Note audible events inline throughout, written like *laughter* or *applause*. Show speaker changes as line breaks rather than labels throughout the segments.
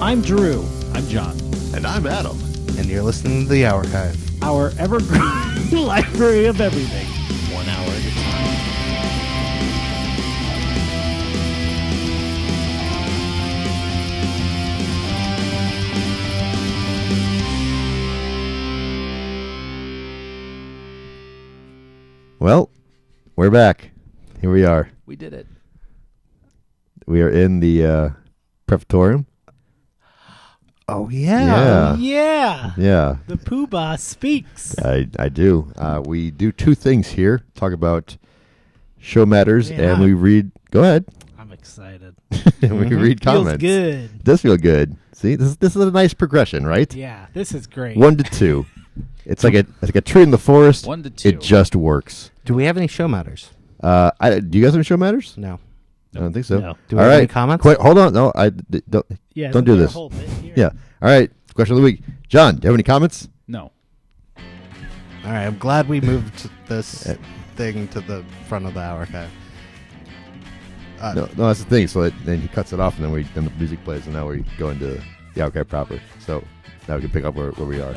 I'm Drew. I'm John.
And I'm Adam.
and you're listening to the archive.
Our ever-growing *laughs* library of everything.
One hour at a time.
Well, we're back. Here we are.
We did it.
We are in the uh, preparatorium.
Oh
Yeah.
Yeah.
Uh, Yeah,
The Pooh Bah speaks.
I, I do. Uh, we do two things here talk about show matters,
Yeah.
and we read. Go ahead. *laughs*
I'm excited.
and we read
Feels
comments.
good.
Does feel good. See, this, this is a nice progression, right?
Yeah, this is great.
One to two. It's like a it's like a tree in the forest.
One to two.
It just works.
Do we have any show matters?
Uh, I, do you guys have show matters?
No.
I don't think so.
No.
Do we
All
have any
right.
comments?
Quite- hold on. No, I d- don't.
Yeah,
don't
isn't
do
there a
this.
whole bit here?
Yeah. All right. Question of the week. John, do you have any comments?
No.
All right. I'm glad we moved this thing to the front of the archive. Uh,
No, no, that's the thing. So it, then he cuts it off, and then we then the music plays, and now we go into the archive proper. So now we can pick up where, where we are.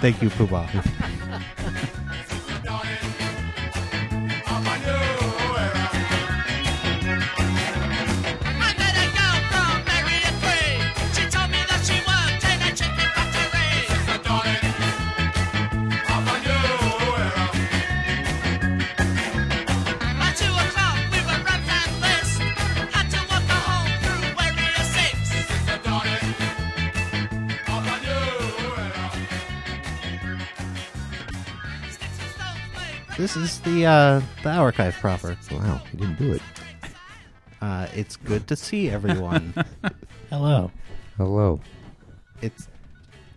Thank you, Pooh Bah.
I met a girl from Mary the Queen. She told me that she worked in a chicken factory. She's the darling of a new era. By two o'clock we were run and list. Had to walk her home through area six. She's the darling of a new era. Sticks and stones may break
This is the uh, the archive proper.
wow, he didn't do it.
Uh, it's good to see everyone.
Hello.
Hello.
it's.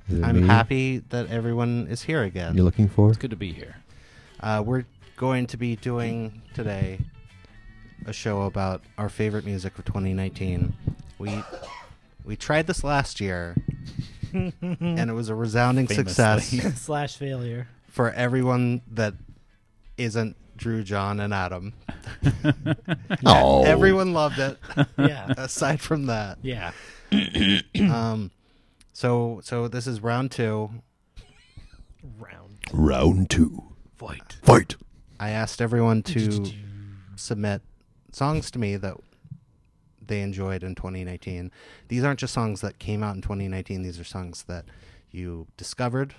Is it
I'm
me
happy that everyone is here again.
You're looking for
It's good to be here. *laughs*
Uh, we're going to be doing today a show about our favorite music of 2019. We we tried this last year, and it was a
*laughs*
resounding success
*laughs* Slash failure.
for everyone that isn't Drew, John, and Adam.
Oh.
Everyone loved it,
Yeah.
*laughs* aside from that.
yeah.
Um, so so this is round two.
Round.
Round two.
Void.
Fight.
I asked everyone to submit songs to me that they enjoyed in 2019. These aren't just songs that came out in 2019, these are songs that you discovered,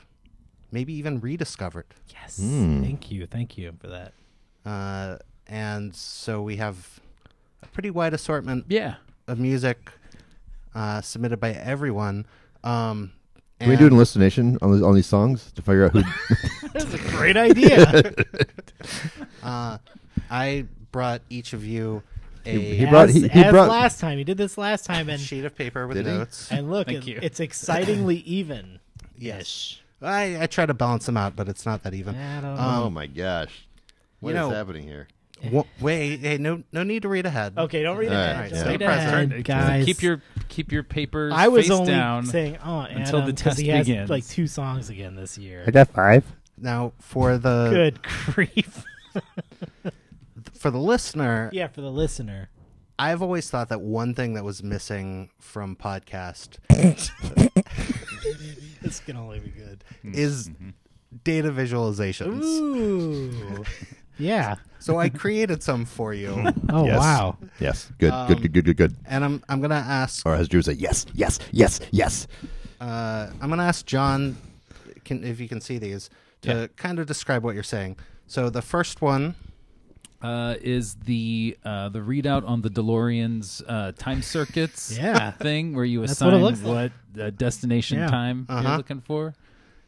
maybe even rediscovered.
Yes.
Hmm.
Thank you. Thank you for that.
Uh, and so we have a pretty wide assortment
Yeah.
*laughs*
of music uh, submitted by everyone. Um,
Can we
and-
do an hallucination on these, on these songs to figure out who? *laughs*
That's a great idea.
uh, I brought each of you
He
a
brought-
as,
he- he
as
brought-
last time. He did this last
*laughs*
time and
sheet of paper with
Did he?
notes.
and look,
Thank
it-
you.
it's excitingly *laughs* even.
Yes. I, I try to balance them out, but it's not that even.
I don't
oh my gosh, What is
know-
happening here?
Wha- Wait, hey, no, no need to read ahead.
Okay, don't read
All
ahead.
right,
Don't
yeah.
read
Stay present.
ahead, guys.
Keep your keep your papers
I was
face
only
down.
saying, oh, Adam,
until the
'cause he
test
has
begins.
like two songs again this year.
got five. Now for the
*laughs*
Good *laughs* grief.
for the listener,
yeah, for the listener.
I've always thought that one thing that was missing
*laughs*
from podcast
This can only be good.
is
Mm-hmm.
data visualizations.
Ooh. *laughs* yeah.
So I created some
*laughs*
for you,
Oh,
Yes.
wow.
Yes, good, good, good, good, good, good.
and I'm I'm gonna ask
Or as Drew said, yes, yes, yes, yes.
uh, I'm gonna ask John, can, if you can see these, to kind of describe what you're saying. So the first one,
uh, is the uh, the readout on the DeLorean's uh, time circuits
*laughs* Yeah.
thing where you
That's what
assign
it
what,
looks like.
uh, destination
Yeah.
time
Uh-huh.
you're looking for.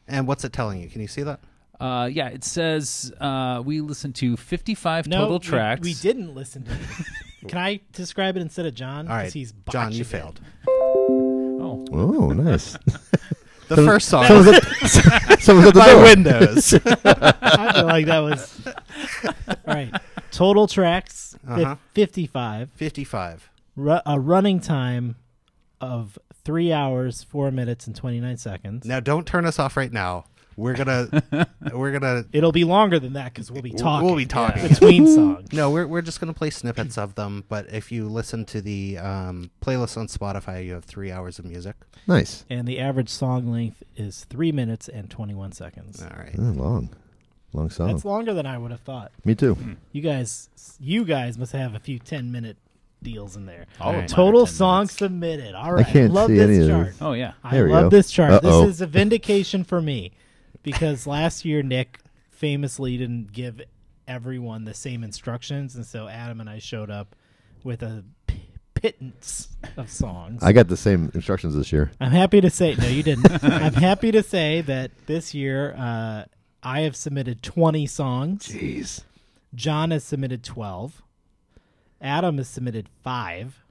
and what's it telling you? Can you see that?
Uh, yeah, it says uh, we listened to 55
No,
total
we-
tracks.
We, didn't
*laughs*
listen to it. Can I describe it instead of John?
All
'Cause
right,
he's
John,
botching
you
it.
failed.
Oh,
Oh, *laughs* nice.
The first song
Someone's at, someone's at the door.
Windows.
I feel like that was.
*laughs*
All right. Total tracks fif-
Uh-huh.
55.
55.
Ru- a running time of three hours, four minutes, and 29 seconds.
Now, don't turn us off right now. We're gonna we're gonna
It'll be longer than that because we'll be talking.
we'll be talking.
between songs.
*laughs* No, we're we're just gonna play snippets of them. But if you listen to the um, playlist on Spotify, you have three hours of music.
Nice.
And the average song length is three minutes and twenty-one seconds.
All right.
Oh, long, long song.
That's Hmm. longer than I would have thought.
Me too.
You guys, you guys must have a few ten-minute deals in there.
All of mine are
Total
10
songs
minutes.
submitted. All right,
can't
love
see
this
any of
chart.
this.
Oh yeah.
I
There we
love
go.
this chart.
Uh-oh.
This is a vindication for me because last year Nick famously didn't give everyone the same instructions, and so Adam and I showed up with a p- pittance of songs.
I got the same instructions this year.
I'm happy to say no, you didn't. *laughs* I'm happy to say that this year uh, I have submitted 20 songs.
Jeez.
John has submitted 12. Adam has submitted five,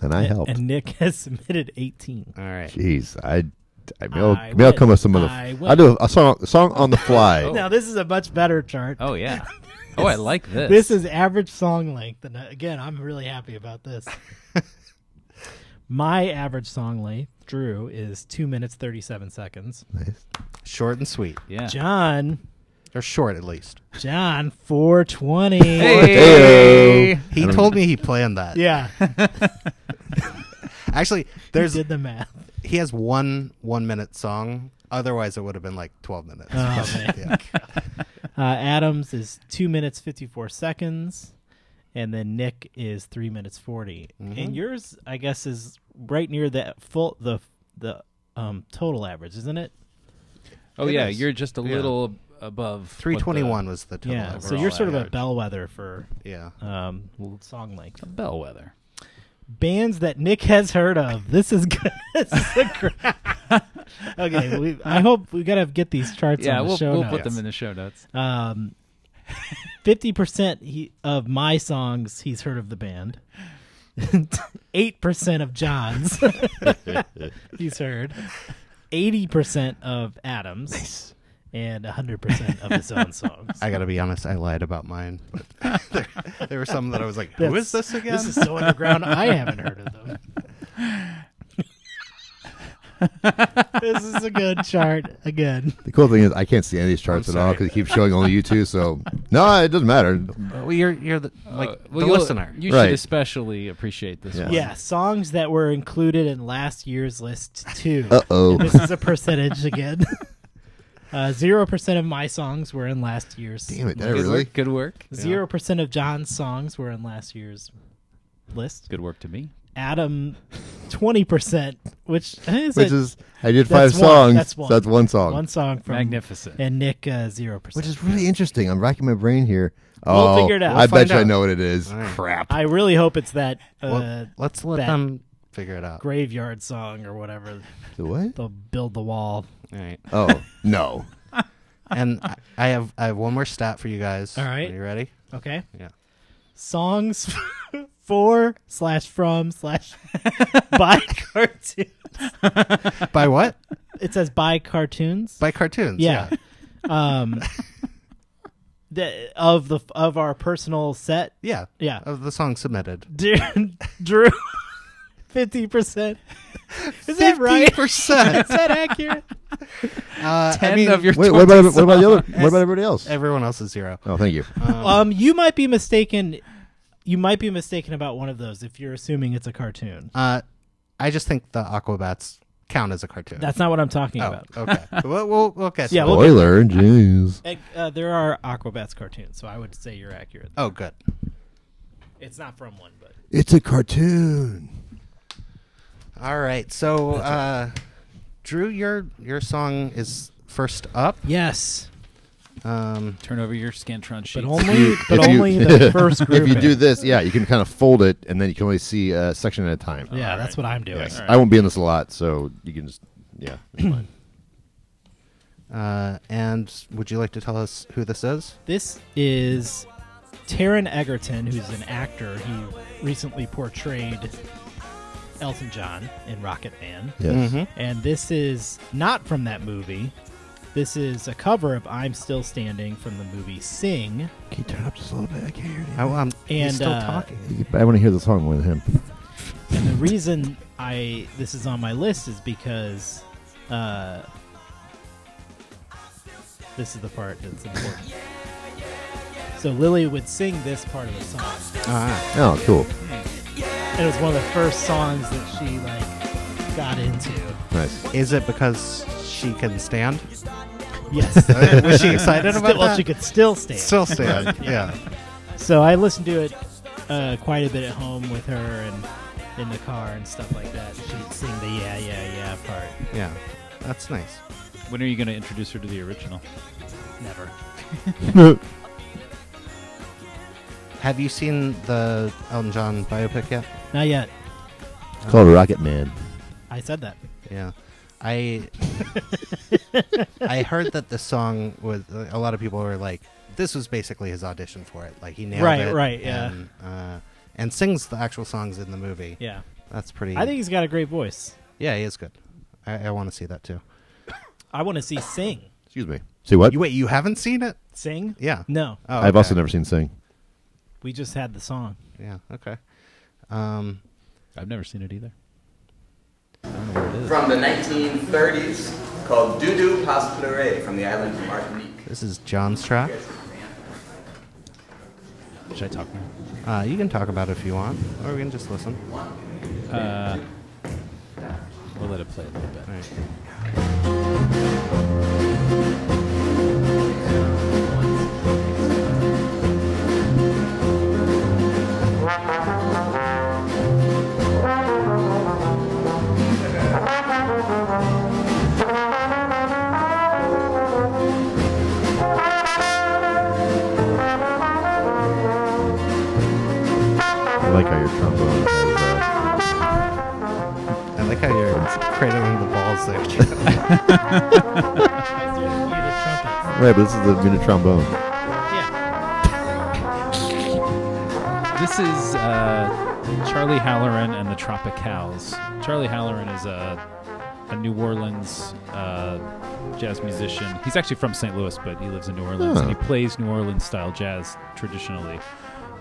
And I helped.
and Nick *laughs* has submitted 18.
All right.
Jeez, I, I may, I'll,
I
may I'll
win.
come with some other.
I
I,
win.
do a song, a song on the fly.
*laughs* Now this is a much better chart.
Oh
*laughs*
yeah. Oh, I like this.
This is average song length, and uh, again, I'm really happy about
*laughs*
this. My average song length, Drew, is two minutes thirty-seven
*laughs*
seconds.
Nice.
Short and sweet,
yeah.
John,
or short at least.
John, four twenty.
Hey.
He told me he planned that. *laughs*
Yeah, *laughs*
Actually,
there's
there's
did the math.
he has one one minute song. Otherwise, it would have been like twelve minutes. *laughs*
Oh, man. *laughs*
Yeah.
Uh, Adams is two minutes fifty-four seconds, and then Nick is three minutes 40
Mm-hmm.
And yours, I guess, is right near the full the the um total average, isn't it?
Oh
It
yeah.
is.
You're just a little above. what the-
Three twenty one was the total.
yeah. So
overall
you're sort of a
average.
bellwether for
yeah.
um song length.
Bellwether.
bands that Nick has heard of. This is good. *laughs* This is a gra-
*laughs*
okay, we, I hope we gotta get these charts
yeah,
on the
we'll,
show
we'll
notes.
put them in the show notes.
Um, fifty percent he, of my songs he's heard of the band. *laughs* Eight percent of John's *laughs* he's heard. Eighty percent of Adam's. And hundred percent of his own songs.
I gotta be honest. I lied about mine. But
*laughs*
*laughs* there, there were some that I was like, "Who is this again?"
This is so underground. I haven't heard of them. this is a good chart again.
The cool thing is I can't see any of these charts
I'm
at all
sorry.
because it keeps showing only you two.
*laughs*
So no, it doesn't matter.
well, you're you're the, like
Uh,
the
you'll-
listener.
You
Right.
should especially appreciate this
Yeah.
one.
Yeah, songs that were included in last year's list too.
Uh oh.
This is a percentage again. *laughs* Uh, Zero percent of my songs were in last year's.
*laughs* Damn it! Did I
Good
really?
work. Good work.
Zero percent of John's songs were in last year's list.
Good work to me.
Adam, twenty percent, which is
Which
a-
is I did five
that's one,
songs.
that's
That's
one.
one. song.
one song from
Magnificent.
and Nick uh, zero percent.
Which is really interesting. I'm racking my brain here.
We'll
oh,
figure it out.
I
We'll
bet
find
you I
out.
know what it is.
All right.
Crap.
I really hope it's that uh,
Well, let's let
that-
them figure it out.
graveyard song or whatever.
The what?
They'll build the wall.
All right.
Oh
*laughs*
no.
and I- I have I have one more stat for you guys.
All right.
Are you ready?
Okay.
Yeah.
Songs *laughs* for slash from slash *laughs* by cartoon.
By what?
It says by cartoons.
By cartoons.
yeah.
*laughs*
Um. The, of the of our personal set,
Yeah.
Yeah. *laughs*
Of the song submitted.
Drew, Drew fifty percent. Is that right? Is *laughs*
percent.
that accurate?
Uh, I
Ten
mean,
of your
Wait,
20
what about what about the other?
songs.
What about everybody else?
everyone else is zero.
Oh, thank you.
Um, you might be mistaken. You might be mistaken about one of those if you're assuming it's a cartoon.
Uh, I just think the Aquabats count as a cartoon.
That's not what I'm talking
oh,
about. *laughs*
okay. we'll, we'll we'll catch.
Yeah,
that.
we'll-
Spoiler, jeez.
Uh, uh, there are Aquabats cartoons, so I would say you're accurate.
oh, good.
It's not from one, but
It's a cartoon.
All right. So, uh, Drew, your your song is first up.
yes,
Um,
Turn over your Scantron sheet.
but only but
if you- *laughs*
only the first group.
If you do this, yeah, you can kind of fold it, and then you can only see a section at a time.
yeah, that's what I'm doing.
Yes. I won't be in this a lot, so you can just yeah. it's fine.
uh, and would you like to tell us who this is?
This is Taron Egerton, who's an actor. He recently portrayed Elton John in Rocket Man,
Yes.
and this is not from that movie. This is a cover of "I'm Still Standing" from the movie Sing.
Can you turn up just a little bit? I can't hear
Oh, um,
And,
he's still
uh,
talking.
you. I want to hear the song with him.
the reason I this is on my list is because uh, This is the part that's important. So Lily would sing this part of the song.
Ah,
Oh, cool.
And it was one of the first songs that she like got into.
Nice.
is it because she
*laughs*
can stand? *laughs*
Yes.
Was she excited about
Still, well,
that?
she could still stand.
Still
*laughs*
stand. yeah.
So I listened to it uh, quite a bit at home with her and in the car and stuff like that. She'd sing the yeah, yeah, yeah part.
Yeah. That's nice.
When are you going to introduce her to the original?
Never.
Have you seen the Elton John biopic yet?
Not yet.
It's called Rocket Man.
I said that.
Yeah. I I heard that the song was a lot of people were like this was basically his audition for it. Like he nailed
Right,
it.
right, yeah.
and, Uh, and sings the actual songs in the movie.
Yeah.
That's pretty
I think he's got a great voice.
Yeah, he is good. I, I want to see that too.
I want to see sing.
Excuse me. See what?
You wait, you haven't seen it?
Sing?
Yeah.
No.
Oh,
I've also
okay.
never seen Sing.
We just had the song.
Yeah, okay. Um
I've never seen it either.
from the 1930s called Doudou Pas Pleurer from the island of Martinique.
this is John's track.
Should I talk now?
Uh, you can talk about it if you want, or we can just listen. All
We'll let it play a little bit.
right.
I like how your trombone has. Uh,
I like how you're cradling the balls there. Joe.
Yeah.
right, but this is the unit trombone.
This is uh, Charlie Halloran and the Tropicals. Charlie Halloran is a, a New Orleans uh, jazz musician. He's actually from St. Louis, but he lives in New Orleans and he plays New Orleans style jazz traditionally.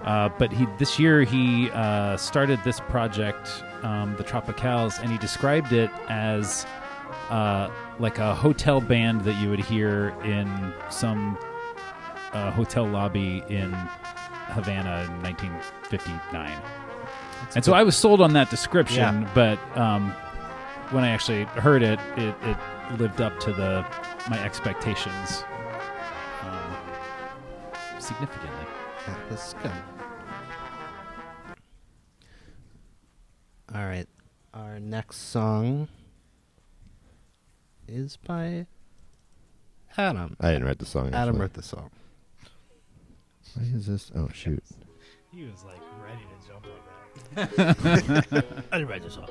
Uh, but he this year he uh, started this project, um, the Tropicals, and he described it as uh, like a hotel band that you would hear in some uh, hotel lobby in Havana in 1959. and so I was sold on that description,
Yeah.
but um, when I actually heard it, it, it lived up to the my expectations um, significantly.
yeah, this is good. All right. Our next song is by Adam.
I didn't write the song.
Adam
actually.
wrote the song.
Why is this? Oh shoot.
He was like ready to jump like that. *laughs* I didn't write this song.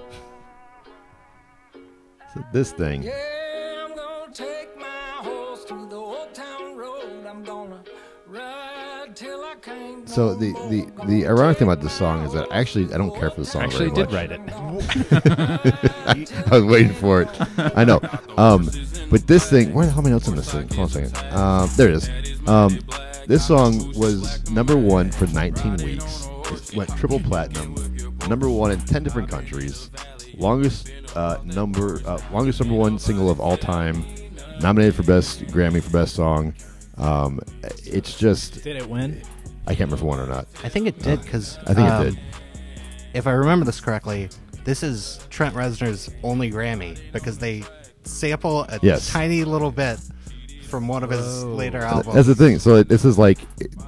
So this thing.
Yeah, I'm gonna take my horse to the old town road. I'm gonna ride till I can't.
So the, the the ironic thing about this song is that I actually I don't care for the song.
Actually,
very
did
much.
write it.
*laughs* I was waiting for it. I know. Um, but this thing, where the hell are my notes on this thing? Hold on a second. Um, there it is. Um, this song was number one for 19 weeks. It went triple platinum. Number one in 10 different countries. Longest uh, number, uh, longest number one single of all time. Nominated for best Grammy for best song. Um, it's just
Did it win?
I can't remember if it won or not.
I think it did because
I think it did.
If I remember this correctly, this is Trent Reznor's only Grammy because they sample a
Yes.
tiny little bit from one of his later albums.
That's the thing. So it- this is like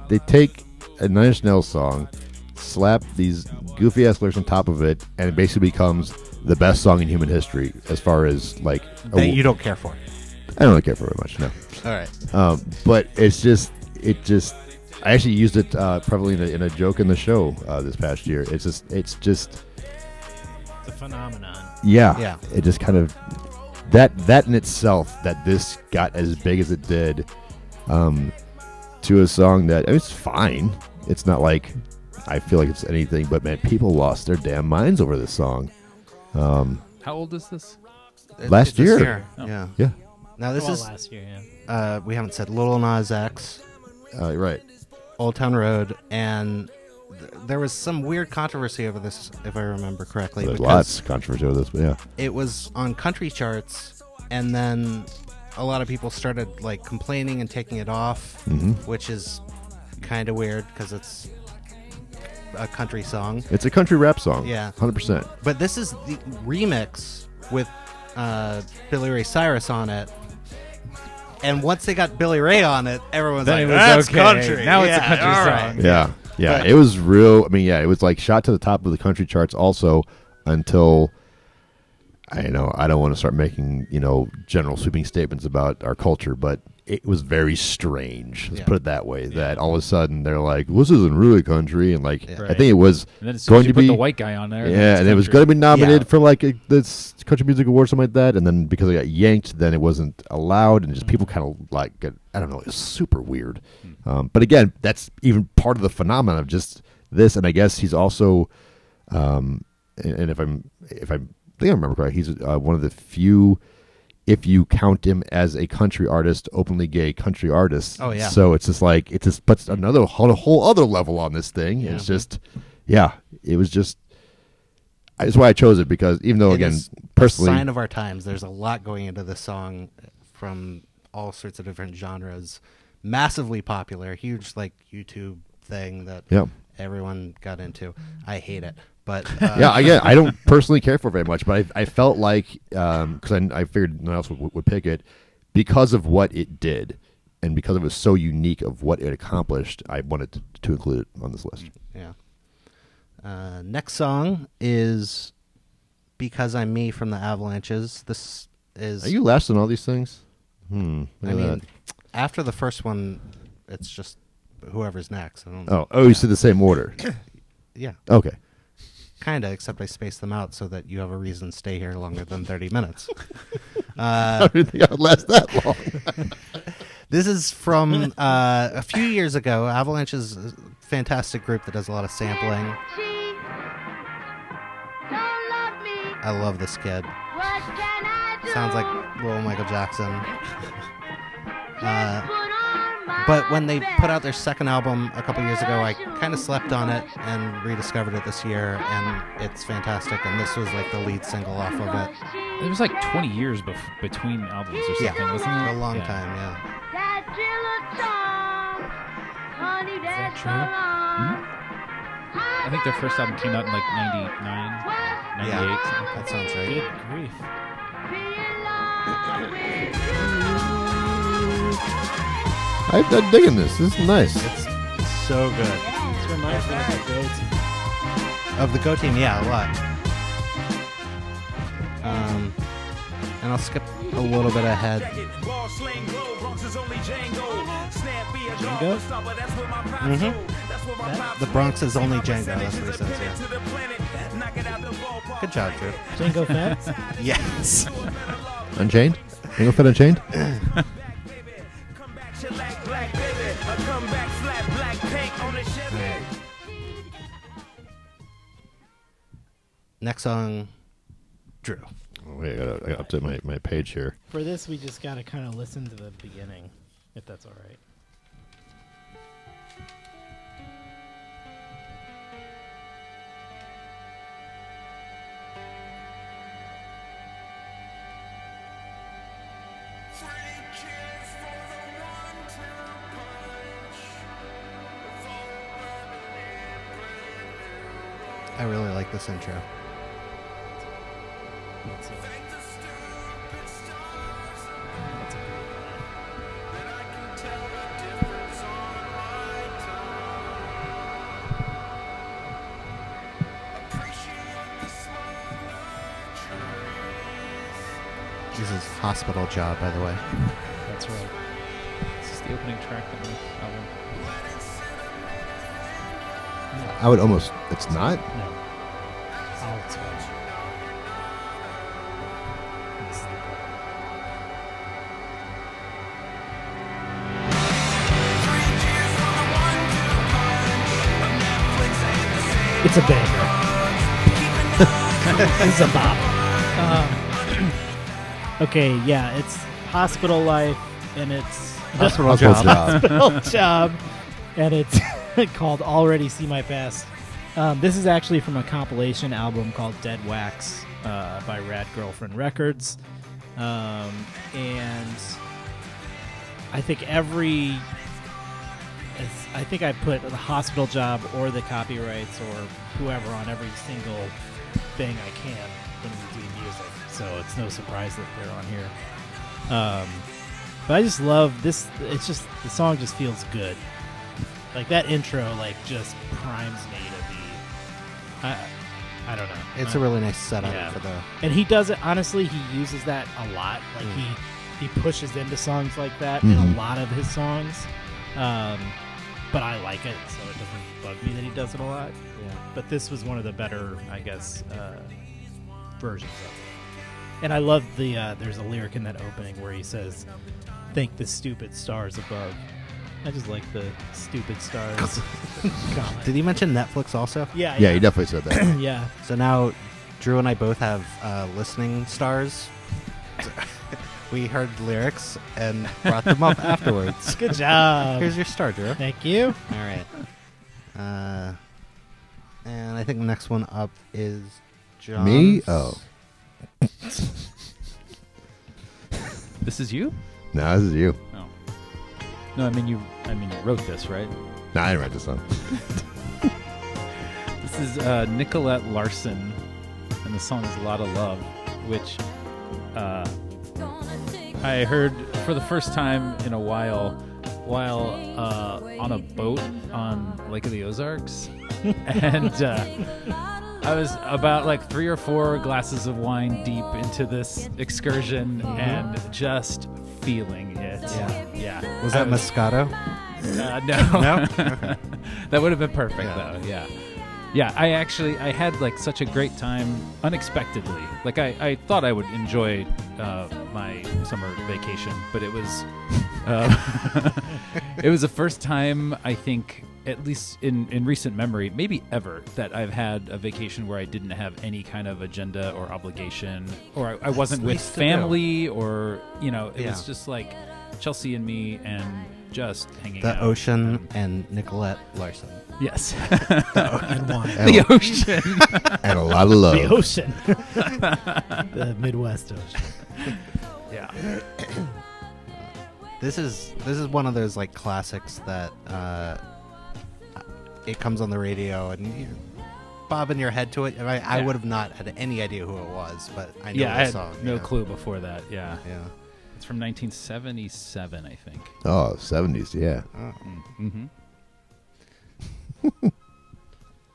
they take a Nine Inch Nails song, slap these goofy ass lyrics on top of it, and it basically becomes the best song in human history as far as like a-
that you don't care for.
I don't really care for it much. No,
Oh. All right.
um, but it's just it just I actually used it uh, prevalently in a, in a joke in the show uh, this past year. It's just it's just
It's a phenomenon.
Yeah.
Yeah.
It just kind of that that in itself that this got as big as it did um to a song that I mean, it's fine. It's not like I feel like it's anything, but man, people lost their damn minds over this song. Um,
How old is this?
It-
Last
it's this
year.
Yeah.
Yeah.
Now this
well,
is
last year, yeah.
uh, we haven't said Little Nas X,
Uh, you're right.
Old Town Road, and th- there was some weird controversy over this, if I remember correctly.
There's
because
lots of controversy over this, but yeah.
it was on country charts, and then a lot of people started like complaining and taking it off, which is kind of weird because it's a country song.
It's a country rap song.
Yeah.
hundred percent.
But this is the remix with uh, Billy Ray Cyrus on it. And once they got Billy Ray on it, everyone's
Then
like,
it was
"That's
okay.
country."
Now it's a
Yeah,
country
all
song.
right.
Yeah, yeah. It was real. I mean, yeah, it was like shot to the top of the country charts. Also, until I know I don't want to start making you know general sweeping statements about our culture, but it was very strange. Let's
Yeah.
put it that way. That all of a sudden they're like, "This isn't really country," and like I
Right.
think it was
And then as soon
going
as you
to
put
be
the white guy on there.
Yeah, and it was going to be nominated
Yeah.
for like a, this country music award, something like that. And then because it got yanked, then it wasn't allowed, and
Mm-hmm.
just people kind of like got, I don't know, it was super weird. Um, but again, that's even part of the phenomenon of just this. And I guess he's also, um, and, and if I'm if I'm I think I remember correctly, he's uh, one of the few. If you count him as a country artist, openly gay country artist,
Oh, yeah.
So it's just like it just puts another whole, a whole other level on this thing. and It's just, yeah, it was just that's why I chose it because even though
It
again
is
personally,
a sign of our times. There's a lot going into this song from all sorts of different genres. Massively popular, huge like YouTube thing that
Yeah.
everyone got into. I hate it,
*laughs*
but uh,
yeah, again
*laughs*
I don't personally care for it very much, but I, I felt like because I, I figured no one else would, would pick it because of what it did and because it was so unique of what it accomplished. I wanted to, to include it on this list.
Yeah. Uh, next song is "Because I'm Me" from the Avalanches. This is.
Are you last on all these things? Hmm.
I
look at
mean, after the first one, it's just whoever's next. I don't.
that. oh, oh, you said the same order.
*coughs* Yeah,
Okay.
kinda. Except I spaced them out so that you have a reason to stay here longer than thirty minutes.
*laughs*
*laughs*
I didn't think I would last that long.
This is from uh, a few years ago. Avalanche is a fantastic group that does a lot of sampling. I love this kid. Sounds like little Michael Jackson. *laughs* Uh, but when they put out their second album a couple years ago, I kind of slept on it and rediscovered it this year, and it's fantastic. And this was like the lead single off of it.
It was like 20 years bef- between albums or something,
Yeah,
wasn't it?
a long
Yeah.
time, yeah.
that true? Hmm? I think their first album came out in like 99, 98. something like
That sounds
that.
right.
Good grief.
I, I'm digging this. This is nice.
It's so good.
This reminds me of the goats.
Of the Go Team, yeah, a lot. Um, and I'll skip a little bit ahead.
Django?
Mm-hmm.
The Bronx is only Django, that's what he says, yeah. Good job,
*laughs*
Drew.
*laughs* Django Fett.
Yes. *laughs*
Unchained. Single Fed Unchained.
Next song, Drew.
Oh, wait, I gotta, I gotta update my, my page here.
For this, we just gotta kind of listen to the beginning, if that's all right.
I really like this intro.
Let's see. That's a great
This is Hospital Job, by the way.
line. That's right.
This is the opening track of the album.
I would almost. It's not.
No. I'll explain. This is the- It's a banger. *laughs* it's a bop. Um, *clears throat* okay, yeah, it's hospital life, and it's *laughs*
*laughs* Hospital
Hospital Job.
Bill job, and it's *laughs* called "Already See My Past." Um, this is actually from a compilation album called Dead Wax uh, by Rad Girlfriend Records, um, and I think every. it's- I think I put the hospital job or the copyrights or whoever on every single thing I can when we do music. So it's no surprise that they're on here. Um, but I just love this. It's just the song just feels good. Like that intro, like just primes me to be. I, I don't know.
It's
I-
a really nice setup
Yeah.
for the.
and he does it honestly he uses that a lot like
Mm.
he he pushes into songs like that
Mm-hmm.
in a lot of his songs um, but i like it so it doesn't bug me that he does it a lot
Yeah.
but this was one of the better i guess uh, versions of it and i love the uh, there's a lyric in that opening where he says thank the stupid stars above i just like the stupid
*laughs*
stars *laughs* comment.
Did you mention Netflix also?
yeah
Yeah, he definitely said *coughs* that.
yeah
So now, Drew and I both have uh, listening stars. *laughs* we heard lyrics and brought them *laughs* up afterwards.
good job
Here's your star, Drew.
thank you
All right. Uh, and I think the next one up is John.
Me? Oh.
This is you?
no, this is you.
No. No, I mean you. I mean you wrote this, right?
No, I didn't write this song.
This is uh, Nicolette Larson, and the song is "A Lot of Love," which uh, I heard for the first time in a while while uh, on a boat on Lake of the Ozarks, *laughs* and uh, I was about like three or four glasses of wine deep into this excursion and just feeling it.
Yeah.
yeah.
Was that Moscato?
Uh, no.
*laughs*
*laughs*
No?
that would have been perfect
Yeah.
though. Yeah. Yeah, I actually I had like such a great time unexpectedly. Like I, I thought I would enjoy uh, my summer vacation, but it was uh, *laughs* it was the first time I think at least in in recent memory, maybe ever, that I've had a vacation where I didn't have any kind of agenda or obligation, or I, I wasn't with
nice to know.
family, or you know, it
Yeah.
was just like Chelsea and me and just hanging out.
The Ocean and Nicolette Larson.
Yes.
and wine
And, a-
ocean.
and a lot
*laughs*
of love.
the
*laughs*
ocean, the Midwest ocean.
yeah.
This is this is one of those like classics that uh, it comes on the radio and you bob in your head to it. And I, I
Yeah.
would have not had any idea who it was, but I know
Yeah, I
the
had
song.
no
you know?
clue before that. Yeah.
Yeah.
It's from 1977, I think.
Oh, 70s, yeah.
Mm-hmm.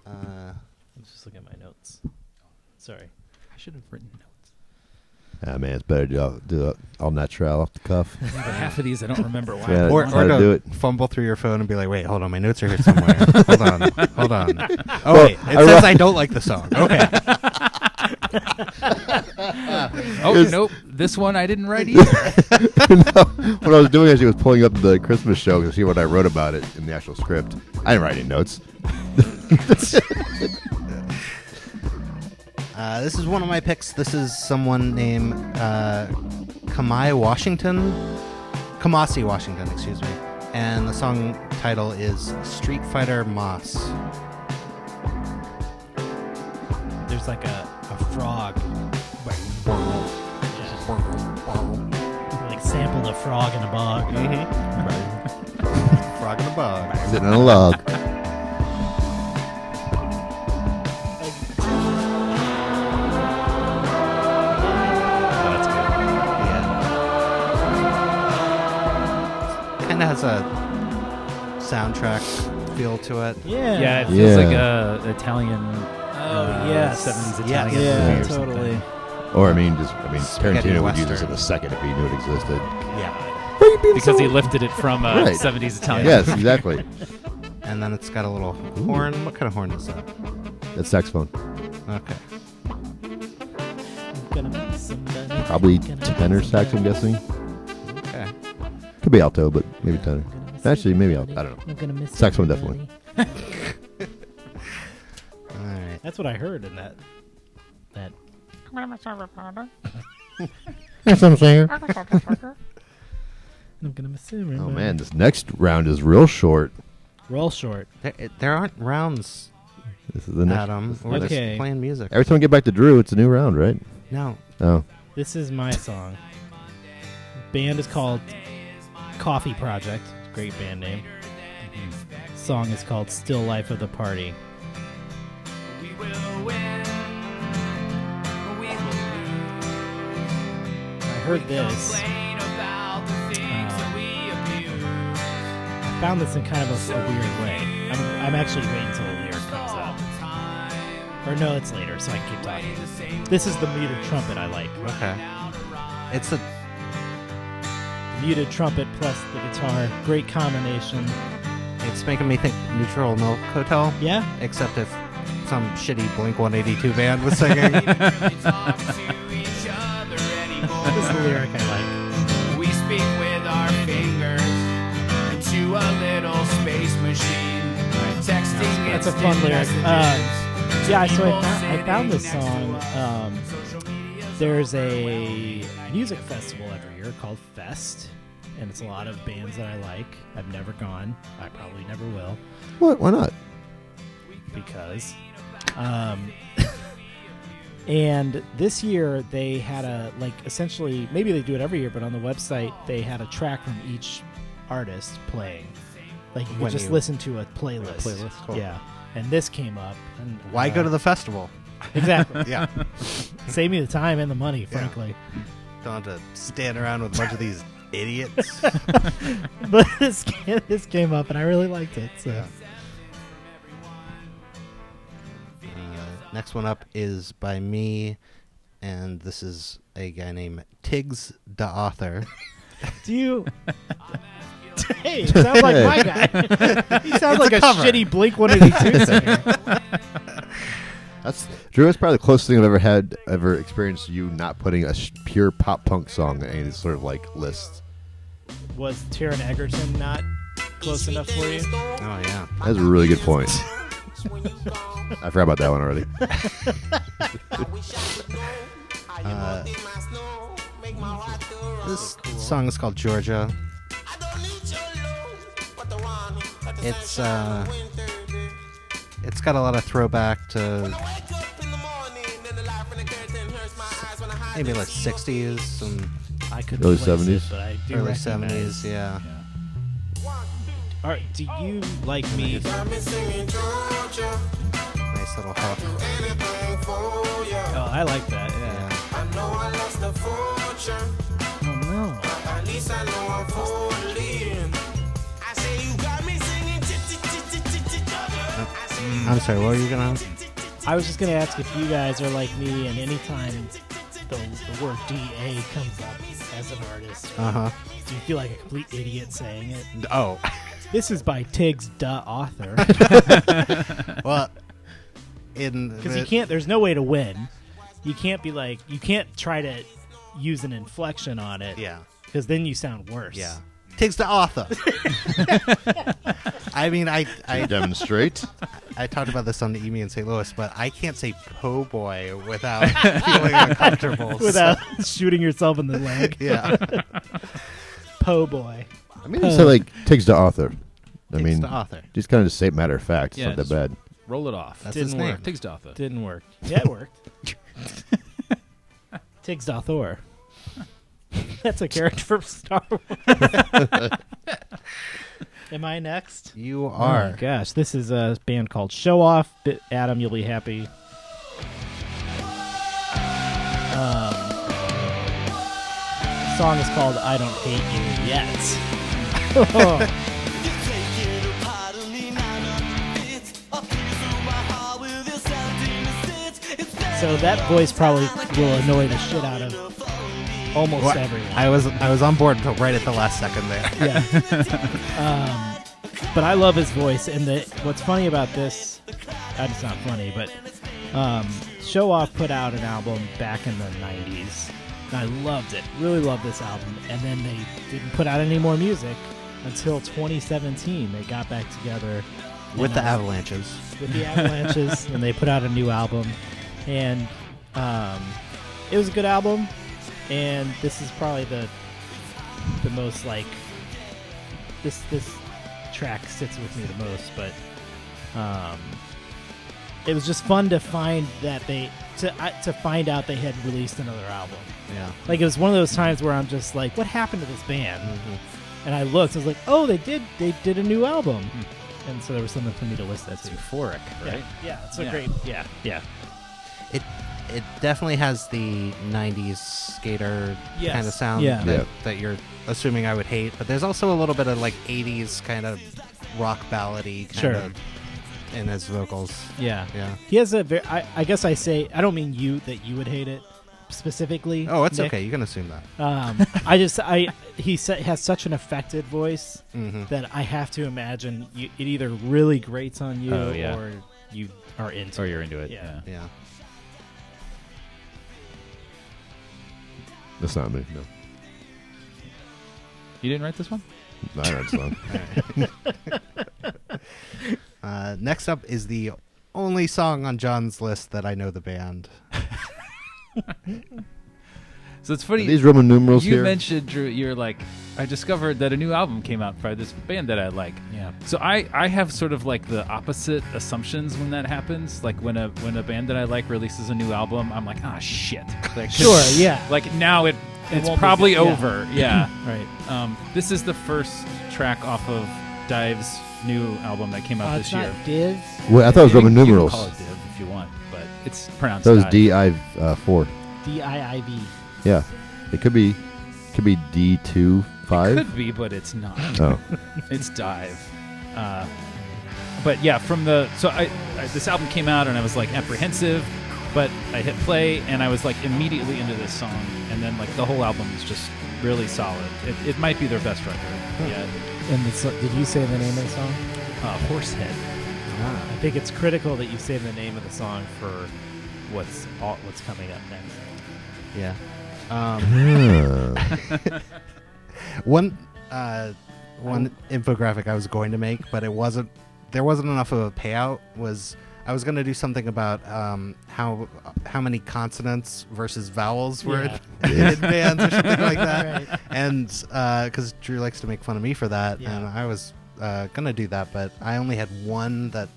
Uh,
I'm just looking at my notes. Sorry.
I should have written notes.
Ah, man, it's better to do, all- do it all natural off the cuff.
But half of these I don't remember why.
Yeah.
or
That's
or
how to
to
do it.
fumble through your phone and be like, wait, hold on, my notes are here
*laughs*
somewhere. hold on, hold on. Oh wait, it
I
says
ru-
I don't like the
*laughs*
song. Okay,
Oh, nope. This one I didn't write either.
what I was doing actually was pulling up the Christmas show to see what I wrote about it in the actual script. I didn't write any notes.
uh, this is one of my picks. This is someone named uh, Kamai Washington, Kamasi Washington, excuse me, and the song title is Street Fighter Moss.
There's like a, a frog. Yeah. Like sampled a frog in a bog.
Mm-hmm.
Frog in a bug.
Sitting on a log.
Yeah. Kind of has a soundtrack feel to it.
Yeah. Oh,
yeah, it feels
Yeah.
like a Italian. uh,
yes.
Sevens
Yes.
Italian.
Yeah,
movie or something.
totally.
Or, I mean, just, I mean,
Spaghetti
Tarantino would use this in
Western.
a second if he knew it existed.
Yeah.
Because he lifted it from uh,
Right.
70s Italian.
Yes, exactly.
And then it's got a little horn. What kind of horn is that?
That's saxophone.
Okay.
Probably tenor sax, I'm guessing.
Okay.
Could be alto, but maybe tenor. Actually, maybe alto. I don't know. Saxophone, definitely.
All right.
That's what I heard in that. That.
That's what I'm saying.
I'm gonna miss it.
Mm-hmm.
Oh, man, this next round is real short.
Roll short.
There, it- there aren't rounds,
This is the next.
Adam.
this-
We're
Okay.
just playing music.
Every time we get back to Drew, it's a new round, right?
No.
Oh.
This is my song. Band is called Coffee Project. Great band name. Song is called Still Life of the Party.
We will win. We will
I heard this.
complain about the things that we abuse.
Found this in kind of a, a weird way. I'm, I'm actually waiting till the lyric comes up. Or no, it's later, so I can keep talking. This is the muted trumpet I like.
Okay. It's a
Muted trumpet plus the guitar. Great combination.
it's making me think Neutral Milk Hotel.
Yeah?
Except if some shitty Blink 182 band
*laughs*
was singing.
talk to each other
This is the
anymore.
lyric I like.
We speak with our fingers into a little space machine. Texting
That's a
instant
fun lyric.
messages.
Uh, yeah, so I found, I found this
People sitting
song.
next to
Um, there's a music festival every year called Fest, and it's a lot of bands that I like. I've never gone. I probably never will
What? Why not?
because. Um, *laughs* and this year they had a like essentially maybe they do it every year, but on the website they had a track from each artist playing. Like you could
When
just
you-
listen to a playlist.
playlist, cool.
yeah. And this came up. And,
Why
uh,
go to the festival? *laughs*
exactly?
Yeah.
Save me the time and the money, frankly. *laughs*
Don't have to stand around with a bunch of these
*laughs*
idiots.
but this came, this came up and I really liked it. So
Yeah. Uh, next one up is by me, and this is a guy named Tiggs the author.
do
*laughs*
you? *laughs* hey, it sounds like my guy. *laughs* he sounds like a,
cover. *laughs*
shitty Blink One Eighty Two singer.
That's Drew. That's probably the closest thing I've ever had, ever experienced you not putting a sh- pure pop punk song in any sort of like list.
Was Taron Egerton not close enough for you?
Oh yeah,
That's a really good point. I forgot about that
*laughs*
one already.
Uh, this song is called Georgia. It's uh, it's got a lot of throwback to maybe like '60s and
I could
Early 70s?
but I do
early
recognize-
'70s. Yeah,
All right, do you
Oh.
like me?
nice little hook.
Oh, I like that. Yeah.
Yeah.
Oh no.
I'm sorry, what were you gonna? *laughs*
I was just gonna ask if you guys are like me, and anytime the, the word DA comes up as an artist,
Uh huh.
do you feel like a complete idiot saying it?
Oh,
This is by Tiggs, duh,
*laughs*
author.
well, in
Because you
the-
can't. There's no way to win. You can't be like. You can't try to use an inflection on it.
Yeah.
Because then you sound worse.
Yeah. Tiggs
*laughs*
the author. I mean, I, I
Demonstrate.
I talked about this on the EME in St. Louis, but I can't say po' boy without
*laughs*
feeling uncomfortable. so-
Without *laughs* shooting yourself in the *laughs* leg.
*laughs* yeah.
Po boy.
I mean, it's like takes the author. I
Tiggs
mean,
the author.
just kind of just say it matter of fact.
Yeah,
it's not
just-
that bad.
Roll it off.
That's
Didn't
his
work.
name.
Takes Dotha.
Didn't work. Yeah, it worked. *laughs* Tiggs *laughs* Dothor. That's a character from Star Wars. *laughs* Am I next?
You
Oh
are.
my gosh, this is a band called Show Off. Bi- Adam, you'll be happy. Um, song is called "I Don't Hate You Yet." *laughs* so that voice probably will annoy the shit out of almost
Well,
everyone.
I was I was on board until right at the last second there.
Yeah. um, *laughs* but I love his voice, and the what's funny about this, uh, it's not funny, but um, Show Off put out an album back in the '90s, and I loved it. Really loved this album, and then they didn't put out any more music until 2017. They got back together
With
and,
the
uh,
avalanches.
with the Avalanches, and they put out a new album, and um, it was a good album. And this is probably the the most like this this track sits with me the most, but um, it was just fun to find that they to I to find out they had released another album.
Yeah. Mm-hmm.
Like it was one of those times where I'm just like, what happened to this band? and I looked. I was like, oh, they did. They did a new album, Hmm. and so there was something for me to listen
That's
to.
euphoric,
Yeah,
right?
Yeah, it's a
Yeah.
great. Yeah, yeah.
It it definitely has the '90s skater
Yes.
kind of sound
Yeah.
That,
Yeah.
that you're assuming I would hate, but there's also a little bit of like '80s kind of rock ballady kind
Sure.
of in his vocals.
Yeah.
Yeah.
He has a very. I, I guess I say. I don't mean you that you would hate it specifically.
Oh, it's
Nick.
okay. You can assume that.
Um,
*laughs*
I just. I. He sa- has such an affected voice that I have to imagine you, it either really grates on you
Oh, yeah.
or you are into.
Or
it.
you're into it.
Yeah.
Yeah.
That's not me. No.
You didn't write this one?
I know it's
*laughs*
not.
Uh, next up is the only song on John's list that I know the band.
So it's
Are
funny.
these Roman numerals
you
here.
mentioned Drew. You're like, I discovered that a new album came out by this band that I like.
Yeah.
So I, I have sort of like the opposite assumptions when that happens. Like when a when a band that I like releases a new album, I'm like, ah, shit. Like,
Sure, yeah.
Like now it it's
won't be
probably
good, yeah.
*laughs*
over. Yeah.
Right.
Um, this is the first track off of Dive's new album that came out
Uh,
this
it's not
year.
Div.
Wait, I thought it was
You
Roman
can- you can
numerals.
call it Div if you want, but it's pronounced.
That was
Dive.
D I uh, four.
D I I V.
Yeah, it could be, could be D two five.
Could be, but it's not.
Oh,
*laughs* it's dive uh, but yeah from the so I, I this album came out and i was like apprehensive but i hit play and i was like immediately into this song and then like the whole album is just really solid it, it might be their best record yeah
And the, so- did you say the name of the song? Ah.
uh, horsehead
I think it's critical that you say the name of the song for what's all, what's coming up next.
Yeah. Um, *laughs* one uh, one infographic I was going to make, but it wasn't. There wasn't enough of a payout. Was I was going to do something about um, how how many consonants versus vowels were
Yeah.
in bands or something like that,
*laughs*
and because Drew likes to make fun of me for that,
Yeah.
and I was uh, going to do that, but I only had one that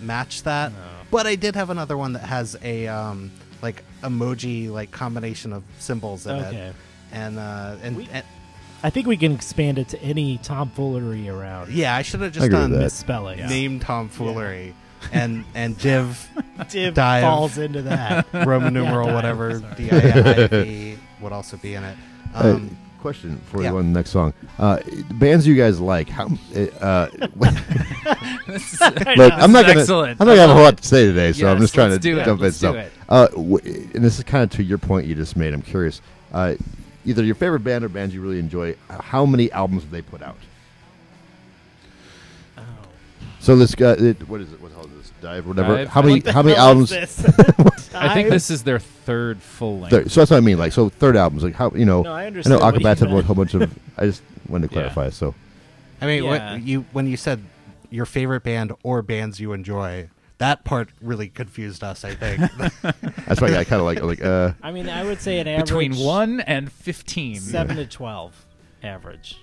matched that. But I did have another one that has a um, like emoji like combination of symbols in
Okay.
it, and uh, and,
We-
and-
I think we can expand it to any tomfoolery around
yeah, I should have
I
just
agree
done
with that.
misspelling. *laughs*
name tomfoolery, and and div
Div
Dive.
falls into *laughs* that.
Roman numeral
dive,
whatever
sorry.
D I I V would also be in it. Um,
Uh, question for
yeah.
you on the next song. Uh, bands you guys like? How?
*laughs*
Uh, *laughs*
I
Look,
know.
I'm not gonna.
excellent.
I'm not gonna have a whole lot to say today, so I'm
Yes,
just trying to
let's do it.
jump
Let's
in.
do
So,
it.
uh, w- and this is kind of to your point you just made. I'm curious. Uh, either your favorite band or bands you really enjoy. How many albums have they put out?
Oh.
So this guy, it, what is it? What the hell is this? Dive, whatever.
Dive.
How many?
What the
How many
What was
albums? *laughs*
this?
i think this is their third full length
Third, so that's what I mean. Like, so third albums, like how you know?
No, I
know
understand what you
Akabats wrote a
meant.
whole bunch of.
*laughs*
I just wanted to
Yeah.
clarify. So
I mean,
yeah.
what you when you said your favorite band or bands you enjoy, that part really confused us.
*laughs*
I think.
that's why I kind of like like uh.
*laughs* I mean, I would say an average
between 1 and 15
seven to twelve average.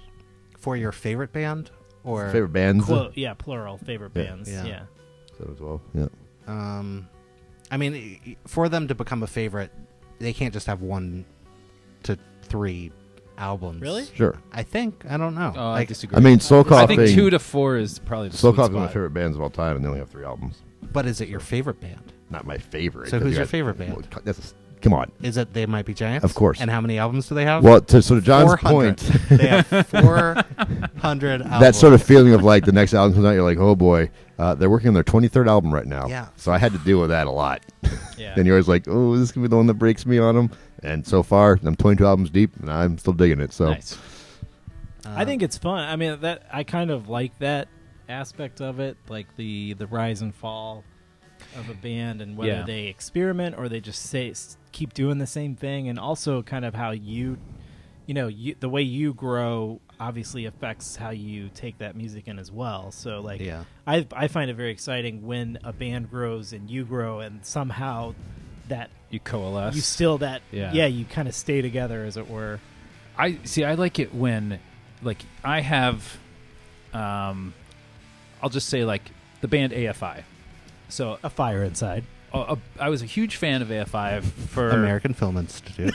for your favorite band or
favorite bands.
Clo- yeah, plural favorite
Yeah.
bands.
Yeah.
Yeah.
Seven, twelve, Yeah.
um i mean i- i- for them to become a favorite they can't just have one to three albums
Really?
Sure.
i think i don't know
oh, i
Like,
disagree
I mean, Soul
I
Coughing.
think 2 to 4 is probably the
Soul
sweet
Coughing is my
spot.
favorite bands of all time, and they only have three albums.
but is it your favorite band
Not my favorite.
So who's
You
your
guys-
favorite band?
Well, co- that's- come on.
is it they might be giants
Of course.
and how many albums do they have
Well, to, so to John's
400. *laughs*
point,
they have
*laughs*
400 albums
that *laughs* sort of feeling of like the next album comes out, you're like, oh boy, uh, they're working on their 23rd album right now.
Yeah.
So I had to deal with that a lot.
Yeah.
Then you're always like, oh, this is gonna be the one that breaks me on them. And so far, I'm 22 albums deep, and I'm still digging it. So
nice
I think it's fun. I mean, that I kind of like that aspect of it, like the the rise and fall of a band and whether
Yeah.
they experiment or they just say s- keep doing the same thing and also kind of how you you know, you, the way you grow obviously affects how you take that music in as well. So like
Yeah.
I I find it very exciting when a band grows and you grow and somehow that
you coalesce
you still that
Yeah.
yeah you kind of stay together as it were.
I see. I like it when, like, I have, um, I'll just say like the band AFI. So
A fire inside.
uh, uh, I was a huge fan of AFI for
american film institute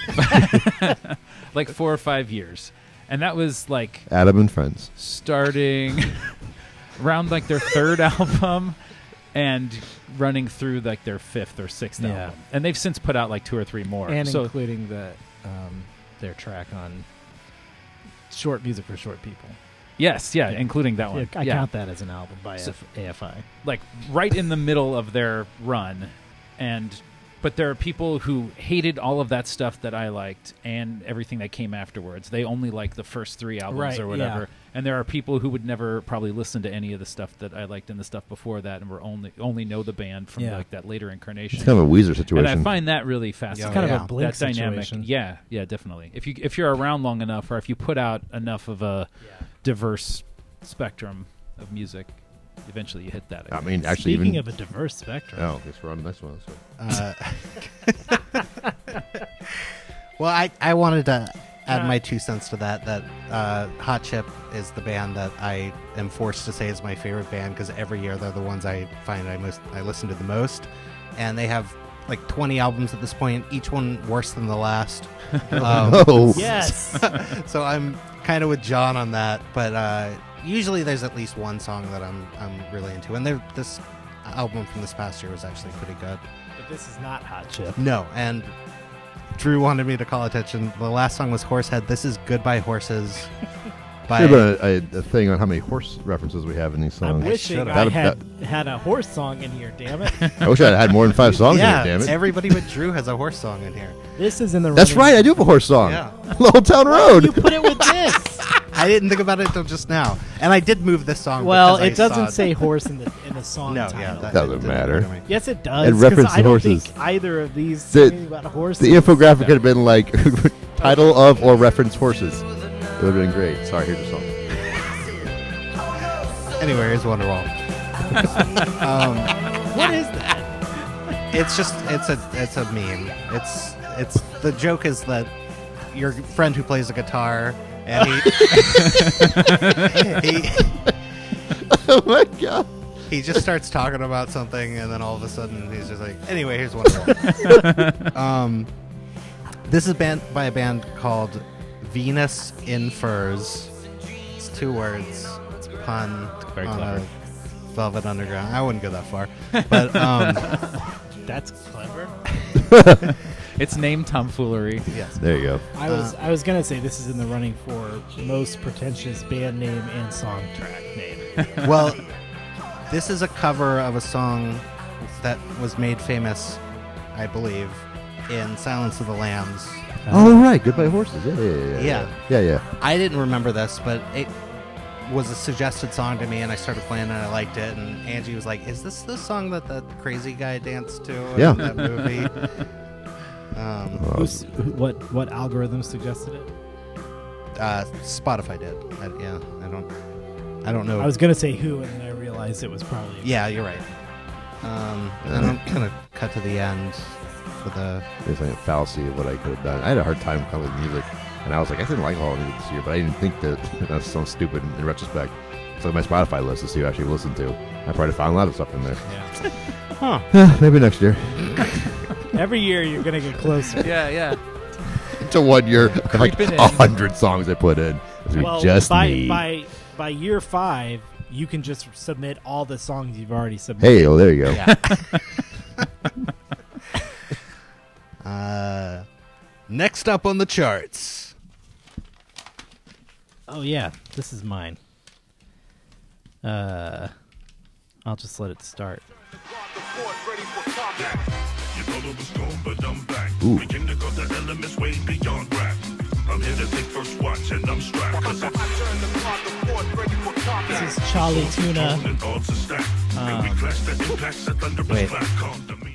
like four or five years, and that was like
Adam and Friends.
starting *laughs* around like their third *laughs* album and running through like their fifth or sixth
Yeah.
album. And they've since put out like two or three more.
and
so
including the um, their track on short music for short people.
yes, yeah,
Yeah.
including that one.
I
yeah.
count that as an album by
So-
F- AFI.
like right in the middle of their run and but there are people who hated all of that stuff that I liked and everything that came afterwards. They only liked the first three albums
Right,
or
yeah.
whatever. And there are people who would never probably listen to any of the stuff that I liked and the stuff before that and were only only know the band from
Yeah.
like that later incarnation.
It's kind of a Weezer
and
situation.
I find that really fascinating.
kind of
Yeah.
a blink
that dynamic.
situation.
Yeah, yeah, definitely. If you if you're around long enough, or if you put out enough of a diverse spectrum of music, eventually you hit that.
I mean, actually,
Speaking
even
of a diverse spectrum,
oh, guess we're on this one. So.
Uh, well, I, I wanted to add my two cents to that. That uh, Hot Chip is the band that I am forced to say is my favorite band because every year they're the ones I find I most I listen to the most, and they have like 20 albums at this point, each one worse than the last. Um,
*laughs* Oh,
yes,
so I'm kind of with John on that, but uh, usually there's at least one song that I'm I'm really into, and they're- this album from this past year was actually pretty good.
but this is not Hot Chip.
No, and Drew wanted me to call attention. The last song was Horsehead. This is Goodbye
*laughs*
Horses. by
Should have been a, a, a thing on how many horse references we have in these
I'm
songs.
wishing
should've.
I
That'd-
had had a horse song in here. Damn it!
I wish I had more than five songs
yeah,
in it, damn it.
everybody but Drew has a horse song in here.
this is in the.
That's
running-
right, I do have a horse song. *laughs*
Yeah.
Old Town
You
Road.
put it with this.
I didn't think about it until just now, and I did move this song.
well,
because
it
I
doesn't
saw
say horse in the in the song
No,
title.
yeah, that-
Doesn't
it didn't
matter.
occur to me.
Yes, it does.
It
'cause
referenced
I don't
horses.
think either of these
The-
singing about horses.
The infographic could have been like *laughs* title of or reference horses. It would have been great. Sorry, here's your song.
Anyway, here's Wonderwall.
What is that?
It's just it's a it's a meme. It's it's the joke is that your friend who plays the guitar and
*laughs*
he, *laughs* he
Oh my god.
he just starts talking about something, and then all of a sudden he's just like, anyway, here's
*laughs*
Wonderwall. um, this is band by a band called Venus in Furs. It's two words, pun
Very
on
clever.
a Velvet Underground. I wouldn't go that far, but
*laughs*
um,
That's clever.
It's named
*laughs*
tomfoolery.
yes.
There you go.
I was
Uh,
I was gonna say this is in the running for most pretentious band name and song track name.
*laughs*
Well, this is a cover of a song that was made famous, I believe, in Silence of the Lambs.
Uh,
All Oh, right, goodbye horses. Yeah, yeah, yeah. Yeah, yeah. yeah.
I didn't remember this, but it was a suggested song to me, and I started playing, it and I liked it. And Angie was like, "Is this the song that the crazy guy danced to in
Yeah.
that movie?" *laughs* um,
Who's, who, what what algorithm suggested it?
uh, Spotify did. I, yeah, I don't, I don't know.
I was gonna say who, and then I realized it was probably
yeah, you're right. Um, and I'm gonna cut to the end for the.
There's like a fallacy of what I could have done. I had a hard time coming with music, and I was like, I didn't like all of music this year, but I didn't think that *laughs* that sounds stupid in retrospect. So my Spotify list is who I actually listened to. I probably found a lot of stuff in there. *laughs* Maybe next year.
Every year you're gonna get
*laughs*
closer.
Yeah, yeah.
to one *laughs* year, like
Creeping in.
a hundred songs I put in. We
well,
just
by
need.
by by year five, you can just submit all the songs you've already submitted.
Hey, oh, there you go.
Uh, next up on the charts.
Oh yeah, this is mine. Uh, I'll just let it start.
You thought I was gone, but I'm back.
Ooh.
Begin to go the elements way beyond rap. I'm here to take first watch and I'm strapped. Cause I'm
This is Charlie Tuna.
and odds are stacked.
Ah.
and we clash the impacts of thunderous
Wait.
clap. Calm demeanor.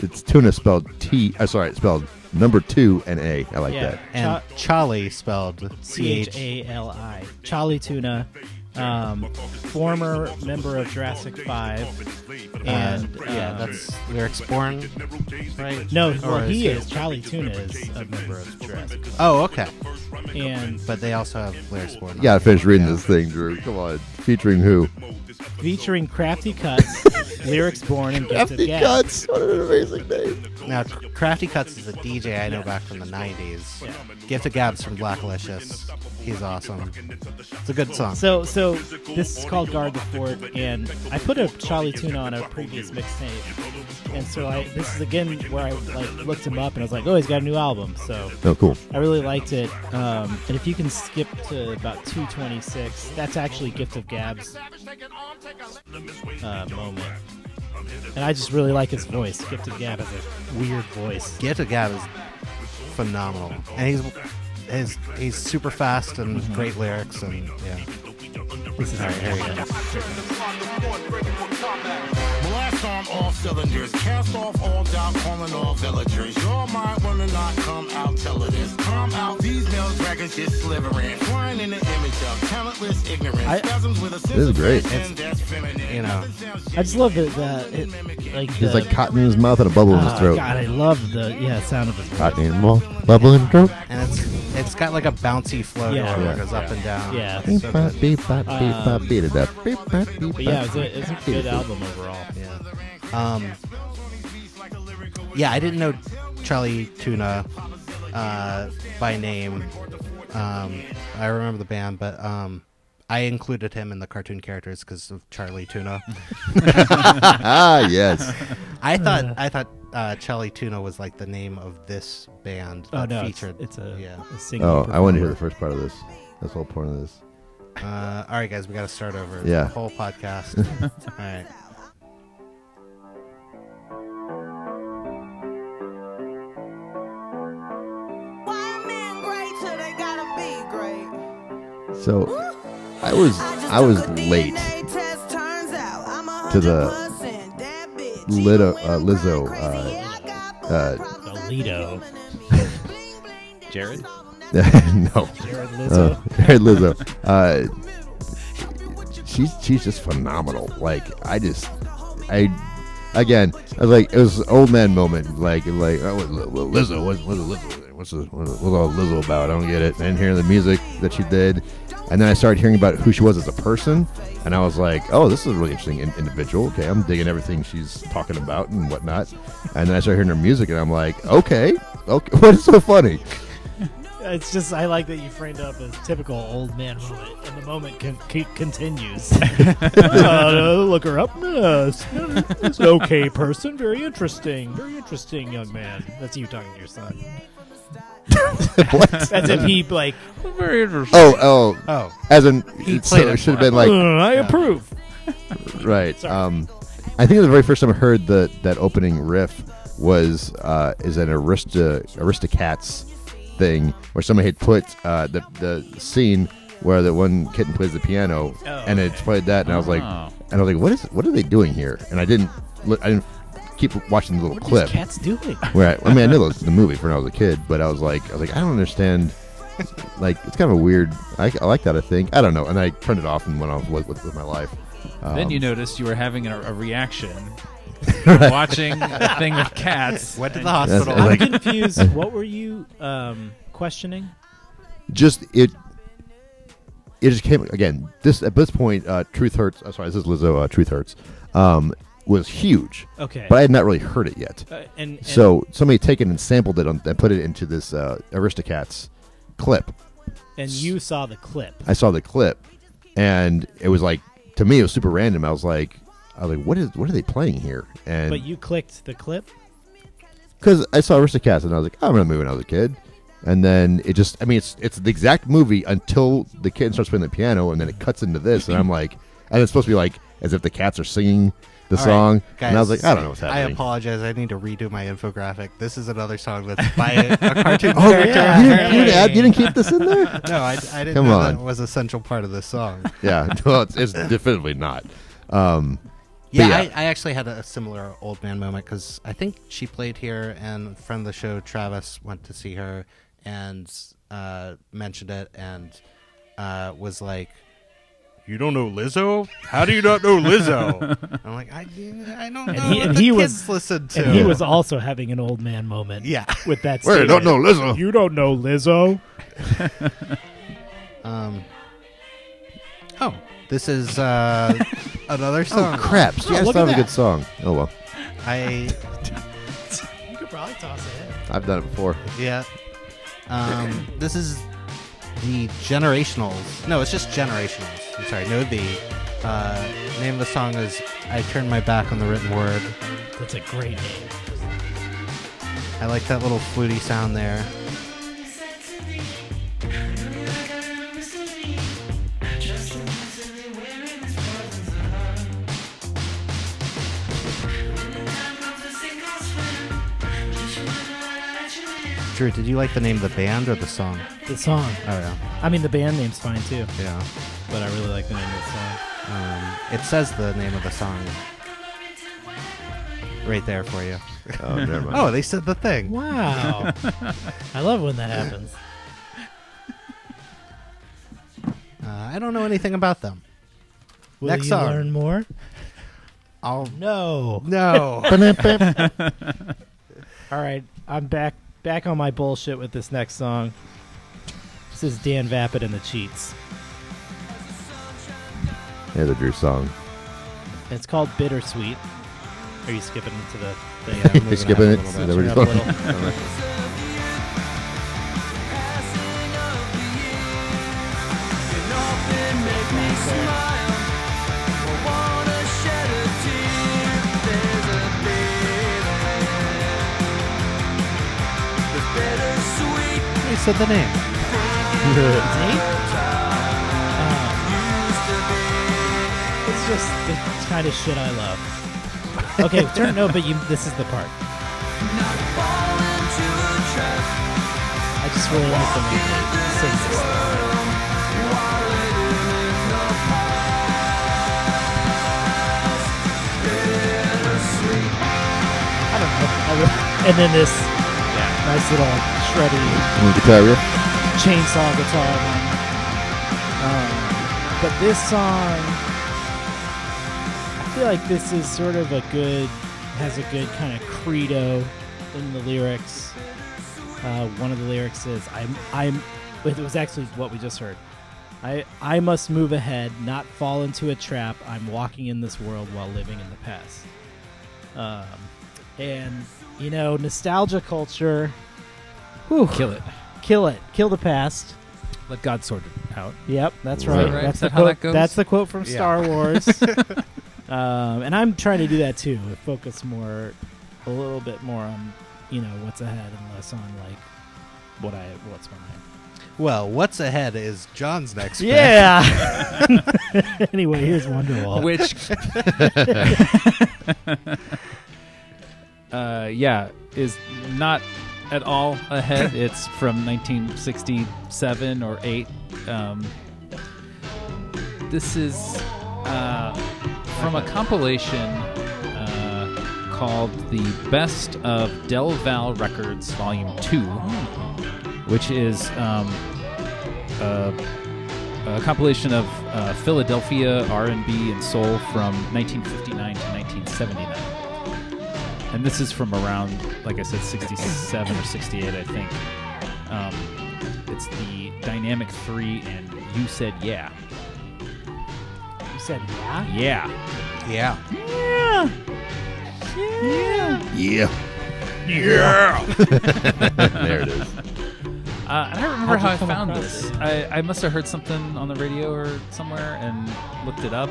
It's tuna spelled T. Uh, sorry, it's spelled number two and A. I like
Yeah.
that.
And Charlie spelled
C H
E.
A L I. Charlie Tuna, um, former member of Jurassic Five, and
Uh, yeah,
um,
that's lyrics born, right?
no, well
or
he
is
is. Charlie Tuna is a member of Jurassic, Five.
Oh, okay.
and
But they also have lyrics born.
You gotta finish reading this thing, Drew. Come on. Featuring who?
featuring Crafty Cuts,
*laughs*
lyrics born and gifted
*laughs* Hefty
gab.
Cuts. What an amazing name.
Now, Crafty Cuts is a DJ I know back from the 90s. Gift of Gabs from Blacklicious. He's awesome. It's a good song.
So, so this is called Guard the Fort, and I put a Charlie tune on a previous mixtape, and so I this is again where I like looked him up and I was like, oh, he's got a new album. So
Oh, cool.
I really liked it. Um, and if you can skip to about 226, that's actually Gift of Gab's uh, moment. And I just really like his voice. Gift of Gab has a weird voice.
Get a Gab is phenomenal, and he's he's he's super fast and
Mm-hmm.
great lyrics and yeah.
This is very, very good.
Blast on all cylinders, cast off all doubt, calling all villagers. Your mind wanna not come out, tell it is. Come out, these male dragons just slivering, flying in the image of talentless ignorance.
I-
Spasms with a sense
is
of
great.
passion that's feminine.
You know.
I just love it. That it, like
He's
the-
like cotton in his mouth and a bubble in his
Oh,
throat.
God, I love the yeah sound of his voice.
Cotton in his mouth, bubble in throat.
And it's it's got like a bouncy flow
Yeah.
to it, where it
Yeah.
goes up and down.
Yeah.
Beep,
So
bop,
good.
beep, bop, beep, bop, beat it up. Beep, bop, beep,
Um, But yeah,
bop,
it's a, it's a
beat
good
it up.
album overall.
Yeah. Um, yeah, I didn't know Charlie Tuna uh, by name. Um, I remember the band, but um, I included him in the cartoon characters because of Charlie Tuna.
Ah,
*laughs*
yes.
I thought I thought uh, Charlie Tuna was like the name of this band.
Oh
that
no, it's,
featured.
it's a,
yeah.
a single.
Oh, I want to hear the first part of this. That's the whole point of this.
Uh, all right, guys, we got to start over.
Yeah.
the
*laughs*
whole podcast. all right.
So, I was I was late
to
the
the
Lido- uh, Lizzo,
uh,
uh, *laughs*
Lido.
Jared?
no.
Jared
Uh, *laughs*
Lizzo.
Jared Lizzo. Uh, she's she's just phenomenal. Like I just I again I was like it was an old man moment. Like like oh, Liz- Lizzo what's what's Lizzo what's this- what's all Lizzo about? I don't get it. And hearing the music that she did, and then I started hearing about who she was as a person, and I was like, oh, this is a really interesting in- individual. Okay, I'm digging everything she's talking about and whatnot. And then I started hearing her music, and I'm like, okay, okay, *laughs* what is so funny?
It's just I like that you framed up as typical old man moment, and the moment con- c- continues. uh, look her up. Uh, it's- it's an okay person, very interesting, very interesting young man. That's you talking to your son.
*laughs* what?
That's if he like.
Very interesting.
Oh, oh,
Oh,
As in,
He
so
played
it
it
should have
for
been like
"Uh, I approve.
right.
Sorry.
Um, I think the very first time I heard the that opening riff was uh, is an Arista Aristocats thing where somebody had put uh, the the scene where the one kitten plays the piano
Oh,
and it
okay.
played that and I was like
Oh.
and I was like what is what are they doing here and I didn't li- I didn't keep watching the little
What are
clip
these cats doing?
*laughs* where I, I mean I knew it was the movie from when I was a kid but I was like I was like I don't understand like it's kind of a weird I, I like that I think I don't know and I turned it off and went on with, with, with my life Oh.
then you noticed you were having a, a
*laughs*
reaction. Watching a thing with cats.
went to
and
the hospital.
I
I'm
like-
confused. What were you um, questioning?
just it it just came again this at this point uh, truth hurts uh, sorry this is lizzo uh, truth hurts um, was huge
Okay.
but i had not really heard it yet
Uh, and, and
so somebody had taken and sampled it on, and put it into this uh, aristocats clip
and you saw the clip.
i saw the clip and it was like to me it was super random i was like i was like what is what are they playing here and
But you clicked the clip.
because I saw Aristocats and I was like, I remember the movie when I was a kid. And then it just, I mean, it's it's the exact movie until the kid starts playing the piano and then it cuts into this. And I'm like, and it's supposed to be like as if the cats are singing the
All right,
song.
guys,
and I was like, I don't know what's
I
happening.
apologize. I need to redo my infographic. This is another song
*laughs*
that's by a, a cartoon
Oh,
character.
you, didn't, you, didn't add,
Hey.
you didn't keep this in
*laughs*
there?
No, I, I didn't
Come
know
on.
that was a central part of this
*laughs*
song.
yeah. No, it's, it's definitely not. Um,
yeah,
yeah.
I, I actually had a, similar old man moment because I think she played here, and a friend of the show, Travis, went to see her and uh, mentioned it and uh, was like, "You don't know Lizzo? How do you not know
*laughs*
Lizzo?" I'm like, "I, I don't know."
And he-
what
and
the
he was-
kids listened to.
And he was also having an old man moment.
Yeah.
With that.
Wait, I don't
statement.
know Lizzo.
You don't know Lizzo.
Um, oh, this is uh, another
oh,
song.
crap. She
look
guys
at
thought of a
that.
good song. Oh, well.
I
You could probably toss it.
I've done it before.
yeah. Um, this is the Generationals. No, it's just Generationals. I'm sorry, no the. Uh, name of the song is "I Turn My Back on the Written Word."
That's a great name.
I like that little fluty sound there. Drew, did you like the name of the band or the song?
The song.
Oh yeah,
I mean, the band name's fine too,
yeah.
but I really like the name of the song.
Um, it says the name of the song right there for you.
*laughs*
Oh, never mind.
Oh, they said the thing.
Wow. *laughs* I love when that happens.
Uh, I don't know anything about them.
Will
Next
you
song.
learn more?
I'll
No.
*laughs* no.
All right, I'm back back on my bullshit with this next song. This is Dan Vapid and the Cheats.
There's a Drew song.
It's called Bittersweet. Are you skipping to the
*laughs*
thing?
Yeah, I'm moving
Skipping
ahead
it.
a
Is
little
that
bit.
what you're
Turn it up a
doing?
little.
They said the name.
Um, It's just the kind of shit I love. Okay, turn no, but you. This is the part. I just really like the music. Sings this thing. I don't know. I really- *laughs* and then this nice little shreddy
Mm, Guitar riff.
chainsaw guitar. thing. Um, but this song, I feel like this is sort of a good, has a good kind of credo in the lyrics. Uh, one of the lyrics is, "I'm, I'm." It was actually what we just heard. I, I must move ahead, not fall into a trap. I'm walking in this world while living in the past. Um, and you know, nostalgia culture. Whew,
Kill it.
kill it, kill the past.
Let God sort it out.
Yep, that's
Is that
right.
right?
That's
Is
the
that how
quote.
that goes?
That's the quote from
Yeah.
Star Wars.
*laughs*
um, and I'm trying to do that too. Focus more, a little bit more on, you know, what's ahead and less on like what I what's
*laughs*
behind.
Well, what's ahead is John's next. pick.
Yeah. *laughs* anyway, here's Wonderwall.
Which, *laughs* uh, yeah, is not at all ahead. It's from 1967 or eight. Um, this is uh, from a compilation uh, called "The Best of Del Val Records Volume Two, which is um, uh, a compilation of uh, Philadelphia R&B and soul from 1959 to 1979. And this is from around, like I said, 67 or 68, I think. Um, it's the Dynamic Three and You Said Yeah.
You said yeah.
Yeah.
Yeah.
Yeah. *laughs* Yeah. there it is.
Uh, I don't remember how I found this. I, I must have heard something on the radio or somewhere and looked it up.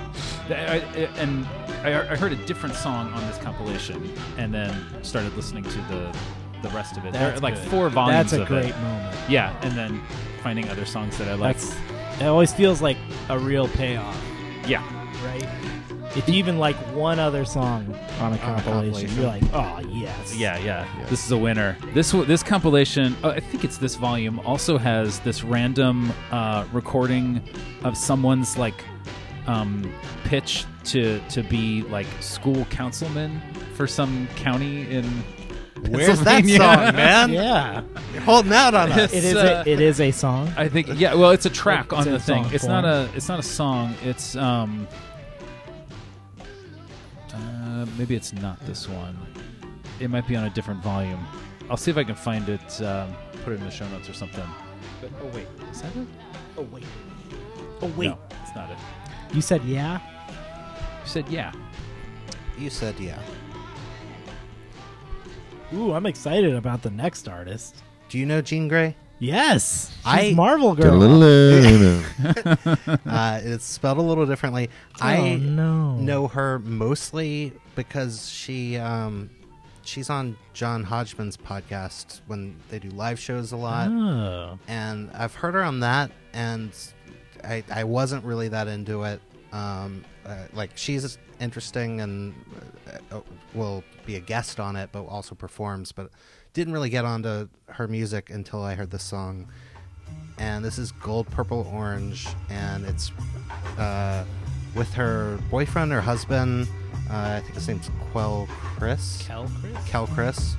I, I, and I, I heard a different song on this compilation and then started listening to the, the rest of it. there are
That's
like
good.
four volumes
That's a
of
great
it.
moment.
Yeah, and then finding other songs that I like.
That's it. Always feels like a real payoff,
yeah,
right? If you even like one other song on a compilation,
compilation.
you're like, oh yes,
yeah, yeah. This is a winner. This w- this compilation, oh, I think it's this volume, also has this random uh, recording of someone's like um, pitch to to be like school councilman for some county in.
Where's that
Pennsylvania.
song, man?
yeah.
You're holding out on
*laughs*
us.
It is.
uh,
a, it is a song.
I think yeah. Well, it's a track
It's
on
in
the thing.
song
It's not a. It's not a song. It's um. Uh, maybe it's not this one. It might be on a different volume. I'll see if I can find it. Um, put it in the show notes or something. But oh wait, is that it?
Oh wait. Oh wait.
No, it's not it.
You said yeah.
You said yeah.
You said yeah.
Ooh, I'm excited about the next artist.
Do you know Jean Grey?
Yes, she's
I-
Marvel Girl.
uh, it's spelled a little differently. I
Oh, no.
know her mostly because she um, she's on John Hodgman's podcast when they do live shows a lot,
Oh.
and I've heard her on that, and I I wasn't really that into it. Um, uh, like she's interesting and uh, uh, will be a guest on it, but also performs, but didn't really get onto her music until I heard this song and this is gold, purple, orange, and it's uh, with her boyfriend or husband. Uh, I think his name's Quell Chris.
Cal Chris?
Cal Chris.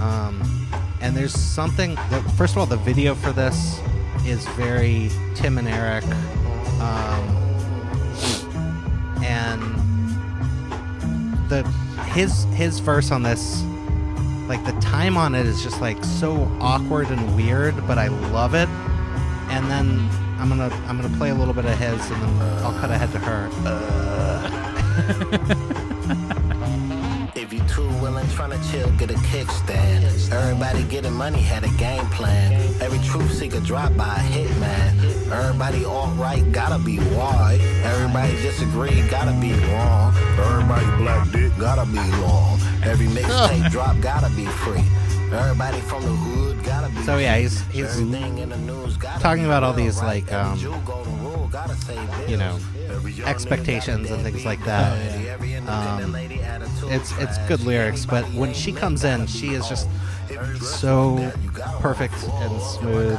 Um, and there's something. That, first of all, the video for this is very Tim and Eric, um, and the his his verse on this like the time on it is just like so awkward and weird but i love it and then i'm gonna i'm gonna play a little bit of his and then i'll cut ahead to her
If you too willing tryna chill, get a kickstand. Everybody getting money had a game plan. Every truth seeker dropped by a hitman. Everybody alright, gotta be wide. Everybody disagree, gotta be wrong. Everybody black dick, gotta be long. Every mixtape drop, gotta be free. Everybody from the hood, gotta be
so yeah
free.
he's he's
Everything in the news, gotta
talking
be
about all
real,
these
right?
like
Every
um
Jew, golden rule, gotta say
you know expectations and things like that um, it's it's good lyrics but when she comes in she is just so perfect and smooth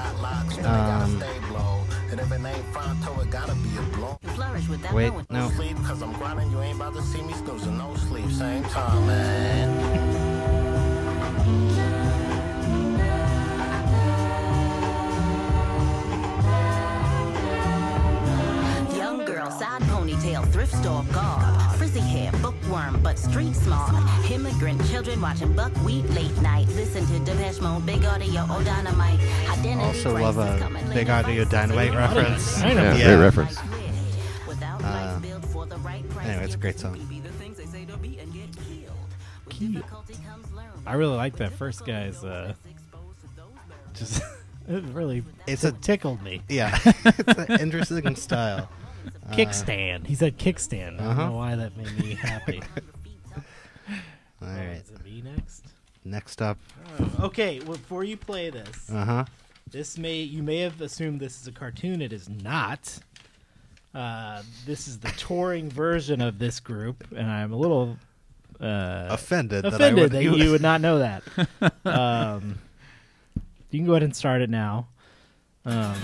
um, wait no
sleep, cause I'm grinding, you ain't about to see me snoozing, no sleep, same time, man.
Young girl, side ponytail, thrift store garb, frizzy hair, bookworm, but street smart. Immigrant children watching buckwheat late night. Listen to Depeche Mode, big audio, or dynamite. Identity
also love a big audio dynamite reference.
Dynamite.
Yeah, great reference.
Uh, anyway, it's a great song.
I really like that first guy's. Uh, just
*laughs* It really
It's
it
a-
tickled me.
Yeah, *laughs* it's an interesting style. Uh,
Kickstand. He said kickstand. I
uh-huh.
don't know why that made me *laughs* happy.
All right,
Is it me next?
next up.
Okay, well, before you play this,
Uh huh.
this may you may have assumed this is a cartoon. It is not. Uh, this is the touring version of this group, and I'm a little uh,
Offended that I
offended
would-
that, you would not know
*laughs*
that. um, you can go ahead and start it now. Um,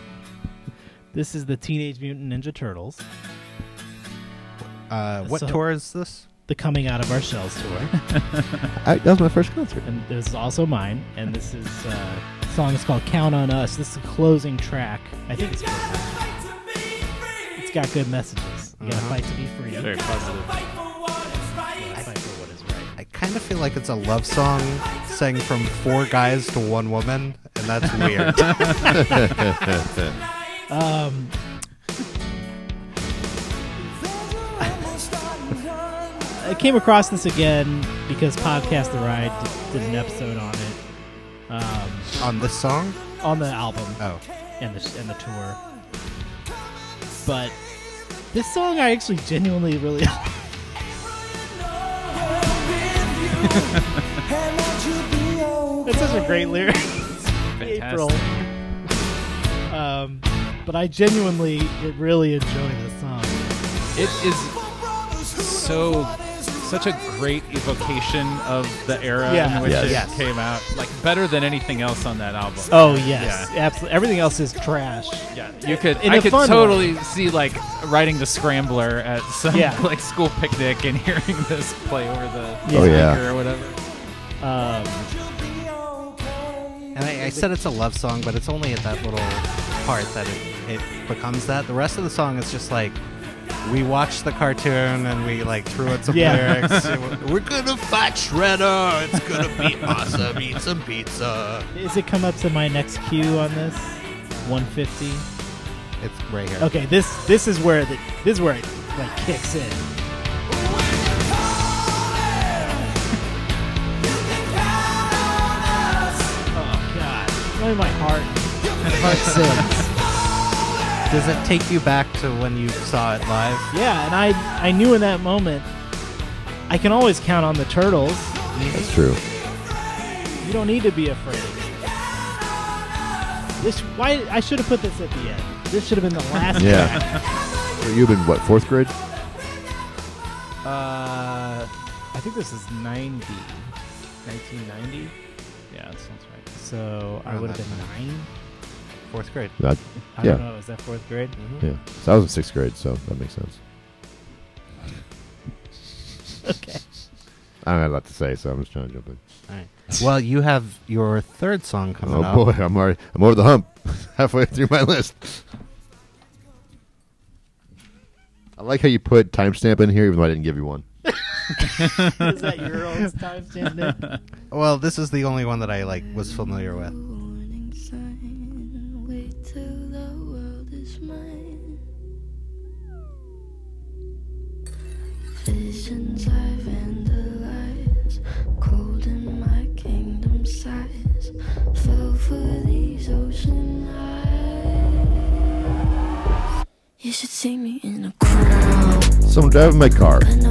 *laughs* this is the Teenage Mutant Ninja Turtles, *laughs*
Uh, what
So-
tour is this?
the Coming Out of Our Shells
*laughs*
tour,
I, that was my first concert.
and this is also mine. And this is uh, the song is called "Count on Us." This is the closing track. I think it's. It's got good messages. You gotta
Uh-huh.
fight to be free.
Very positive.
Fight for what is right.
I kind of feel like it's a love song sang from four guys to one woman, and that's
*laughs*
weird. *laughs*
Um, I came across this again because Podcast The Ride d- did an episode on it um,
On this song?
on the album
Oh,
and the and the tour. But this song I actually genuinely really *laughs* That's such a great lyric. April. Um, but I genuinely really enjoy this song.
it is so such a great evocation of the era
Yeah.
in which
Yes.
it
Yes.
came out. Like better than anything else on that album.
Oh yes, absolutely. Everything else is trash.
Yeah, you could.
In
I
a
could
fun
totally see like riding the scrambler at some
Yeah.
*laughs* like school picnic and *laughs* hearing this play over the
Oh,
yeah.
speaker or whatever.
Um,
and I, I said it's a love song, but it's only at that little part that it, it becomes that. The rest of the song is just like we watched the cartoon and we like threw in some
Yeah. *laughs*
lyrics. We're gonna fight Shredder. It's gonna be awesome. Eat some pizza.
is it come up to my next cue on this? 150.
It's right here.
Okay, this this is where the this is where it like kicks in. Oh god. only my heart. heart sings.
Does it take you back to when you saw it live?
Yeah, and I I knew in that moment I can always count on the turtles.
That's true.
You don't need to be afraid. This why I should have put this at the end. This should have been the last track.
Yeah. You've been what fourth grade?
Uh, I think this is 90. 1990.
Yeah, that sounds right.
So I
Around
would have
that
been
time.
nine.
Fourth grade.
That-
I
yeah, Mm-hmm.
don't know. Is that fourth grade?
yeah. So I was in sixth grade, so that makes sense.
Okay.
I don't have a lot to say, so I'm just trying to jump in.
All right. Well, you have your third song coming
Oh
up.
boy, I'm already I'm over the hump, *laughs* halfway through my list. I like how you put timestamp in here, even though I didn't give you one.
is that your old time *laughs* standard?
Well, this is the only one that I like was familiar
*laughs*
with.
Wait till the world is mine. Visions I vandalize, cold in my kingdom size. Fell for these ocean eyes. You should see me in a crowd.
So I'm driving my car,
and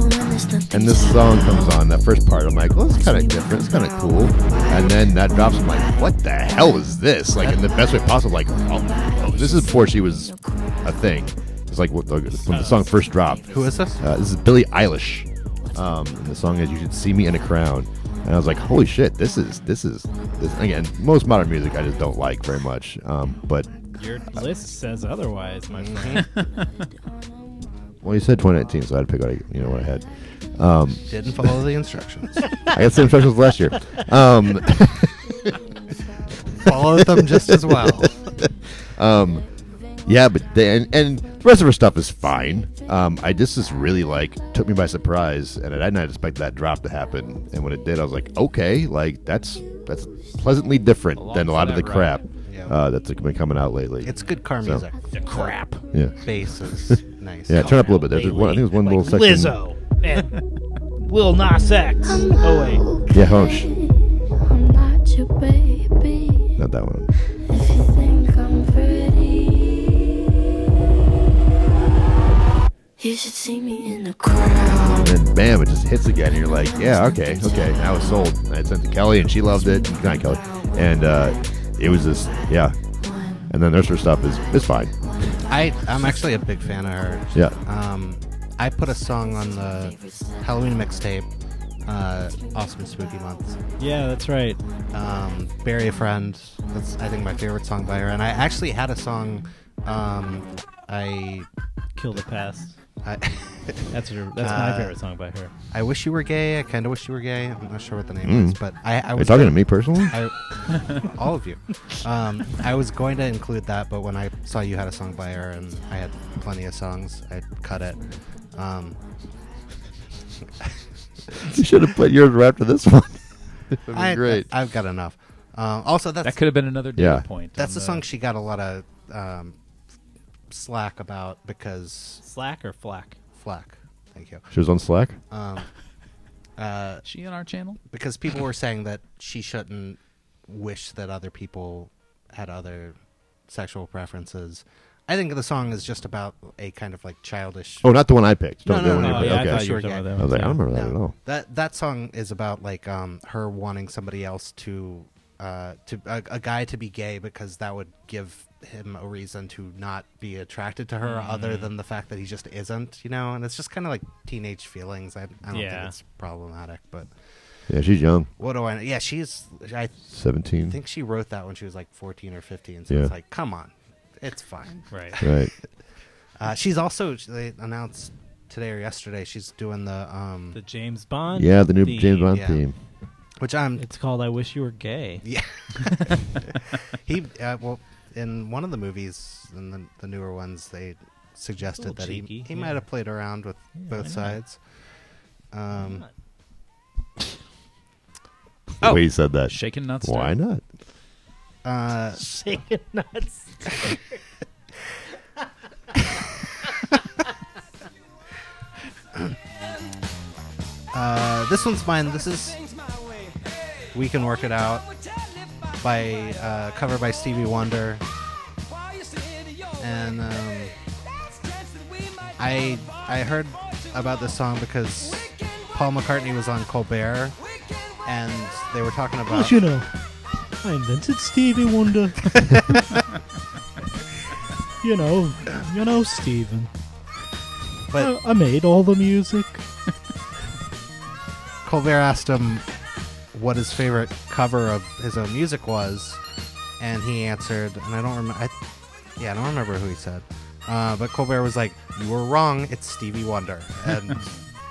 this song comes on. That first part, I'm like, "Well, it's kind of different. It's kind of cool." And then that drops. I'm like, "What the hell is this?" Like in the best way possible. Like, oh, oh, this is before she was a thing. It's like what- when the song first dropped.
Who is this?
Uh, this is Billie Eilish, um, and the song is "You Should See Me in a Crown." And I was like, "Holy shit! This is this is this." Again, most modern music I just don't like very much. Um, but
Your list says otherwise, my friend.
well, you said 2019, so I had to pick what I you know what I had. Um,
Didn't follow
*laughs*
the instructions.
I got the same instructions last year. Um,
Followed them just as well.
um, yeah, but they, and, and the rest of her stuff is fine. Um, I just just really like took me by surprise, and I did not expect that drop to happen. And when it did, I was like, okay, like that's that's pleasantly different than a lot of the
that
crap
Yeah.
uh, that's been coming out lately.
It's good car
So-
music. The
crap.
Yeah.
Bass
*laughs*
is nice.
Yeah, turn up a little bit. There's one, I think there's one little section.
Lizzo and Will Nas X. Oh wait.
Yeah, hold on, shh,
I'm not your baby.
not that one.
If you think I'm pretty, you should see me in a crowd.
And then bam, it just hits again. And you're like, yeah, okay, okay. And I was sold. And I sent to Kelly, and she loved it. Not Kelly. And uh, it was just, yeah. And then the rest of her stuff is it's fine.
*laughs* I I'm actually a big fan of her.
Yeah.
Um, I put a song on the Halloween mixtape, uh, Awesome Spooky Month.
Yeah, that's right.
Um, Bury a Friend. That's I think my favorite song by her. And I actually had a song. Um, I
Kill the past.
I, *laughs*
That's her, that's my
Uh,
favorite song by her.
I wish you were gay. I kind of wish you were gay. I'm not sure what the name
Mm.
is, but I, I
Are you
was
talking
gonna-
to me personally?
I, all of you. Um, I was going to include that, but when I saw you had a song by her and I had plenty of songs, I cut it. Um,
you should have put yours right after this one. *laughs* That'd be
I,
great.
I've got enough. Um, also, that's
That could have been another data
Yeah.
point.
That's
on
the song she got a lot of um, slack about because
Slack or flack?
flack. Thank you.
she was on Slack.
Um, uh,
She on our channel?
because people were saying that she shouldn't wish that other people had other sexual preferences. I think the song is just about a kind of like childish.
Oh, not the one I picked.
No,
Don't
no,
the
Oh,
no,
one you
yeah, I
picked.
thought
okay.
you were talking about
I was like, I don't remember that at all.
That that song is about like um her wanting somebody else to uh to a, a guy to be gay because that would give him a reason to not be attracted to her other than the fact that he just isn't, you know. And it's just kind of like teenage feelings. I, I don't
Yeah.
think it's problematic, but
Yeah, she's young,
what do I? know? Yeah, she's I
seventeen.
think she wrote that when she was like 14 or 15. So
Yeah.
it's like, come on, it's fine.
Right.
right.
Uh, she's also they announced today or yesterday she's doing the um
The James Bond.
Yeah, the new James Bond
yeah.
theme.
which I'm
It's called "I Wish You Were *laughs* Gay."
Yeah. *laughs* he uh, well in one of the movies in the, the newer ones they
Little
suggested that
cheeky,
he he
yeah.
might have played around with both sides. Um, Oh.
The way he said that.
Shaken Nuts.
Why not?
uh,
Shaking nuts.
uh, this one's mine. This is we can work it out. by uh, cover by Stevie Wonder, and um, I I heard about this song because Paul McCartney was on Colbert, and they were talking about.
Don't you know? I invented Stevie *laughs* Wonder. you know, you know, Steven.
But-
I, I made all the music.
Colbert asked him what his favorite cover of his own music was, and he answered, and I don't remember. Yeah, I don't remember who he said, uh, but Colbert was like, "You were wrong. It's Stevie Wonder," and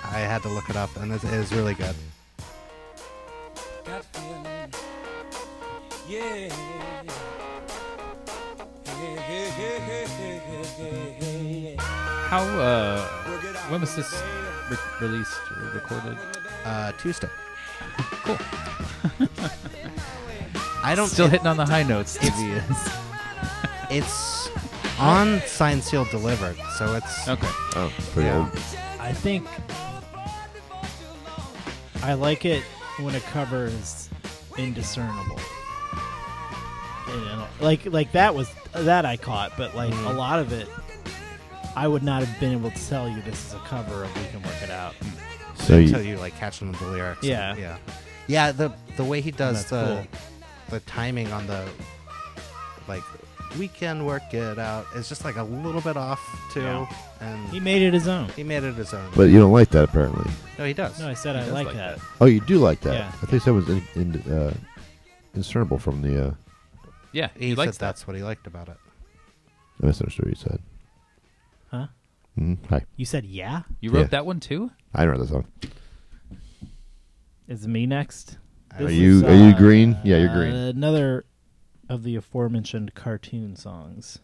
I had to look it up, and it it is really good.
Got feeling. Yeah. Hey, hey, hey, hey, hey, hey, hey, hey.
How uh, when was this re- released or recorded?
Uh, Tuesday.
Cool.
I don't
still
it-
hitting on the high notes.
it's-
Stevie is. *laughs*
It's on Sign Seal Delivered, so it's
Okay.
Oh, pretty
Yeah.
old.
I think I like it when a cover is indiscernible. You know, like like that was that I caught, but like a lot of it, I would not have been able to tell you this is a cover of "We Can Work It Out."
So you-
until you, like catch them with the lyrics.
Yeah.
yeah, yeah. The the way he does
That's
the the timing on the like we can work it out is just like a little bit off too, and
He made it his own.
he made it his own.
But you don't like that apparently.
no, he does.
No, I said I like, that.
Oh, you do like that.
Yeah.
I think that was in, in, uh, discernible from the. Uh,
Yeah,
He,
he
said
likes that.
that's what he liked about it.
I misunderstood what you said.
Huh?
hmm Hi.
You said yeah.
You wrote
Yeah.
that one too.
I don't know the song.
Is me next?
Are you- are you green? Yeah, you're
uh,
green.
Another of the aforementioned cartoon songs.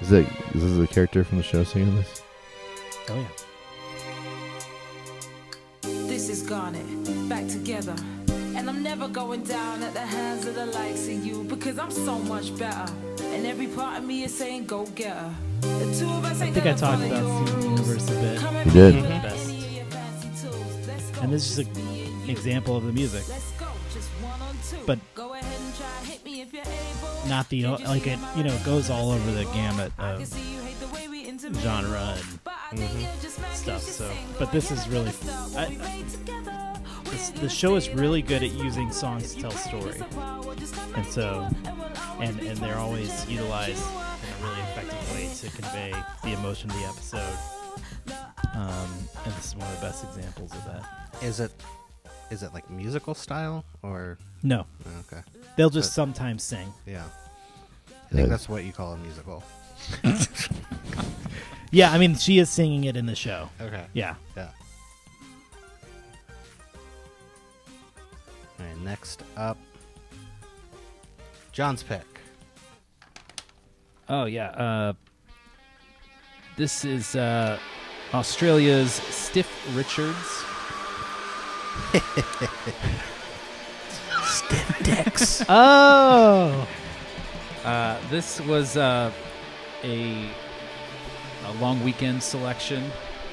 Is that is this a character from the show singing this?
Oh yeah.
This is Garnet, back together. And I'm never going down at the hands of the likes of you because I'm so much better. And every part of me is saying, go get her. The two of us
I
ain't
think I
gonna
talked
follow
about
your
Steven
rules.
Universe a bit.
Come
You
at me
did.
with
Mhm.
any of your fancy tools. Let's go.
And this is an example of the music,
Let's go. Just one on two.
But-
go ahead and try hit me if you're able.
not the o- like it. You know, goes all over the gamut
I can
of
see you hate the way we intimate.
genre and Mm-hmm. stuff. So, but this is really. I, this, the show is really good at using songs to tell story, and so, and and they're always utilized in a really effective way to convey the emotion of the episode. Um, and this is one of the best examples of that.
Is it is it like musical style or
No,
okay?
they'll just
But-
sometimes sing.
Yeah, I
Yeah.
think that's what you call a musical.
Yeah, I mean, she is singing it in the show.
Okay.
Yeah.
Yeah. All right, next up, John's pick.
Oh yeah. Uh, this is uh, Australia's Stiff Richards.
*laughs* Stiff dicks. oh.
Uh, this was uh, a a long weekend selection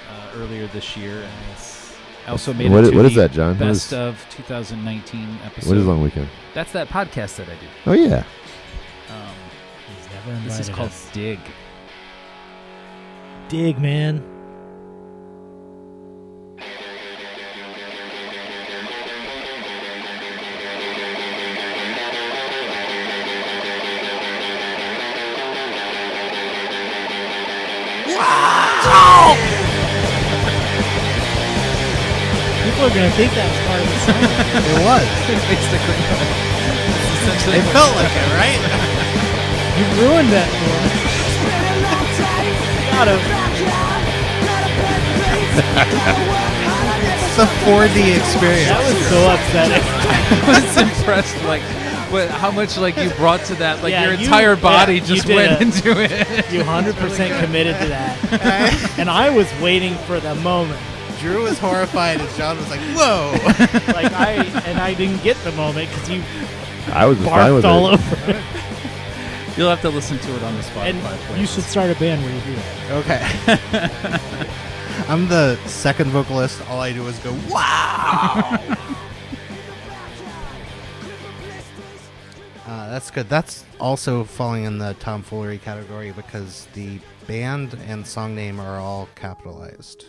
uh, earlier this year, and it's I also made
What
it
i-
to
what is
the
that, John? What
Best
is-
of 2019 episode.
What is Long Weekend?
That's that podcast that I do.
Oh yeah.
Um,
He's never
this is
invited
called
us.
Dig.
Dig, man. People are gonna think that was part of the song.
It was.
Basically, it's essentially
it
what-
felt like it, right?
you ruined that for us. Gotta-
It's a 4D experience.
That was so upsetting.
was *laughs* impressed like what, how much like you brought to that like
Yeah,
your
you-
entire body
yeah, you
just
did
went
it.
into it *laughs*
You 100% committed to *laughs* that. and I was waiting for the moment.
Drew was horrified, and John was like, "Whoa!"
Like I and I didn't get the moment because you
I was just fine with
barfed all
it.
over. it.
you'll have to listen to it on the spot
And you should start a band where you do that.
okay. *laughs* I'm *laughs* the second vocalist. All I do is go, "Wow!" Uh, that's good. That's also falling in the tomfoolery category because the band and song name are all capitalized.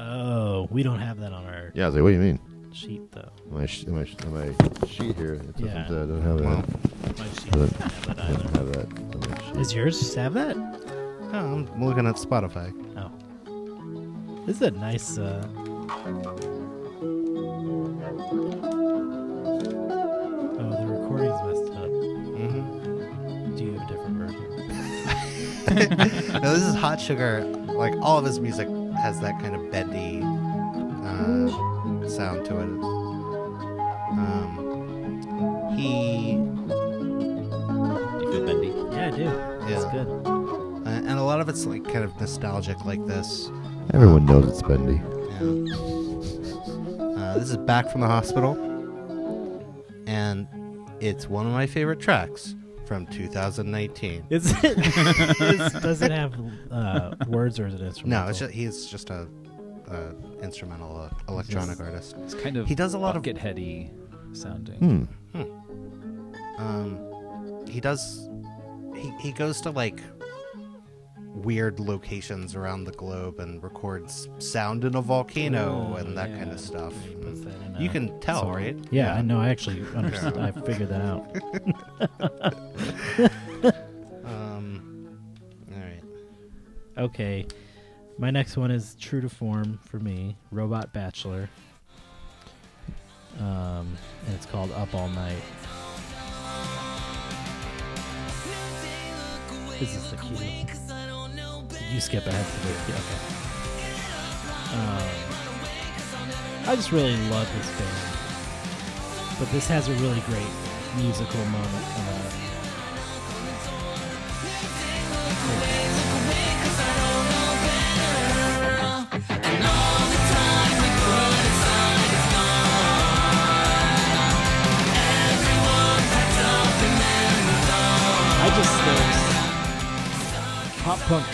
Oh, we don't have that on our
Yeah, I was like, what do you mean?
sheet though.
My, sh- my, sh- my sheet here. It doesn't,
Yeah.
uh, doesn't have
Well,
that.
my sheet
Doesn't-
doesn't have that
doesn't have that. on my sheet.
Does yours have that?
No, Oh, I'm looking at Spotify.
Oh. This is a nice uh Oh, the recording's messed up. Mm-hmm. Do you have a different version?
no, this is Hot Sugar. Like all of his music has that kind of bendy uh, sound to it. Um, he.
You feel bendy?
Yeah, I do. It's good.
Uh, and a lot of it's like kind of nostalgic, like this.
Everyone knows it's bendy.
Uh, this is Back from the Hospital. And it's one of my favorite tracks from 2019.
Is it? is, does it have uh, words or is it instrumental?
*laughs* No, it's just, he's just a, uh instrumental uh,
It's just-
electronic artist.
It's kind of
he does a lot of
get heady sounding.
Hmm.
Um, he does. He he goes to like weird locations around the globe and records sound in a
Oh,
volcano and that kind of stuff. You can tell,
So-
right?
Yeah, I know. I actually understood. I figured that out.
um, all right.
okay. My next one is true to form for me Robot Bachelor. Um, and it's called Up All Night. This is the cue. Did you skip ahead to the. Yeah, okay. Um, I just really love this band. But this has a really great musical moment coming up. I just think pop punk.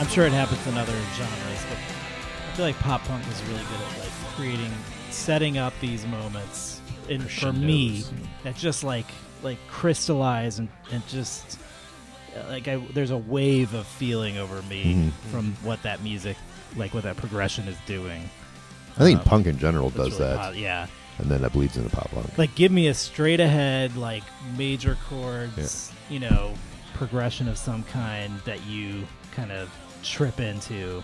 I'm sure it happens in other genres, but I feel like pop punk is really good at like creating, setting up these moments, and for me, that just like like crystallize and and just uh, like I, there's a wave of feeling over me
Mhm.
from what that music, like what that progression is doing.
I think
Um,
punk in general
that's
does
really
that.
po- yeah.
And then that bleeds into pop punk.
Like, give me a straight ahead, like major chords, you know, progression of some kind that you kind of trip into.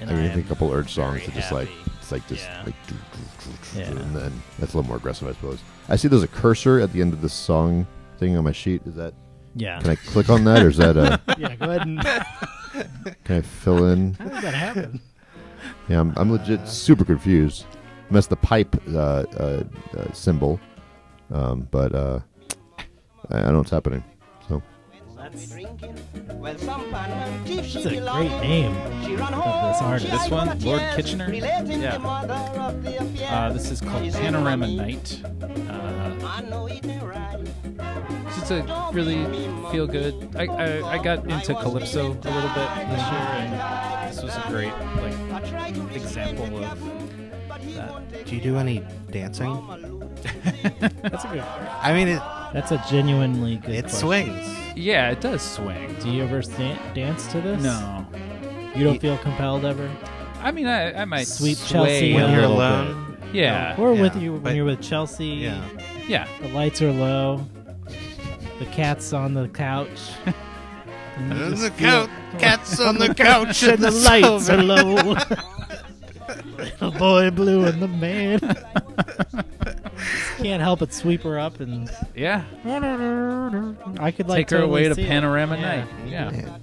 I mean, I
am
think a couple urge songs
very
are just like
happy.
it's like just
Yeah.
like doo, doo, doo, doo,
Yeah.
doo, and then that's a little more aggressive, I suppose. I see there's a cursor at the end of this song thing on my sheet. Is that
Yeah.
Can I click on that, or is that a?
*laughs* yeah, go ahead and.
*laughs* Can I fill in?
How did that happen?
Yeah, I'm, I'm legit super confused. I missed the pipe uh, uh, uh, symbol, um, but uh, I, I don't know what's happening. So
That's a great name of this artist.
This one, Lord Kitchener. Yeah. Uh, this is called Panorama Night. Uh, it's just a really feel good. I, I, I got into calypso a little bit this year, and this was a great like example of that.
Do you do any dancing?
That's a good.
I mean, it,
That's a genuinely good.
It
question.
swings.
Yeah, it does swing.
Do you ever dan- dance to this?
No.
You don't feel compelled ever.
I mean, I, I might
Sweet
sway
Chelsea
a
when you're
little
alone.
bit. Yeah.
Or with you when you're with Chelsea. Yeah.
Yeah.
The lights are low. The cat's on the couch. And you
On
just
the
feel-
couch- cat's on *laughs* the couch
and
in
the
the
lights are
summer.
low. Little boy blue and the
*laughs*
man. Can't help but sweep her up and
Yeah.
I could like
Take her away
totally
to
see it.
Panorama
Yeah.
Night. Yeah.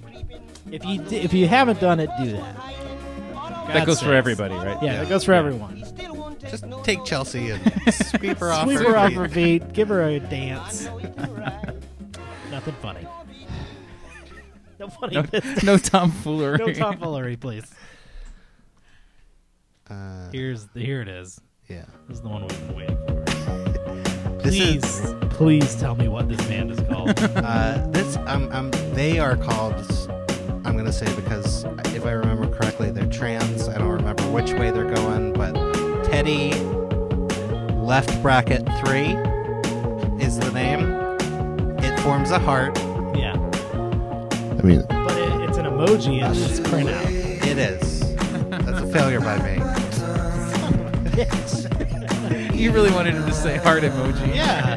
If you d- if you haven't done it, do that.
That goes
sakes.
for everybody, right?
Yeah, that goes for everyone.
Just take Chelsea and sweep her off.
Sweep
her
her off
feet.
her feet. Give her a
*laughs*
dance. Nothing
*sighs*
funny. No funny.
No-
*laughs* business.
no tomfoolery.
No tomfoolery, please.
Uh,
Here's here it is.
Yeah.
This is the one we've been waiting for.
This
Please,
is-
please tell me what this band is
*laughs*
called.
uh, this um, um, they are called i'm gonna say because if i remember correctly they're trans i don't remember which way they're going but teddy left bracket three is the name forms a heart.
Yeah.
I mean,
But it, it's an emoji in this printout.
It is. That's a failure by *laughs* me.
You really wanted him to say heart emoji.
Yeah.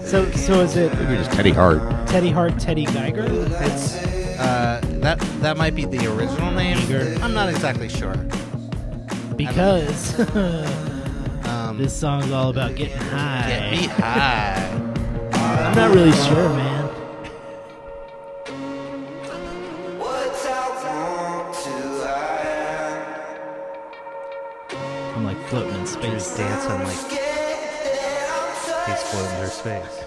So so is it
maybe just Teddy Hart.
Teddy Hart, Teddy Geiger?
It's uh, that that might be the original name. I'm not exactly sure.
because *laughs* this song's all about getting high.
Um, Get me high.
I'm not really sure, man. I'm like floating in space.
dancing like he's floating through space.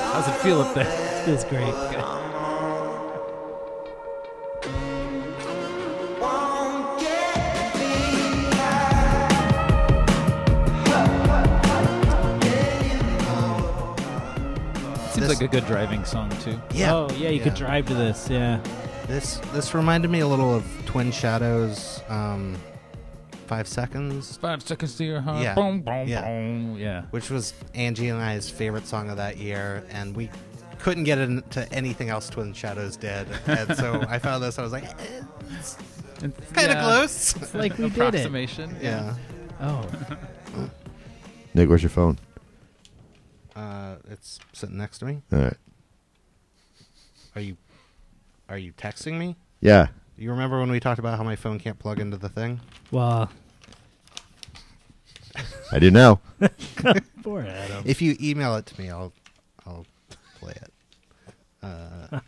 How's it feel up there?
Feels great.
Seems
This-
like a good driving song too.
Yeah.
Oh yeah, you could drive to this. Yeah.
This this reminded me a little of Twin Shadows. Um, five seconds,
Five seconds to your heart.
Yeah.
Boom, boom,
Yeah.
boom. Yeah.
which was Angie and I's favorite song of that year, and we couldn't get into anything else Twin Shadows did, and *laughs* so I found this. I was like, eh, kind of
Yeah.
close.
It's like we did it.
Approximation.
Yeah.
Oh.
Nick, where's your phone?
Uh, it's sitting next to me.
All right.
Are you are you texting me?
Yeah.
You remember when we talked about how my phone can't plug into the thing?
Well,
I do now.
poor Adam.
If you email it to me, I'll I'll play it. Uh,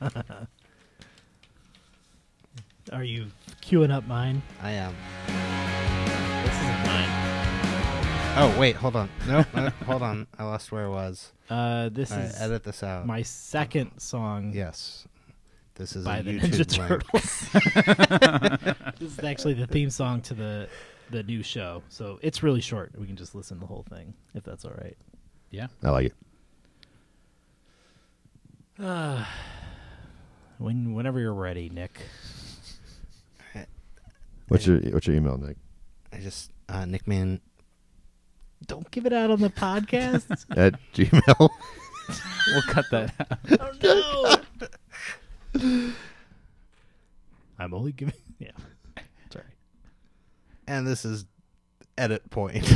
Are you queuing up mine?
I am.
This isn't mine.
Oh wait, hold on. *laughs* No, no, hold on. I lost where I was.
Uh, this
All right,
is
edit this out.
my second song
yes, this is
by
a
the
YouTube
Ninja
link.
Turtles.
*laughs*
this is actually the theme song to the the new show, so it's really short. We can just listen to the whole thing if that's all
*sighs*
right.
Yeah.
I like it.
When whenever you're ready, Nick.
What's your What's your email, Nick?
I just uh, Nickman.
Don't give it out
*laughs*
on the podcast. *laughs*
At *laughs* Gmail.
We'll cut *laughs* that. out.
oh no. I'm only giving. *laughs* Yeah. Sorry.
and this is edit point.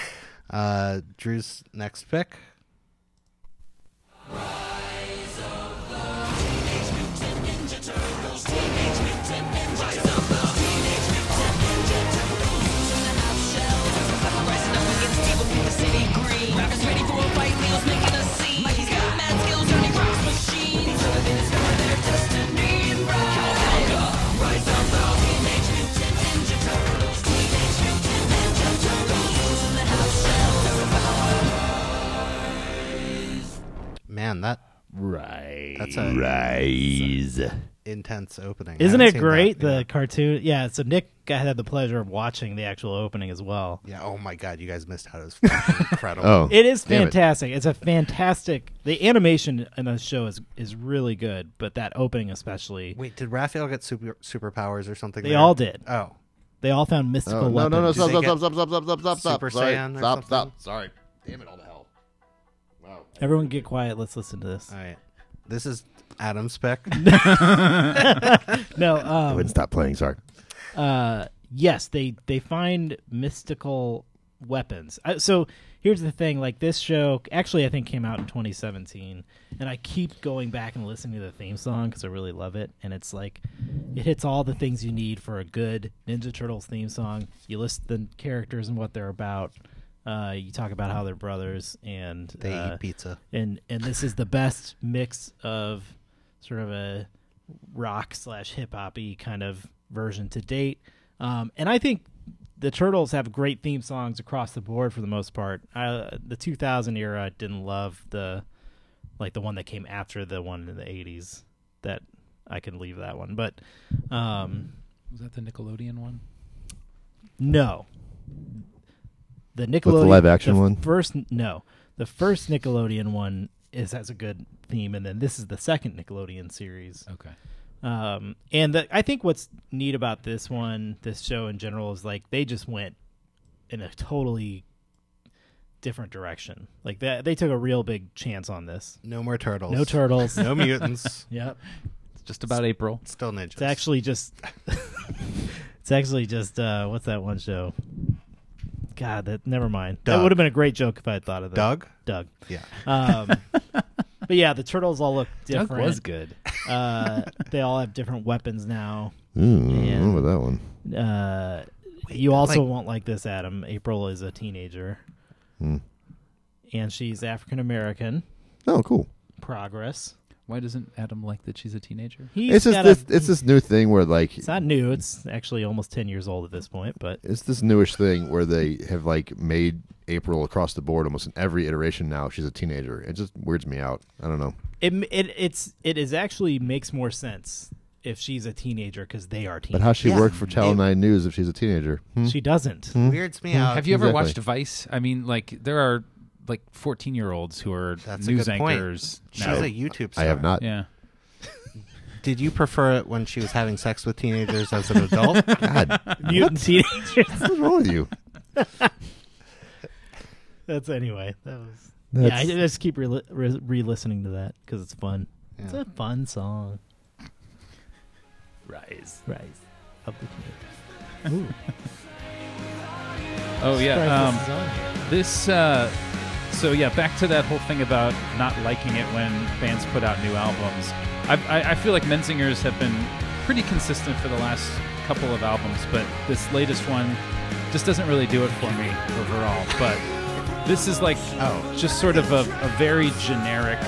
*laughs*
uh, Drew's next pick. Man, that
Right.
that's a
Rise.
intense opening. I
Isn't
haven't
it
seen
great?
that.
the cartoon. Yeah. So Nick got- had the pleasure of watching the actual opening as well.
yeah. yeah. Oh my god, you guys missed out. It was fucking
*laughs*
incredible.
Oh,
It is
Damn it.
fantastic. It's a fantastic. The animation in the show is is really good, but that opening especially,
Wait, did Raphael get super superpowers or something?
They
there?
all did.
Oh,
they all found
Oh,
mystical
no,
weapons.
no, no! Stop!
Did
Stop!
they
Stop! Stop! Stop! Stop! Stop! Stop!
Super
Sorry.
Saiyan or
Stop!
something?
Stop! Sorry. Damn it! All the hell. Wow.
Everyone, get quiet. Let's listen to this.
all right. This is Adam's pick.
*laughs* No,
I
um,
wouldn't stop playing. Sorry.
uh, yes, they they find mystical weapons. Uh, so here's the thing: like this show, actually, I think came out in 2017, and I keep going back and listening to the theme song because I really love it, and it's like it hits all the things you need for a good Ninja Turtles theme song. You list the characters and what they're about. Uh, you talk about how they're brothers and
They
uh,
eat pizza.
and and this is the best mix of sort of a rock slash hip hoppy kind of version to date. Um, and I think the Turtles have great theme songs across the board for the most part. I, the 2000 era I didn't love the like the one that came after the one in the 80s. That I can leave that one, but um,
Was that the Nickelodeon one?
no. The Nickelodeon
live action
the
one?
First, no, the first Nickelodeon one is has a good theme, and then this is the second Nickelodeon series.
Okay.
Um, and the, I think what's neat about this one, this show in general, is like they just went in a totally different direction. Like that, they took a real big chance on this.
No more turtles.
No turtles.
No mutants.
*laughs* yep.
It's just about April.
Still ninjas.
It's actually just. *laughs* it's actually just uh, what's that one show? God, that never mind. That
Doug.
would have been a great joke if I had thought of that.
Doug?
Doug. *laughs*
Yeah.
Um, but yeah, the turtles all look
Doug
different.
was good.
Uh, they all have different weapons now.
Ooh, Hmm, I
And-
remember that one.
uh, you also
like-
won't like this, Adam. April is a teenager,
Hmm.
and she's African American.
Oh, cool.
Progress.
Why doesn't Adam like that she's a teenager?
He's
It's just
got a-
this. It's this new thing where like
It's not new. It's actually almost ten years old at this point. But
it's this newish thing where they have like made April across the board almost in every iteration now. She's a teenager. It just weirds me out. I don't know.
it it it's it is actually makes more sense if she's a teenager because they are teenagers.
But how she
Yeah.
work for Channel
It-
Nine News if she's a teenager?
*laughs*
Hmm?
She doesn't.
Hmm?
Weirds me out.
Have you ever
Exactly.
watched Vice? I mean, like there are like fourteen year olds who are
That's
news
a good point.
anchors.
She's
now.
a YouTube star.
I have not.
yeah.
Did you prefer it when she was having sex with teenagers as
*laughs*
an adult?
God,
Mutant teenagers.
what's wrong with you?
*laughs* That's anyway. That was. Yeah, I
That's-
just keep re- re- re-listening to that because it's fun. It's a fun song.
Rise.
Rise of the Teenagers.
Oh yeah. Um,
Surprised this is on here.
This, uh, so yeah, back to that whole thing about not liking it when bands put out new albums. I've, I, I feel like Menzingers have been pretty consistent for the last couple of albums, but this latest one just doesn't really do it for me overall. But this is like
Oh.
just sort of a, a very generic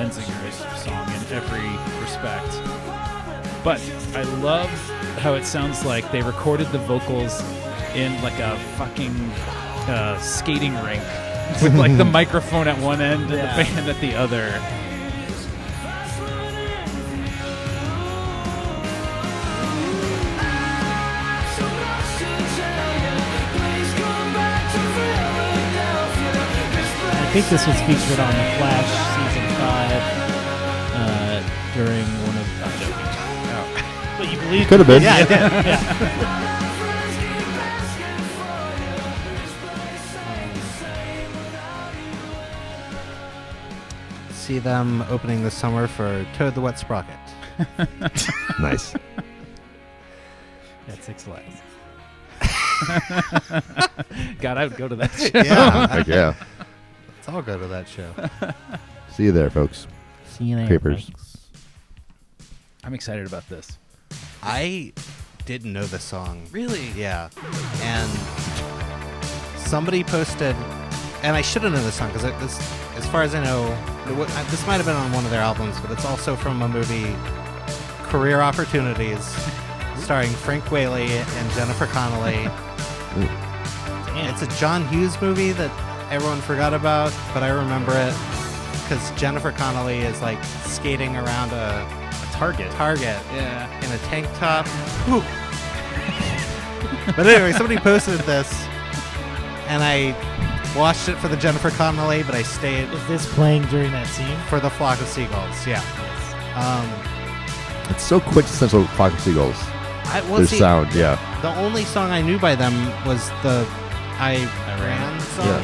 Menzingers song in every respect. But I love how it sounds like they recorded the vocals in like a fucking uh, skating rink *laughs* with like
*laughs*
the microphone at one end and
Yeah.
the band at the other.
I think this was featured on The Flash season five uh, during one of. I'm joking.
Oh.
But you believe
Could have been.
Yeah, I did. Um,
See them opening this summer for Toad the Wet
*laughs*
Sprocket.
*laughs* nice.
At Six Flags.
God, I would go to that show.
yeah,
Like Uh, yeah.
let's all go to that show.
See you there, folks.
See you there.
Creepers.
folks.
I'm excited about this.
I didn't know this song.
Really?
Yeah. And somebody posted, and I should have known this song because this, as far as I know, it wa- uh, this might have been on one of their albums, but it's also from a movie,
*laughs*
Career Opportunities, starring Frank Whaley and Jennifer Connelly. It's a John Hughes movie that everyone forgot about, but I remember it because Jennifer Connelly is like skating around a
Target.
Target
Yeah.
in a tank top. Whew. *laughs* but anyway, somebody posted this, and I watched it for the Jennifer Connelly, but I stayed
Is this playing during that scene?
for the flock of seagulls. Yeah. Um,
It's so quintessential Flock of Seagulls.
I, well,
Their
see,
sound, yeah.
The only song I knew by them was the I, Ran, song.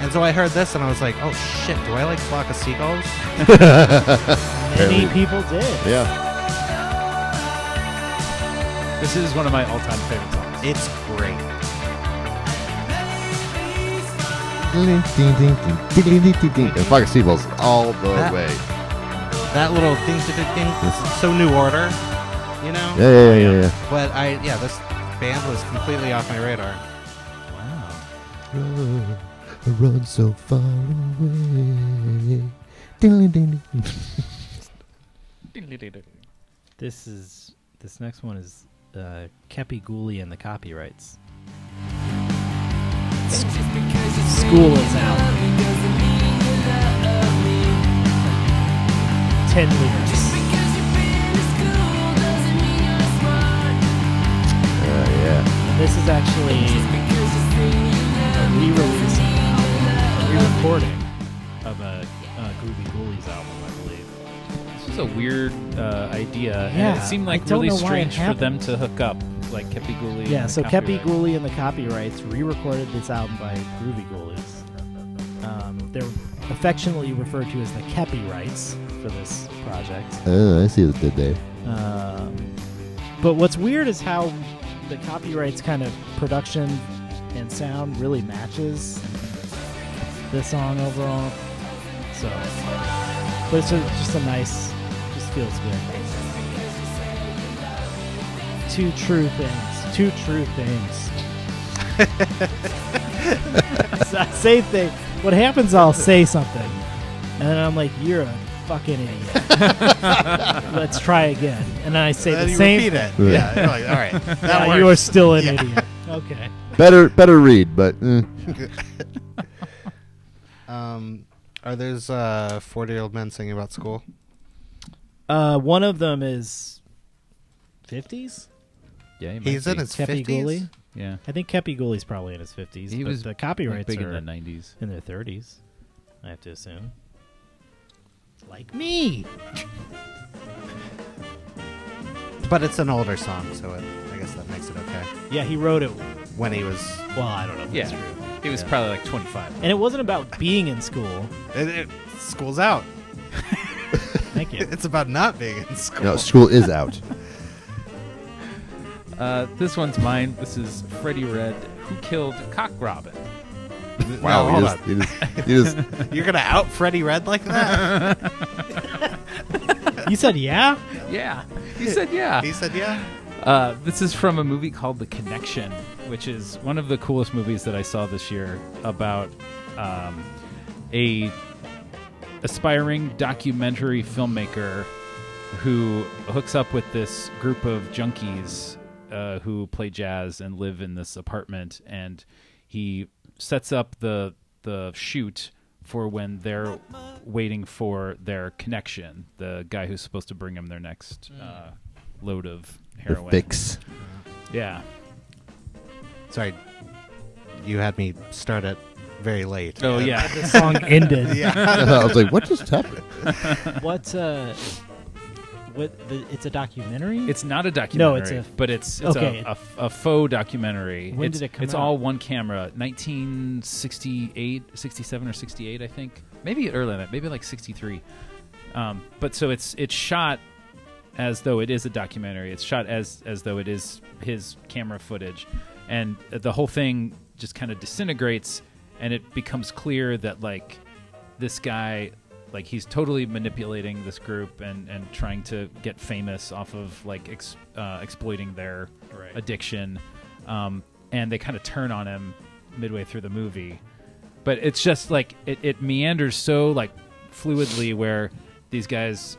And so I heard this, and I was like, oh shit, do I like flock of seagulls?
Many
Apparently.
people did.
Yeah.
This is one of my all time favorite songs.
It's great.
And Flock of Seagulls all the
That-
way.
That little ding ding ding. It's so new order, you know.
Yeah, yeah, yeah, yeah. yeah.
But I, yeah, this band was completely off my radar.
Wow.
Run, run so far away. Ding-a-ling-ding-ding.
This is this next one is uh, Kepi Gooley and the copyrights. School is out. Ten lyrics.
Yeah, yeah.
This is actually a re-release, a re-recording of a uh, Groovy Ghoulies album, I believe.
This is a weird uh, idea. and
Yeah,
it seemed
I
like
don't
really
know why it
strange for them to hook up, like Kepi Gooley.
Yeah,
and
so
the
Kepi
copyright.
Gooley and the Copyrights re-recorded this album by Groovy Ghoulies. Um, they're affectionately referred to as the Kepi rights for this project.
Oh, I see what they did there.
Um, but what's weird is how the copyrights kind of production and sound really matches this song overall. So, but it's a, just a nice, just feels good. Two true things. Two true
*laughs*
things. *laughs* So I say thing. What happens? I'll say something, and then I'm like, "You're a fucking
*laughs*
idiot." Let's try again, and then I say
And then
the
you
same.
repeat it.
thing.
Yeah, you're like, "All right, that
Now you are
works."
still an
Yeah.
idiot. Okay.
Better, better read, but eh.
um, *laughs* are those uh, 40 year old men singing about school?
Uh, one of them is fifties.
Yeah, he might
He's in
be.
his 50s.
Gooley.
Yeah.
I think Kepi Gooley's probably in his fifties.
He
but
was,
the
like,
copyrights
big in
are
the 90s.
in their thirties. I have to assume. Like me.
But it's an older song, so it, I guess that makes it okay.
Yeah, he wrote it
when he was.
Well, I don't know. If
Yeah.
that's true.
He was
Yeah.
probably like 25.
And it wasn't about being in school.
school's out.
Thank you.
*laughs* it's about not being in school.
no, school is out.
Uh, this one's mine. This is Freddie Red, who killed Cock Robin.
Wow,
hold
he just, he
*laughs*
just, he
*laughs*
just
You're gonna out Freddie Red like that?
you said yeah?
Yeah. He said yeah.
He said yeah.
Uh, this is from a movie called The Connection, which is one of the coolest movies that I saw this year about um, a aspiring documentary filmmaker who hooks up with this group of junkies uh, who play jazz and live in this apartment, and he sets up the the shoot for when they're waiting for their connection, the guy who's supposed to bring them their next uh, load of
the
heroin.
fix. *laughs*
Yeah.
Sorry, you had me start it very late.
Oh,
And-
yeah.
The
*laughs*
song ended.
yeah.
I was like, what
*laughs*
just happened?
What? Uh, what? The, it's a documentary.
It's not a
No,
documentary.
it's a-
but it's, it's
Okay.
a, a, a faux documentary.
When
it's,
did it come
It's
out?
all one camera. 1968, 67 or 68, I think. Maybe earlier than that. Maybe like 63. Um, but so it's it's shot as though it is a documentary. It's shot as as though it is his camera footage, and the whole thing just kind of disintegrates, and it becomes clear that like this guy like he's totally manipulating this group and and trying to get famous off of like ex, uh, exploiting their
Right.
addiction um, and they kind of turn on him midway through the movie but it's just like it, it meanders so like fluidly where these guys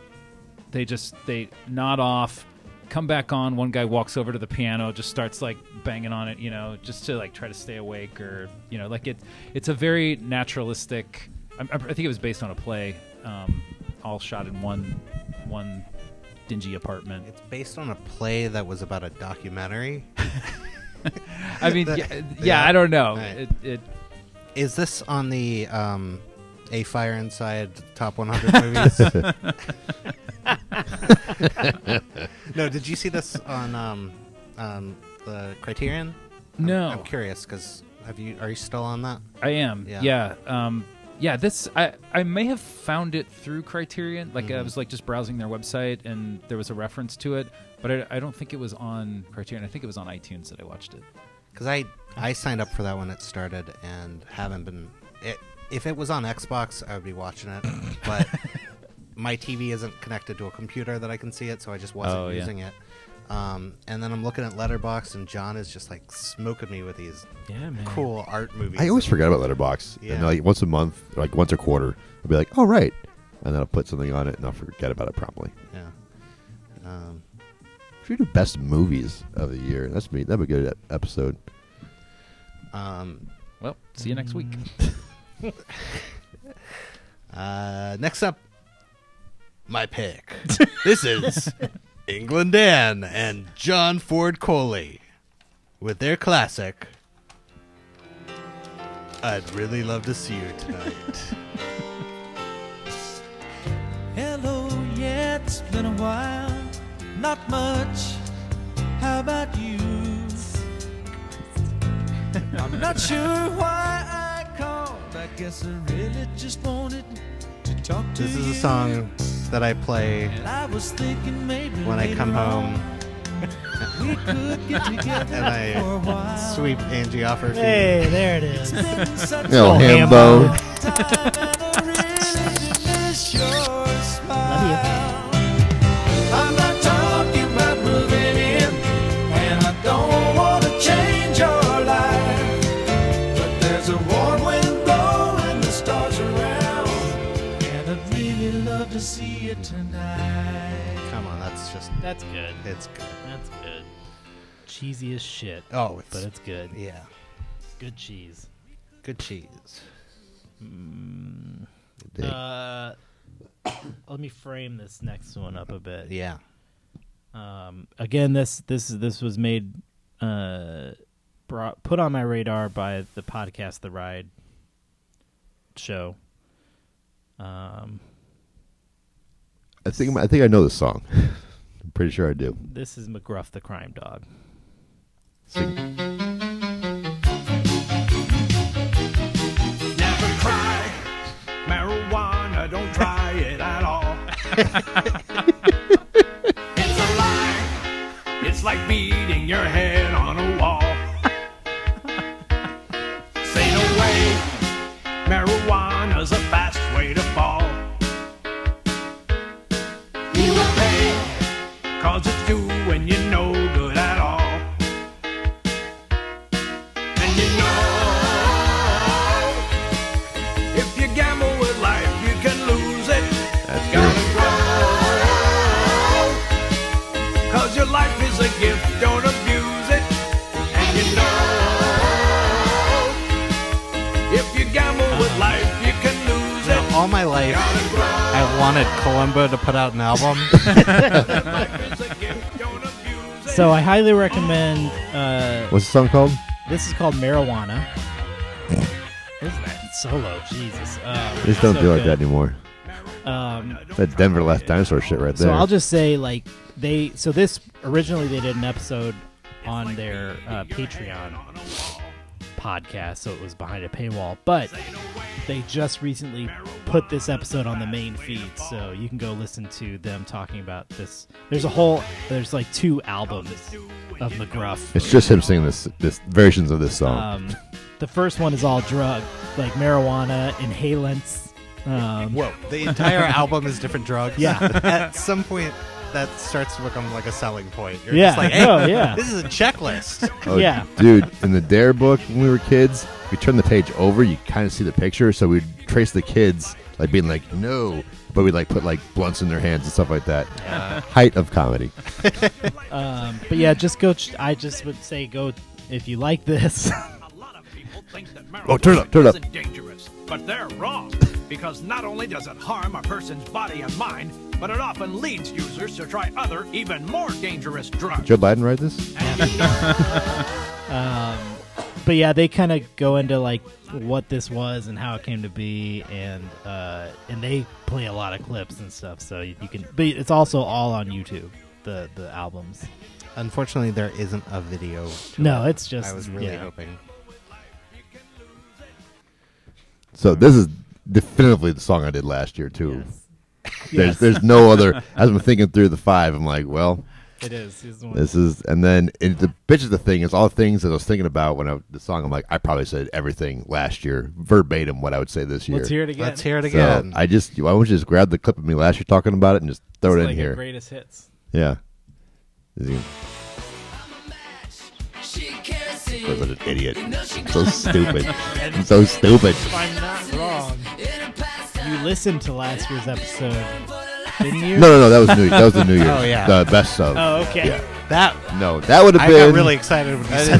they just they nod off come back on one guy walks over to the piano just starts like banging on it you know just to like try to stay awake or you know like it it's a very naturalistic i, I think it was based on a play um, all shot in one one dingy apartment
It's based on a play that was about a documentary.
i mean
That-
yeah, yeah, i don't know
Right.
it, it
Is this on the um, A Fire Inside Top 100 movies? no, did you see this on um, um, the Criterion? I'm-
No.
I'm, curious because have you are you still on that?
I am.
Yeah.
Yeah. Um, yeah. This I I may have found it through Criterion. Like
Mm-hmm.
I was like just browsing their website and there was a reference to it, but I, I don't think it was on Criterion. I think it was on iTunes that I watched it.
Because I I signed up for that when it started and haven't been. It, if it was on Xbox, I would be watching it, but my TV isn't connected to a computer that I can see it, so I just wasn't
Oh, yeah.
using it. Um, and then I'm looking at Letterbox, and John is just like smoking me with these
Yeah, man.
cool art movies.
I always forget about Letterbox.
Yeah.
And like once a month, like once a quarter, I'll be like, oh, right. And then I'll put something on it and I'll forget about it promptly.
Yeah. Um,
Should we do best movies of the year? That's me. That'd be a good e- episode.
um,
Well, see you next week.
uh, next up, my pick. *laughs* this is England Dan and John Ford Coley with their classic. I'd really love to see you
*laughs*
tonight.
Hello, yeah, it's been a while. Not much. How about you? I'm not sure why I called. I guess I really just wanted to talk to
This is
you.
a song that I play
And I was thinking maybe
when I
later
come
on
home
We could get together
*laughs* and
for a
I
while.
sweep Angie off her feet.
Hey, there
*laughs*
it is.
Oh,
Oh,
Hambo.
I'm not talking about moving in, and I don't want to change your life. But there's a warm wind blowing the stars around, and I'd really love to see you tonight.
Come on, that's just
That's good.
It's good.
That's good. Cheesy as shit.
Oh, it's-
but it's good.
yeah.
Good cheese.
Good cheese.
Uh, let me frame this next one up a bit.
Yeah.
Um, again, this this this was made uh, brought put on my radar by the podcast The Ride show. Um,
I think I think I know this song. I'm pretty sure I do.
this is McGruff the Crime Dog.
Never cry. Marijuana, don't try it at all. it's a lie. It's like beating your head on a wall. Say no way. Marijuana's a fast way to fall. You will pay. Cause it's you and you no good at all. And you know if you gamble with life, you can lose it.
That's
Gotta grow. Cause your life is a gift, don't abuse it. And you know. If you gamble with life, you can lose it.
All my life, I wanted Columbo to put out an album.
So I highly recommend. Uh,
What's the song called?
This is called Marijuana. Isn't that solo? Jesus. Um,
Just don't
so
do like
good.
that anymore.
Um,
That Denver Last Dinosaur shit right there.
So I'll just say, like, they. So this originally they did an episode on their uh, Patreon podcast, so it was behind a paywall. But they just recently put this episode on the main feed, so you can go listen to them talking about this. There's a whole. There's like two albums of McGruff.
It's just him singing this this versions of this song.
Um, the first one is all drug, like marijuana, inhalants. Um,
Whoa, the entire album is different drugs.
Yeah.
At some point, that starts to become like a selling point. You're
Yeah,
just
*laughs*
like, hey,
no, yeah.
this is a checklist. *laughs*
Oh, dude, in the Dare book when we were kids, we turned the page over, you kind of see the picture, so we'd trace the kids like being like no, but we'd like put like blunts in their hands and stuff like that.
Yeah.
Height of comedy.
um, but yeah, just go. Ch- I just would say go if you like this. *laughs*
Oh, turn it up, turn it up.
Isn't dangerous, but they're wrong because not only does it harm a person's body and mind, but it often leads users to try other, even more dangerous drugs.
Joe Biden write this?
um, but yeah, they kind of go into like what this was and how it came to be, and uh, and they play a lot of clips and stuff, so you, you can. But it's also all on YouTube. The the albums.
Unfortunately, there isn't a video. to
No,
it.
it's just-
I was really
yeah.
hoping.
So this is definitively the song I did last year too. There's
Yes.
there's
*laughs*
no other. As I'm thinking through the five, I'm like, well,
It is. It's the one-
This is, and then it, the bitch is the thing is all the things that I was thinking about when I the song. I'm like, I probably said everything last year verbatim what I would say this year.
Let's hear it again.
Let's hear it
So,
again.
I just I want you to just grab the clip of me last year talking about it and just throw
It's
it in
like the
here.
greatest hits.
Yeah. Is he- I'm such an idiot. I'm so stupid. I'm so stupid.
If I'm not wrong, you listened to last year's episode, didn't you?
No, no, no. That was New. That was the New
*laughs*
Year's.
Oh, yeah.
The best of.
Oh, okay.
Yeah.
That
No, that would have
I got
been
really excited when you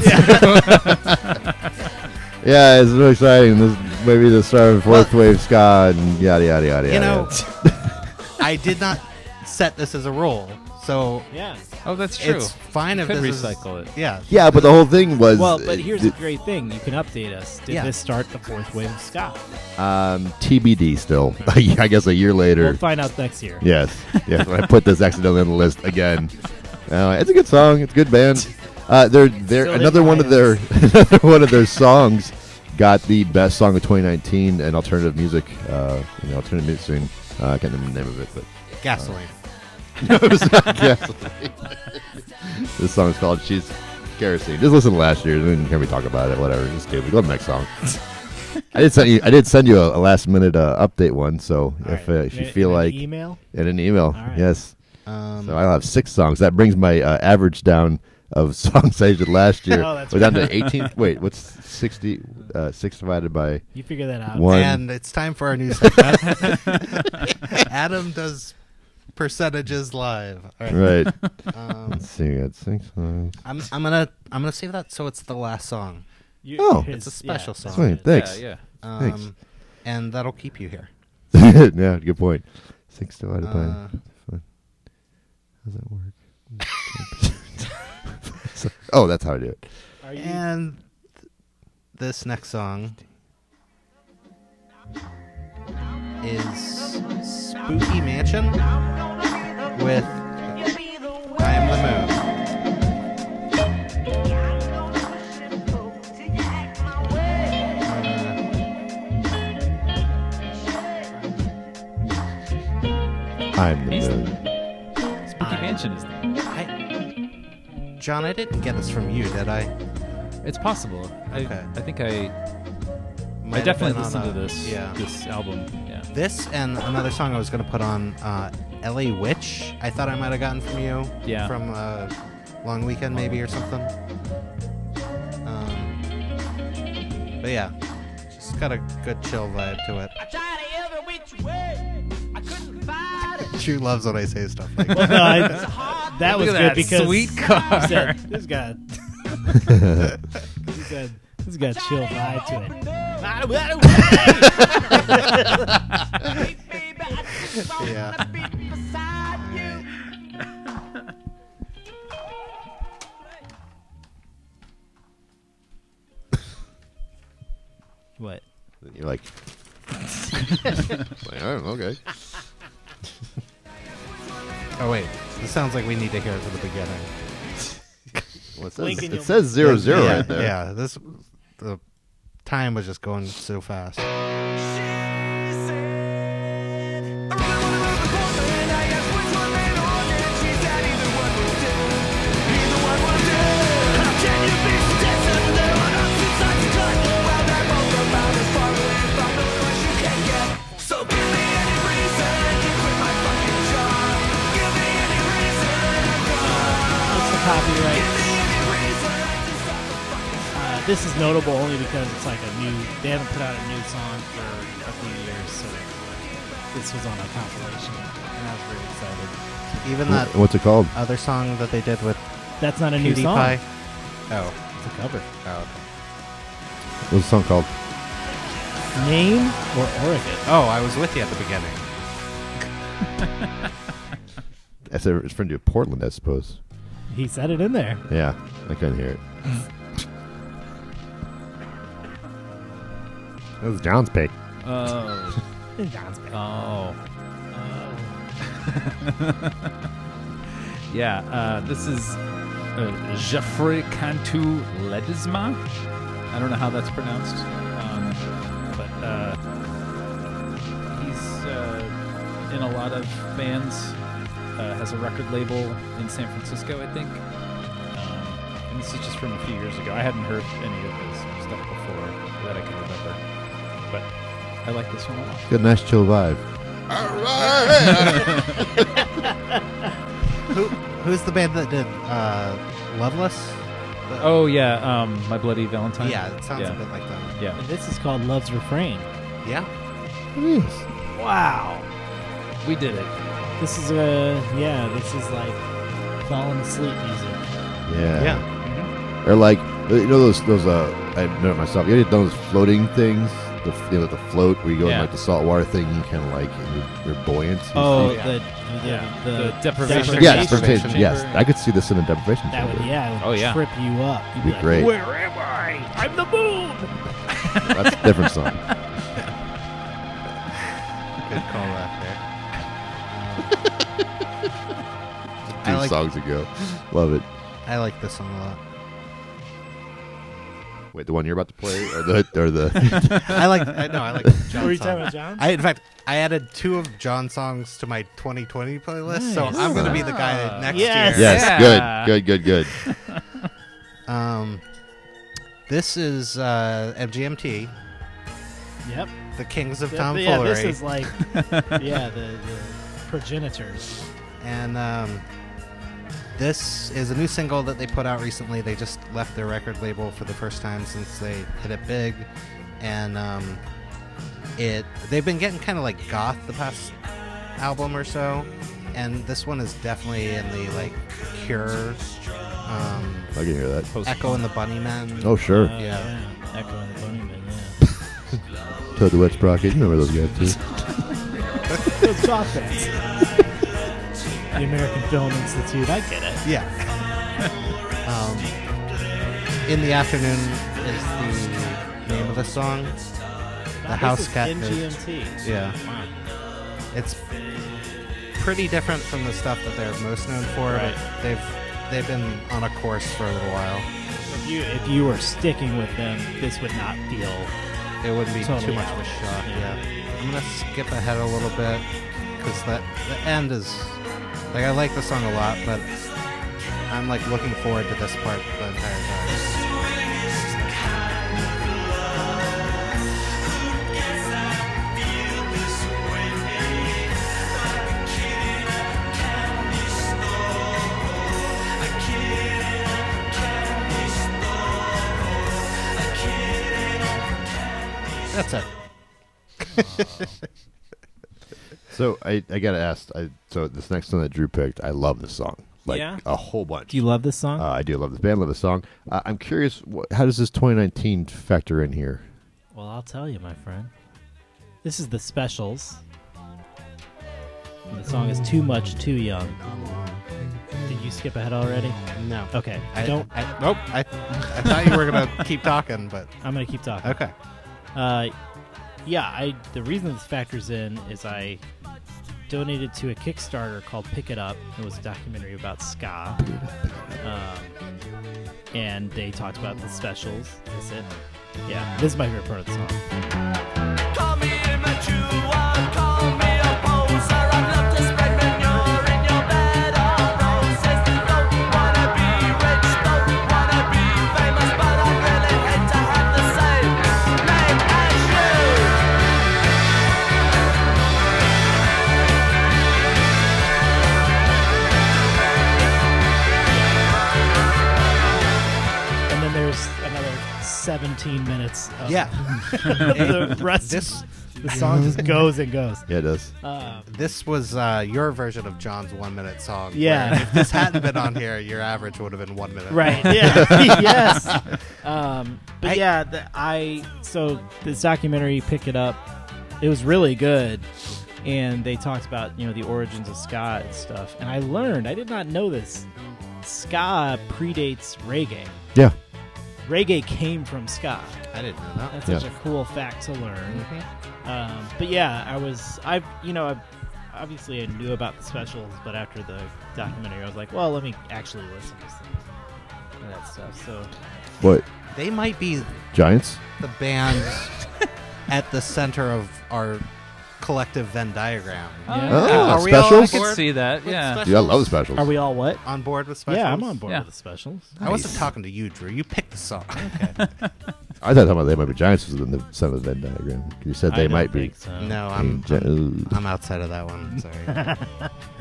*laughs*
said
that. yeah, it's really exciting. This maybe the start of fourth wave ska and yada yada yada.
you
yada,
know,
yada.
I did not set this as a rule, so
yeah.
Oh, that's true.
It's fine
You
if
could
this is-
recycle it.
Yeah,
Yeah, but the whole thing was.
Well, but
uh,
here's the
th-
great thing: you can update us. Did
Yeah.
this start the fourth wave of ska?
um, TBD still. *laughs* I guess a year later.
We'll find out next year. *laughs*
Yes, yes. I put this accidentally on the list again. Uh, it's a good song. It's a good band. Uh, they're they're
Still
another *laughs*
didn't
one of
buy
their another one of their songs got the best song of 2019 and alternative music uh, in the alternative music scene. Uh, I can't remember the name of it, but uh,
Gasoline.
no, it's not gasoline. this song is called "She's Kerosene." Just listen to last year's, and then you can we talk about it. Whatever, just give it. Go to the next song. I did send you. I did send you a, a last minute uh, update one. So if, uh, if you
In-
feel
in an
like
email?
in an email,
All right.
yes.
Um,
so I'll have six songs. That brings my uh, average down of *laughs* songs I did last year.
Oh, that's
We're down to
right.
18. Wait, what's 60? Uh, six
*laughs*
divided by *laughs*
You figure that out.
One.
And it's time for our
*laughs*
new segment. *laughs* Adam does percentages live. All
right.
Um,
Let's see. We got six songs.
I'm I'm gonna I'm gonna save that so it's the last song.
Oh.
it's a
*laughs*
his-
special
yeah,
song.
Sweet, thanks.
Yeah,
yeah.
Um,
Thanks.
And that'll keep you here.
*laughs* yeah, good point. Six divided
Uh,
by. How's that work? *laughs* oh, that's how I do it.
and th- this next song is Spooky Mansion with I Am the Moon. Uh,
I'm the moon.
Spooky Mansion is.
John, I didn't get this from you, did I?
It's possible. I, I think I.
Might
I
have
definitely
been on
listened to
a-
this.
yeah.
This album. Yeah.
This and another song I was going to put on, uh, LA Witch, I thought I might have gotten from you.
Yeah.
From uh, Long Weekend, maybe, or something. Um, but yeah, just got a good chill vibe to it. True loves when I say stuff *laughs* like
Well,
that.
no, I, that was
Look
good
at that
because
*laughs*
sweet
he
car.
said, this guy. he said, this guy chill vibe to it. *laughs* *laughs*
yeah.
What?
*laughs*
*laughs*
You're like, like oh, okay.
Oh, wait. This sounds like we need to hear it from the beginning.
Well, it says,
Blink and
it
you'll-
says zero zero
yeah,
right there.
Yeah, this the time was just going so fast.
What's the copyright? Uh, this is notable only because it's like a new. They haven't put out a new song for a few years, so this was on a compilation, and I was really excited.
Even
Wh-
that
What's it called?
other song that they did with
That's not a new song.
PewDiePie. Oh,
It's a cover.
oh, okay.
What's the song called?
Name or Oregon?
oh, I was with you at the beginning.
That's a it's from Portland, I suppose.
He said it in there.
Yeah, I couldn't
*laughs*
hear it. that was John's pick.
Oh.
John's back.
Oh. *laughs* yeah, uh, this is uh, Geoffrey Cantu Ledesma. I don't know how that's pronounced, um, but uh, he's uh, in a lot of bands. Uh, has a record label in San Francisco, I think. Um, and this is just from a few years ago. I hadn't heard any of his stuff before that I can remember, but I like this one a lot.
Good, nice chill vibe.
Who who's the band that did uh, Loveless? The-
Oh yeah, um, my bloody Valentine.
yeah, it sounds
yeah.
a bit like them.
Yeah,
And this is called Love's Refrain.
Yeah,
Wow.
we did it.
This is uh yeah, this is like falling asleep music.
Yeah. Mm-hmm.
yeah.
Or like you know those those uh I know it myself. You know those floating things, the f- you know the float where you go in
Yeah.
like the saltwater thing. You kind of like you're, you're buoyant. You
Oh,
see-
the the,
Yeah.
the,
The deprivation
yeah, it's
deprivation
deprivation.
chamber.
Yes, I could see this in a deprivation
That
chamber.
would yeah, it would
Oh, yeah.
trip you up. You'd
Be
like,
great.
Where am I? I'm the moon.
*laughs* That's a different
*laughs*
song.
Good call out there.
*laughs* Two
I like
songs ago. Love it.
I like this song a lot.
Wait, the one you're about to play, or the
*laughs*
or the? *laughs*
I like. I know. I like. John
Were you
song.
talking about John's?
I, in fact, I added two of John's songs to my 2020 playlist, so
Nice.
I'm going to be the guy
Ah.
next
Yes.
year.
Yes, Yeah. good, good, good,
good. um, this is uh, MGMT,
Yep.
the Kings of
Th-
Tomfoolery.
yeah, this is like yeah, the, the progenitors.
and um, this is a new single that they put out recently. They just left their record label for the first time since they hit it big, and um, it they've been getting kind of like goth the past album or so, and this one is definitely in the like Cure. Um,
I can hear that.
Echo and the Bunnymen.
Oh, sure.
Uh,
*laughs* yeah.
Echo and the Bunnymen.
Toad the Wet Sprocket. You know where those guys too.
Yeah. Those goth bands. the American Film Institute. I get it.
Yeah. *laughs* um, in the afternoon is the name of the song. The
Wow,
house
this is
cat.
MGMT.
Yeah.
Wow.
It's pretty different from the stuff that they're most known for.
Right.
But they've they've been on a course for a little while.
If you if you were sticking with them, this would not feel.
It would be
totally
too much of
out.
a shock. Yeah. I'm gonna skip ahead a little bit because that the end is like I like the song a lot, but I'm like looking forward to this part the entire time. That's it.
So I, I gotta ask. I so this next one that Drew picked, I love this song like
Yeah?
a whole bunch.
Do you love this song?
Uh, I do love this band, love this song. Uh, I'm curious, wh- how does this 2019 factor in here?
Well, I'll tell you, my friend. This is the Specials. And the song is "Too Much, Too Young." Did you skip ahead already?
No.
Okay.
I
don't.
I, nope. I, I thought you were gonna *laughs* keep talking, but
I'm gonna keep talking.
Okay.
Uh, yeah. I the reason this factors in is I donated to a Kickstarter called Pick It Up. It was a documentary about ska, um, and they talked about the specials. Is it? Yeah. This is my favorite part of the song.
Oh,
And then there's another 17 minutes. Of
Yeah.
*laughs* the rest.
This-
the song
*laughs*
just goes and goes.
Yeah, it does.
Um,
this was uh, your version of John's one minute song. where
Yeah.
If this hadn't
*laughs*
been on here, your average would have been one minute.
Right. *laughs* Yeah. yes. Um, but yeah, the, I so this documentary, pick it up. It was really good, and they talked about you know the origins of ska and stuff. And I learned I did not know this. Ska predates reggae.
Yeah.
Reggae came from ska.
I didn't know that.
That's
Yeah.
such a cool fact to learn. Um, but yeah, I was I you know I obviously I knew about the specials, but after the documentary, I was like, well, let me actually listen to some of that stuff. So
What
They might be
Giants?
the
*laughs*
band at the center of our collective Venn diagram.
Yeah.
Oh,
Are we all on
specials?
board
I could see that,
with
yeah.
Dude, I love the specials.
are we all what?
On board with specials?
Yeah, I'm on board
Yeah.
with the specials.
I wasn't talking to you, Drew. You picked the song.
I thought talking about they might be Giants was in the center of the Venn diagram. You said they
I don't
might be.
think so.
*laughs* No, I'm,
Hey,
I'm
Joe.
I'm outside of that one.
*laughs*
Sorry. I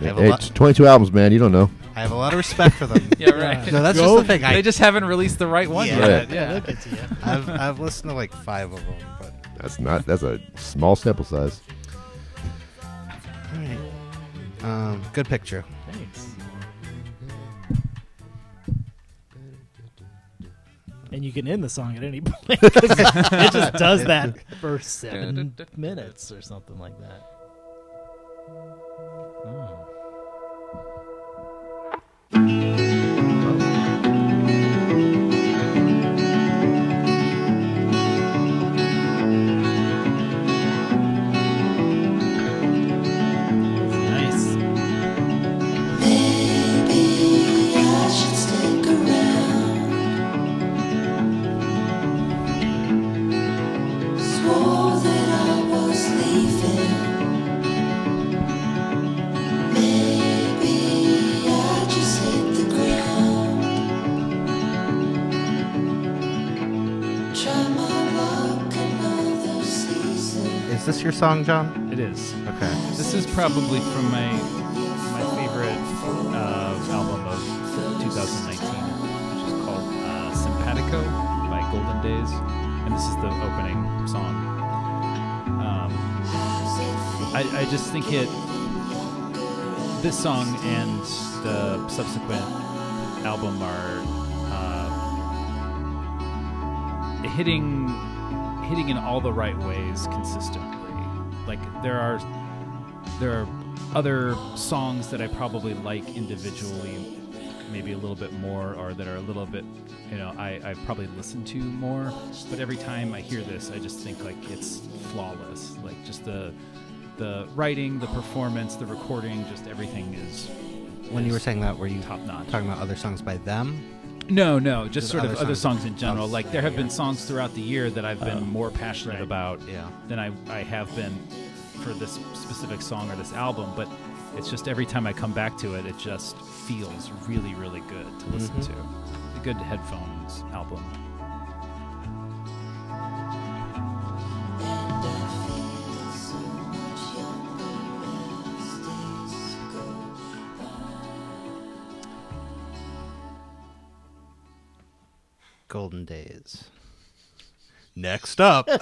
have, a
Hey,
lot,
it's 22 albums, man. You don't know.
I have a lot of respect for them.
*laughs* Yeah, right.
No, that's
Go-
just the thing. I,
they just haven't released the right one
Yeah.
yet.
Right.
Yeah.
Look at you.
I've, I've listened to like five of them, but
That's not. That's a small sample size.
all right. Um, good picture.
Thanks. And you can end the song at any *laughs* point 'cause it just does that for seven minutes or something like that. Oh. Nice.
Maybe I should stick around.
this your song, John?
It is.
Okay.
This is probably from my my favorite uh, album of 2019, which is called uh, Simpatico by Golden Days, and this is the opening song. Um, I, I just think it. This song and the subsequent album are uh, hitting hitting in all the right ways consistently. Like there are there are other songs that I probably like individually maybe a little bit more or that are a little bit you know I, I probably listen to more but every time I hear this I just think like it's flawless like just the the writing the performance the recording just everything is
When you were saying that, were you
top notch
talking about other songs by them?
no, no, just,
Just
sort of
other
other
songs.
songs Oh. in general.
Oh,
like there have been songs throughout the year that I've been more passionate about than I, I have been for this specific song or this album. But it's just every time I come back to it, it just feels really, really good to listen
Mhm.
to. A good headphones album.
Golden Days. Next up. um,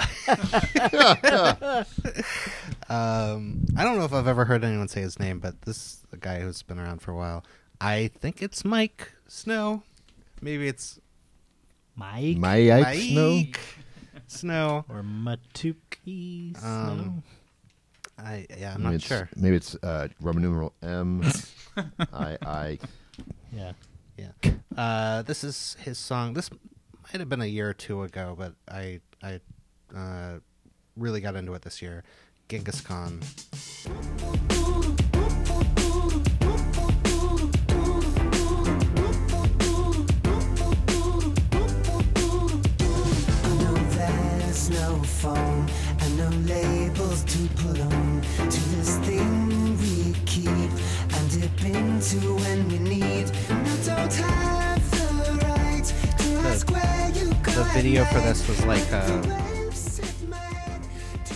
I don't know if I've ever heard anyone say his name, but this is a guy who's been around for a while. I think it's Mike Snow. Maybe it's
Mike.
Mike Snow?
Mike Snow.
Or Matuki Snow.
Um, I yeah, I'm
maybe
not
it's,
sure.
Maybe it's uh, Roman numeral M. I I.
Yeah.
Yeah. *laughs* Uh, this is his song. This might have been a year or two ago, but I I uh, really got into it this year. Genghis Khan.
There's no phone and no labels to put on to this thing we keep and dip into when we need. And I don't have the right to ask where you go.
The video for this was like a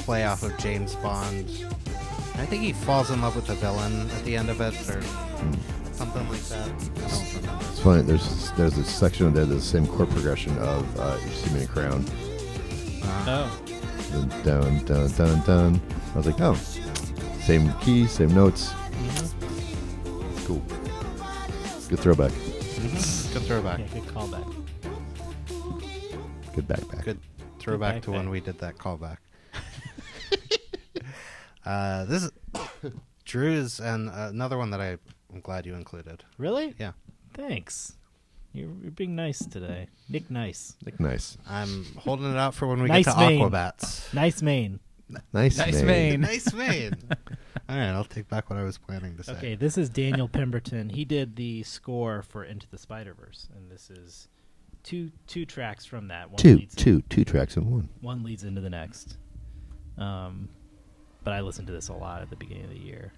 play off of James Bond. I think he falls in love with the villain at the end of it, or something like that. I don't remember.
It's funny. There's there's a section of there that's the same chord progression of uh, "You See Me in a Crown."
Oh.
Dun, dun dun dun dun. I was like, oh, same key, same notes.
Mm-hmm.
Cool. Good throwback.
Good throwback.
Yeah, good callback.
Good backpack.
Good throwback to when we did
*laughs*
that callback. uh, this is Drew's and uh, another one that I, I'm glad you included.
Really?
Yeah.
Thanks. You're, you're being nice today. Nick Nice.
Nick Nice.
I'm holding it out for when we
nice
get to
Maine.
Aquabats.
Nice Maine.
Nice Nice Maine. Maine.
nice
*laughs*
Maine. All right, I'll take back what I was planning to say.
Okay, this is Daniel Pemberton. He did the score for Into the Spider Verse, and this is two two tracks from that. One
Two,
leads
two, two tracks in one.
one leads into the next. Um, but I listened to this a lot at the beginning of the year,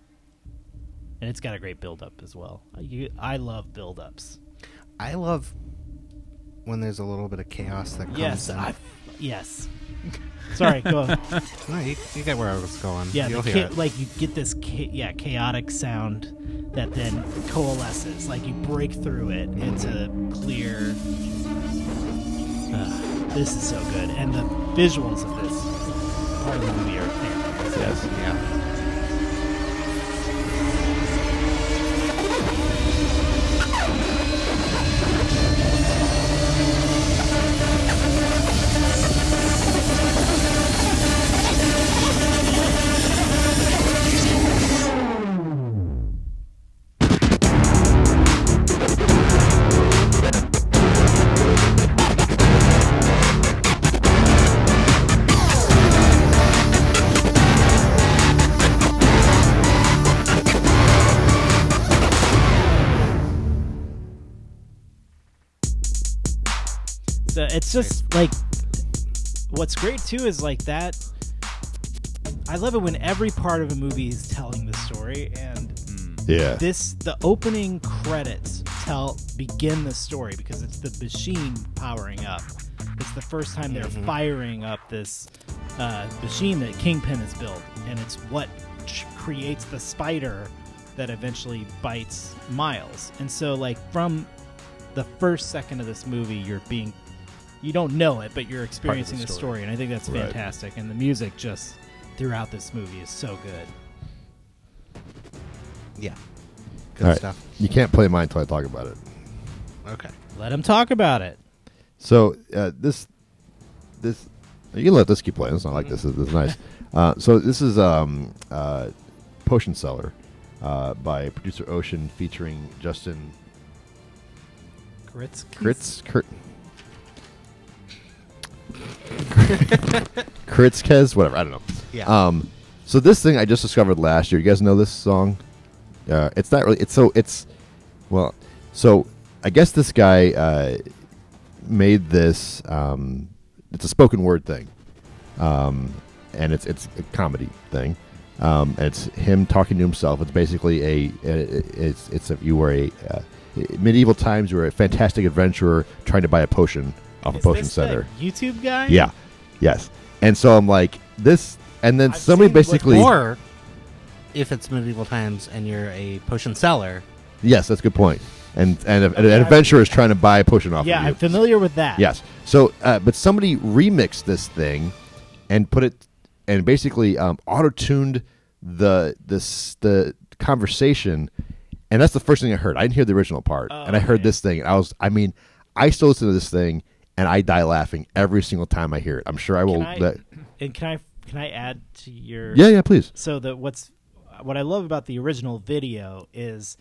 and it's got a great build up as well. You, I love build ups.
I love when there's a little bit of chaos that comes
Yes,
in.
I, yes. *laughs* Sorry, go. on.
No, you, you get where I was going.
Yeah,
You'll
the
hear
cha-
it.
like you get this cha- yeah chaotic sound that then coalesces. Like you break through it into clear. Ah, this is so good, and the visuals of this part of the movie are fantastic.
Yes.
Yeah.
The, it's just like what's great too is like that. I love it when every part of a movie is telling the story, and
Yeah.
this the opening credits tell begin the story because it's the machine powering up. It's the first time they're
Mhm.
firing up this uh, machine that Kingpin has built, and it's what ch- creates the spider that eventually bites Miles. And so, like from the first second of this movie, you're being you don't know it, but you're experiencing the story.
story.
and I think that's
Right.
fantastic. And the music just throughout this movie is so good.
Yeah, good
All right.
stuff.
You can't play mine until I talk about it.
Okay,
let him talk about it.
So uh, this, this, you can let this keep playing. It's not like this. This is nice. Uh, so this is um, uh, Potion Seller uh, by producer Ocean, featuring Justin
Grits,
Kritz Kurt. Kritzkes, whatever. I don't know.
Yeah.
Um, so this thing I just discovered last year. You guys know this song? Uh, it's not really. It's so. It's well. So I guess this guy uh, made this. Um, it's a spoken word thing, um, and it's it's a comedy thing. Um, and it's him talking to himself. It's basically a. It, it's it's if you were a uh, medieval times, you were a fantastic adventurer trying to buy a potion off a potion
this the
center.
YouTube guy?
Yeah. Yes. And so I'm like this, and then somebody basically.
or if it's medieval times and you're a potion seller,
Yes, that's a good point. And and a- an adventurer is trying to buy a potion off.
yeah,
of you.
I'm familiar with that.
Yes. So, uh, but somebody remixed this thing and put it and basically um, auto tuned the this the conversation, and that's the first thing I heard. I didn't hear the original part,
Oh,
and I heard this thing, and I was, I mean, I still listen to this thing, and I die laughing every single time I hear it. I'm sure I will.
Can I,
let-
and can I can I add to your
Yeah, yeah, please.
So the what's what I love about the original video is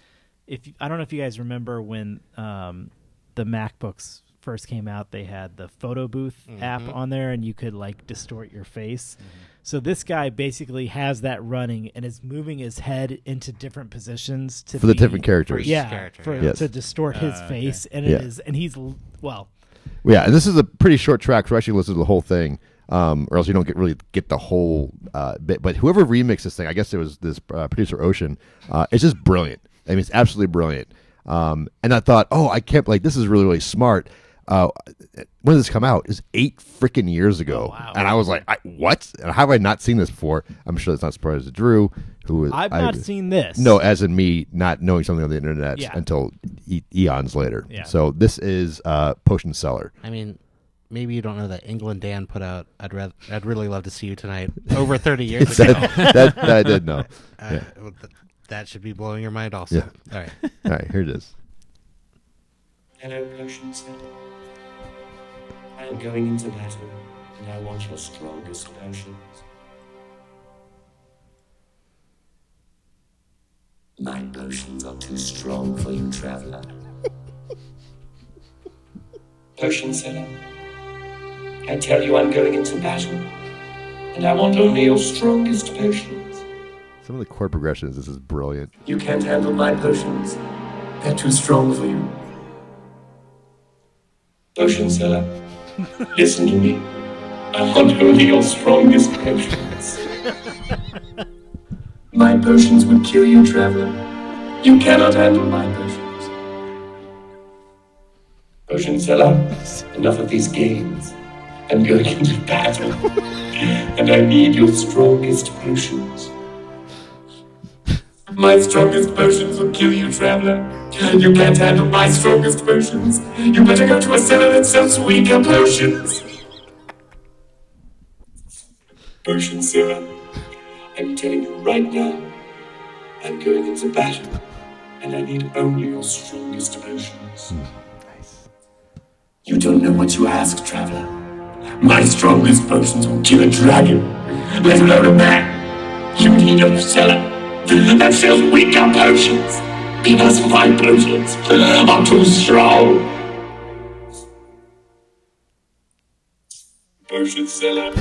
if you- I don't know if you guys remember when um, the MacBooks first came out, they had the photo booth
Mm-hmm.
app
Mhm.
on there, and you could like distort your face. So this guy basically has that running and is moving his head into different positions to
For the
be-
different characters.
yeah,
Character,
for,
yeah. Yes.
to distort his
Uh, okay.
face, and it is,
Yeah.
and he's l- well,
Yeah, and this is a pretty short track, so actually listen to the whole thing, um, or else you don't get really get the whole uh, bit. But whoever remixed this thing, I guess it was this uh, producer Ocean. Uh, it's just brilliant. I mean, it's absolutely brilliant. Um, and I thought, oh, I kept like this is really really smart. Uh, when did this come out? It was eight freaking years ago,
Oh,
and I was like, I, "What? And How have I not seen this before?" I'm sure that's not a surprise to Drew, who is-
I've not seen this.
No, as in me not knowing something on the internet
Yeah.
until e- eons later.
Yeah.
So this is uh, Potion Seller.
I mean, maybe you don't know that England Dan put out "I'd rather, I'd really love to see you tonight" over thirty
*laughs*
years ago.
That- that- that I did know.
Uh,
Yeah.
well, th- that should be blowing your mind, also.
Yeah.
All right.
All right, here it is.
Hello, Potion Seller. I am going into battle, and I want your strongest potions. My potions are too strong for you, traveler. *laughs* Potion Seller, I tell you I'm going into battle, and I want only your strongest potions.
Some of the chord progressions, this is brilliant.
You can't handle my potions. They're too strong for you. Potion seller, listen to me. I want only your strongest potions. my potions would kill you, traveler. You cannot handle my potions. Potion seller, enough of these games. I'm going *laughs* into battle, and I need your strongest potions. My strongest potions will kill you, traveler. You can't handle my strongest potions. You better go to a cellar that sells weaker potions. Potion seller. I'm telling you right now, I'm going into battle, and I need only your strongest potions. You don't know what you ask, traveler. My strongest potions will kill a dragon, let alone a man. You need a cellar that sells weaker potions because my potions are too strong. Potion seller,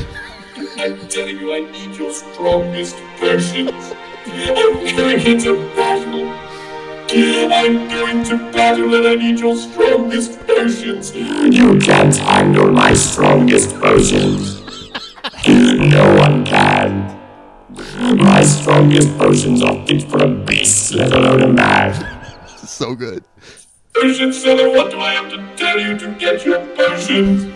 I'm telling you, I need your strongest potions. I'm going into battle. I'm going to battle and I need your strongest potions. You can't handle my strongest potions. no one can. My strongest potions are fit for a beast, let alone a man.
so good.
Potion seller, what do I have to tell you to get your potions?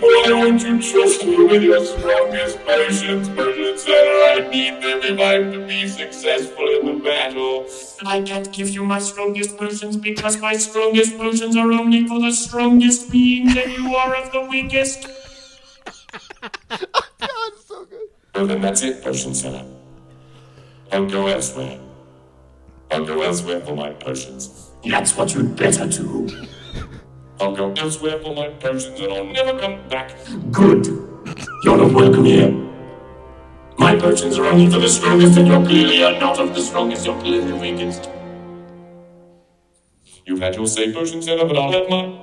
Why don't you trust me with your strongest potions, potions that I need them if I'm to be successful in the battle? I can't give you my strongest potions because my strongest potions are only for the strongest being, and you are of the weakest. Well, then that's it, potion seller. I'll go elsewhere. I'll go elsewhere for my potions. That's what you'd better do. I'll go elsewhere for my potions and I'll never come back. Good. You're not welcome here. My potions are only for the strongest, and you're clearly are not of the strongest, you're clearly the weakest. You've had your say, potion seller, but I'll have mine.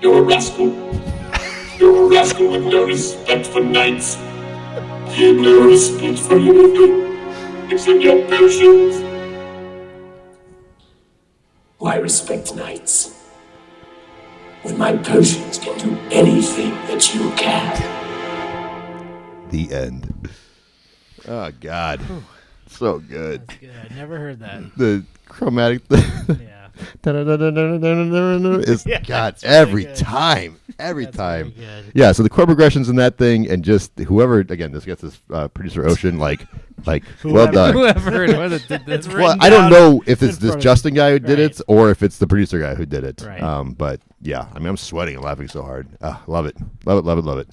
You're a rascal. You're a rascal with no respect for knights. You have no respect for anything except your potions. Why respect knights? When my potions can do anything that you can.
The end. Oh God, so good.
Good. I never
*laughs*
heard that.
*laughs* The chromatic. *laughs* yeah. It's
Yeah,
God
it's really
every
good.
time, every
That's
time.
pretty good.
Yeah. So the chord progressions in that thing, and just whoever again, this gets this uh, producer Ocean like, like well
Whoever- *laughs*
done.
whoever *laughs* it was that did this. It's
Well,
written
I don't
down
know if it's
in
this
front of-
Justin guy who did it or if it's the producer guy who did it.
Right.
Um, but yeah, I mean, I'm sweating and laughing so hard. Uh, love it, love it, love it, love it.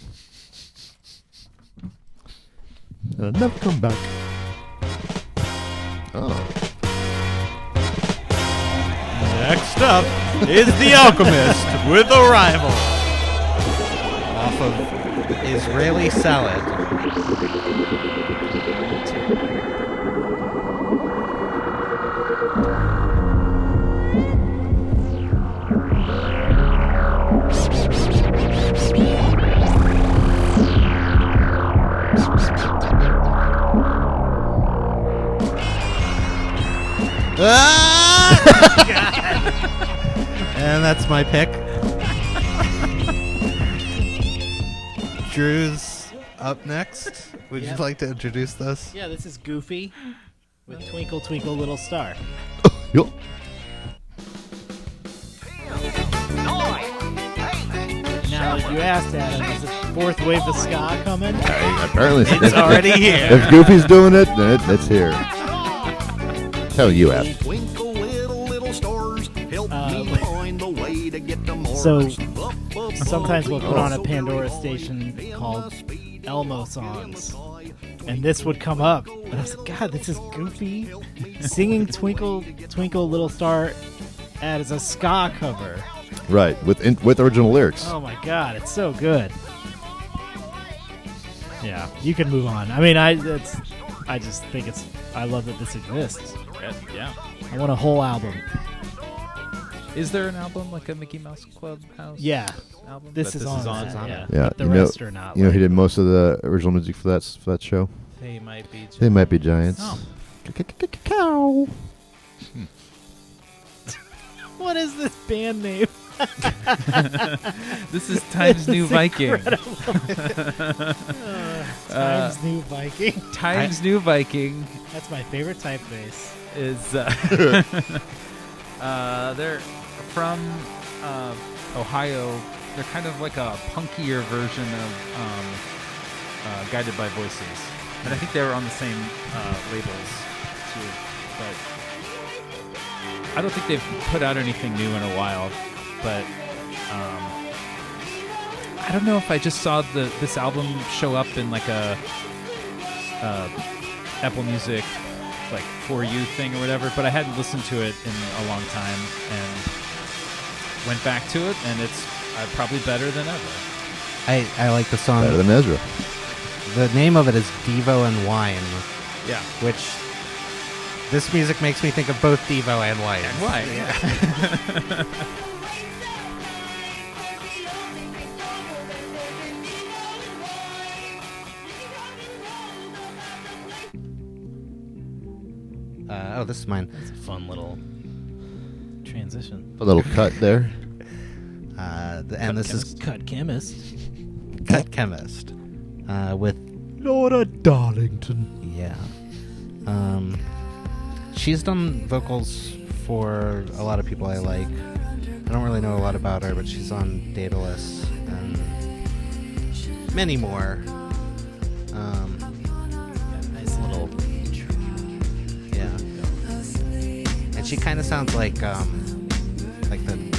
Uh, never come back. Oh.
Next up is The Alchemist with Arrival.
Off of Israeli salad.
Ah!
and that's my pick. Drew's up next. Would
Yeah.
you like to introduce this?
Yeah, this is Goofy with Twinkle Twinkle Little Star. Now, you asked Adam, is the fourth wave of ska coming?
Hey, apparently,
It's already here.
If Goofy's doing it, then it, it's here. Tell you, Ab.
Uh, So sometimes we'll put on a Pandora station called Elmo songs, and this would come up, and I was like, God, this is goofy, singing "Twinkle Twinkle Little Star" as a ska cover.
Right with in, with original lyrics.
Oh my God, it's so good. Yeah, you can move on. I mean, I it's, I just think it's I love that this exists.
Yeah.
I want a whole album.
Is there an album like a Mickey Mouse Club house?
Yeah.
Album?
This is on that, yeah. But the
you know,
rest are not,
You know, he did most of the original music for that for that show.
They Might Be
They might be giants.
Oh.
Cow.
What is this band name?
This *laughs* is Times New
It's
Viking.
incredible. Uh, Times
Uh,
New Viking. *laughs*
Times New Viking
That's my favorite typeface.
is uh, *laughs* uh, they're from uh, Ohio. They're kind of like a punkier version of um, uh, Guided by Voices, and I think they were on the same uh, labels too. But I don't think they've put out anything new in a while. But um, I don't know if I just saw the this album show up in like a uh, Apple Music like for you thing or whatever, but I hadn't listened to it in a long time and went back to it, and it's uh, probably better than ever.
*laughs* I, I like the song.
Better than Ezra.
The name of it is Devo and Wine.
Yeah.
Which this music makes me think of both Devo and Wine.
Wine, yeah.
uh, oh, this is mine.
It's a fun little transition.
A little cut there.
Uh, the, and this is
Cut Chemist.
Cut Chemist uh, with
Laura Darlington.
Yeah. Um, she's done vocals for a lot of people I like. I don't really know a lot about her, but she's on Daedalus and many more. Um, nice little Yeah. And she kind of sounds like um, like the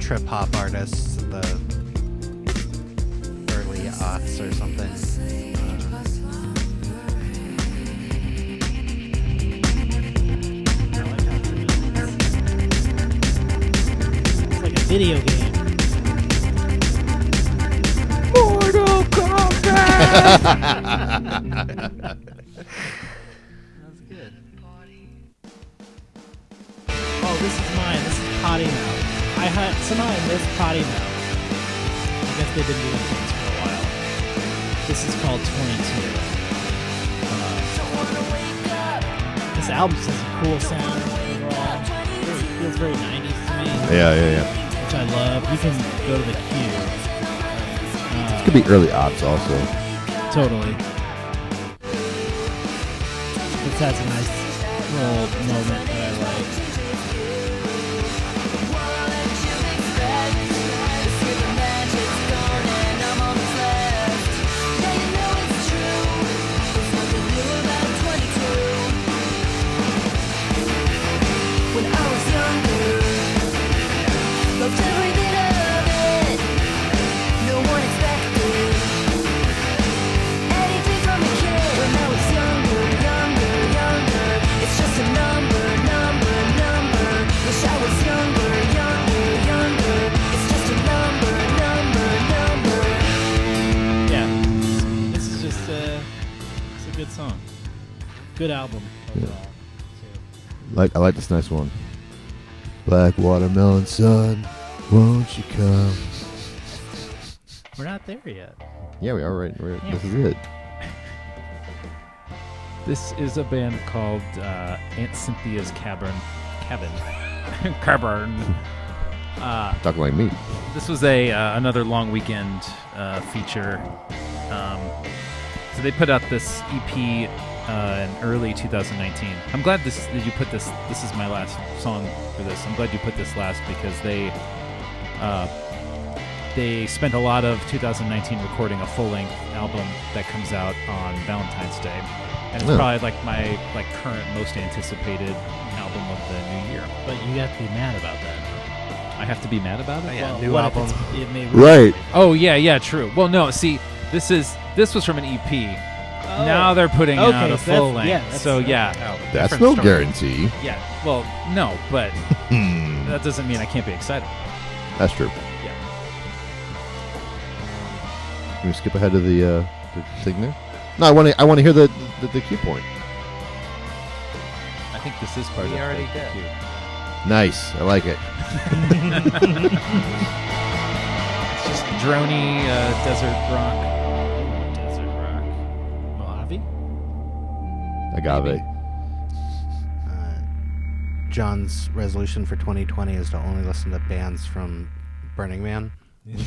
trip hop artists, of the early aughts or something. Uh,
It's like a video game.
Mortal
Kombat! *laughs* Oh, this is mine. This is potty mouth. I had somehow I missed potty mouth. I guess they've been doing things for a while. This is called 22. Uh, this album just has a cool sound overall. Very, feels very 90s to me.
Yeah, yeah, yeah.
Which I love. You can go to the queue. Uh,
This could be early ops also.
Totally. This has a nice little moment that I like.
Yeah.
This is just uh, it's a good song. Good album overall.
Like I like this nice one. Black watermelon sun, won't you come?
We're not there yet.
Yeah, we are right. We're, this is it.
This is a band called uh, Aunt Cynthia's Cabin. Cabin. Cavern. Uh,
Talk like me.
This was a uh, another long weekend uh, feature. Um, so they put out this EP uh, in early 2019. I'm glad this that you put this. This is my last song for this. I'm glad you put this last because they uh, they spent a lot of 2019 recording a full length album that comes out on Valentine's Day, and it's
Oh.
probably like my like current most anticipated album of the new year.
But you have to be mad about that.
I have to be mad about it.
Well, what if it's- It may
Right.
Oh yeah, yeah, true. Well, no, see, this is this was from an EP. Now they're putting
Okay,
out a
so that's-
full length.
yeah, that's-
so yeah,
okay.
That's
different
no
story.
guarantee.
Yeah. Well, no,
*laughs*
but that doesn't mean I can't be excited.
That's true.
Yeah.
Can we skip ahead to the, uh, the thing there? No, I want to. I want to hear the, the the cue point.
I think this is part of
We already
the
did.
Nice. I like it.
It's just drony uh, desert rock. Desert rock.
Mojave?
Agave.
Uh, John's resolution for 2020 is to only listen to bands from Burning Man.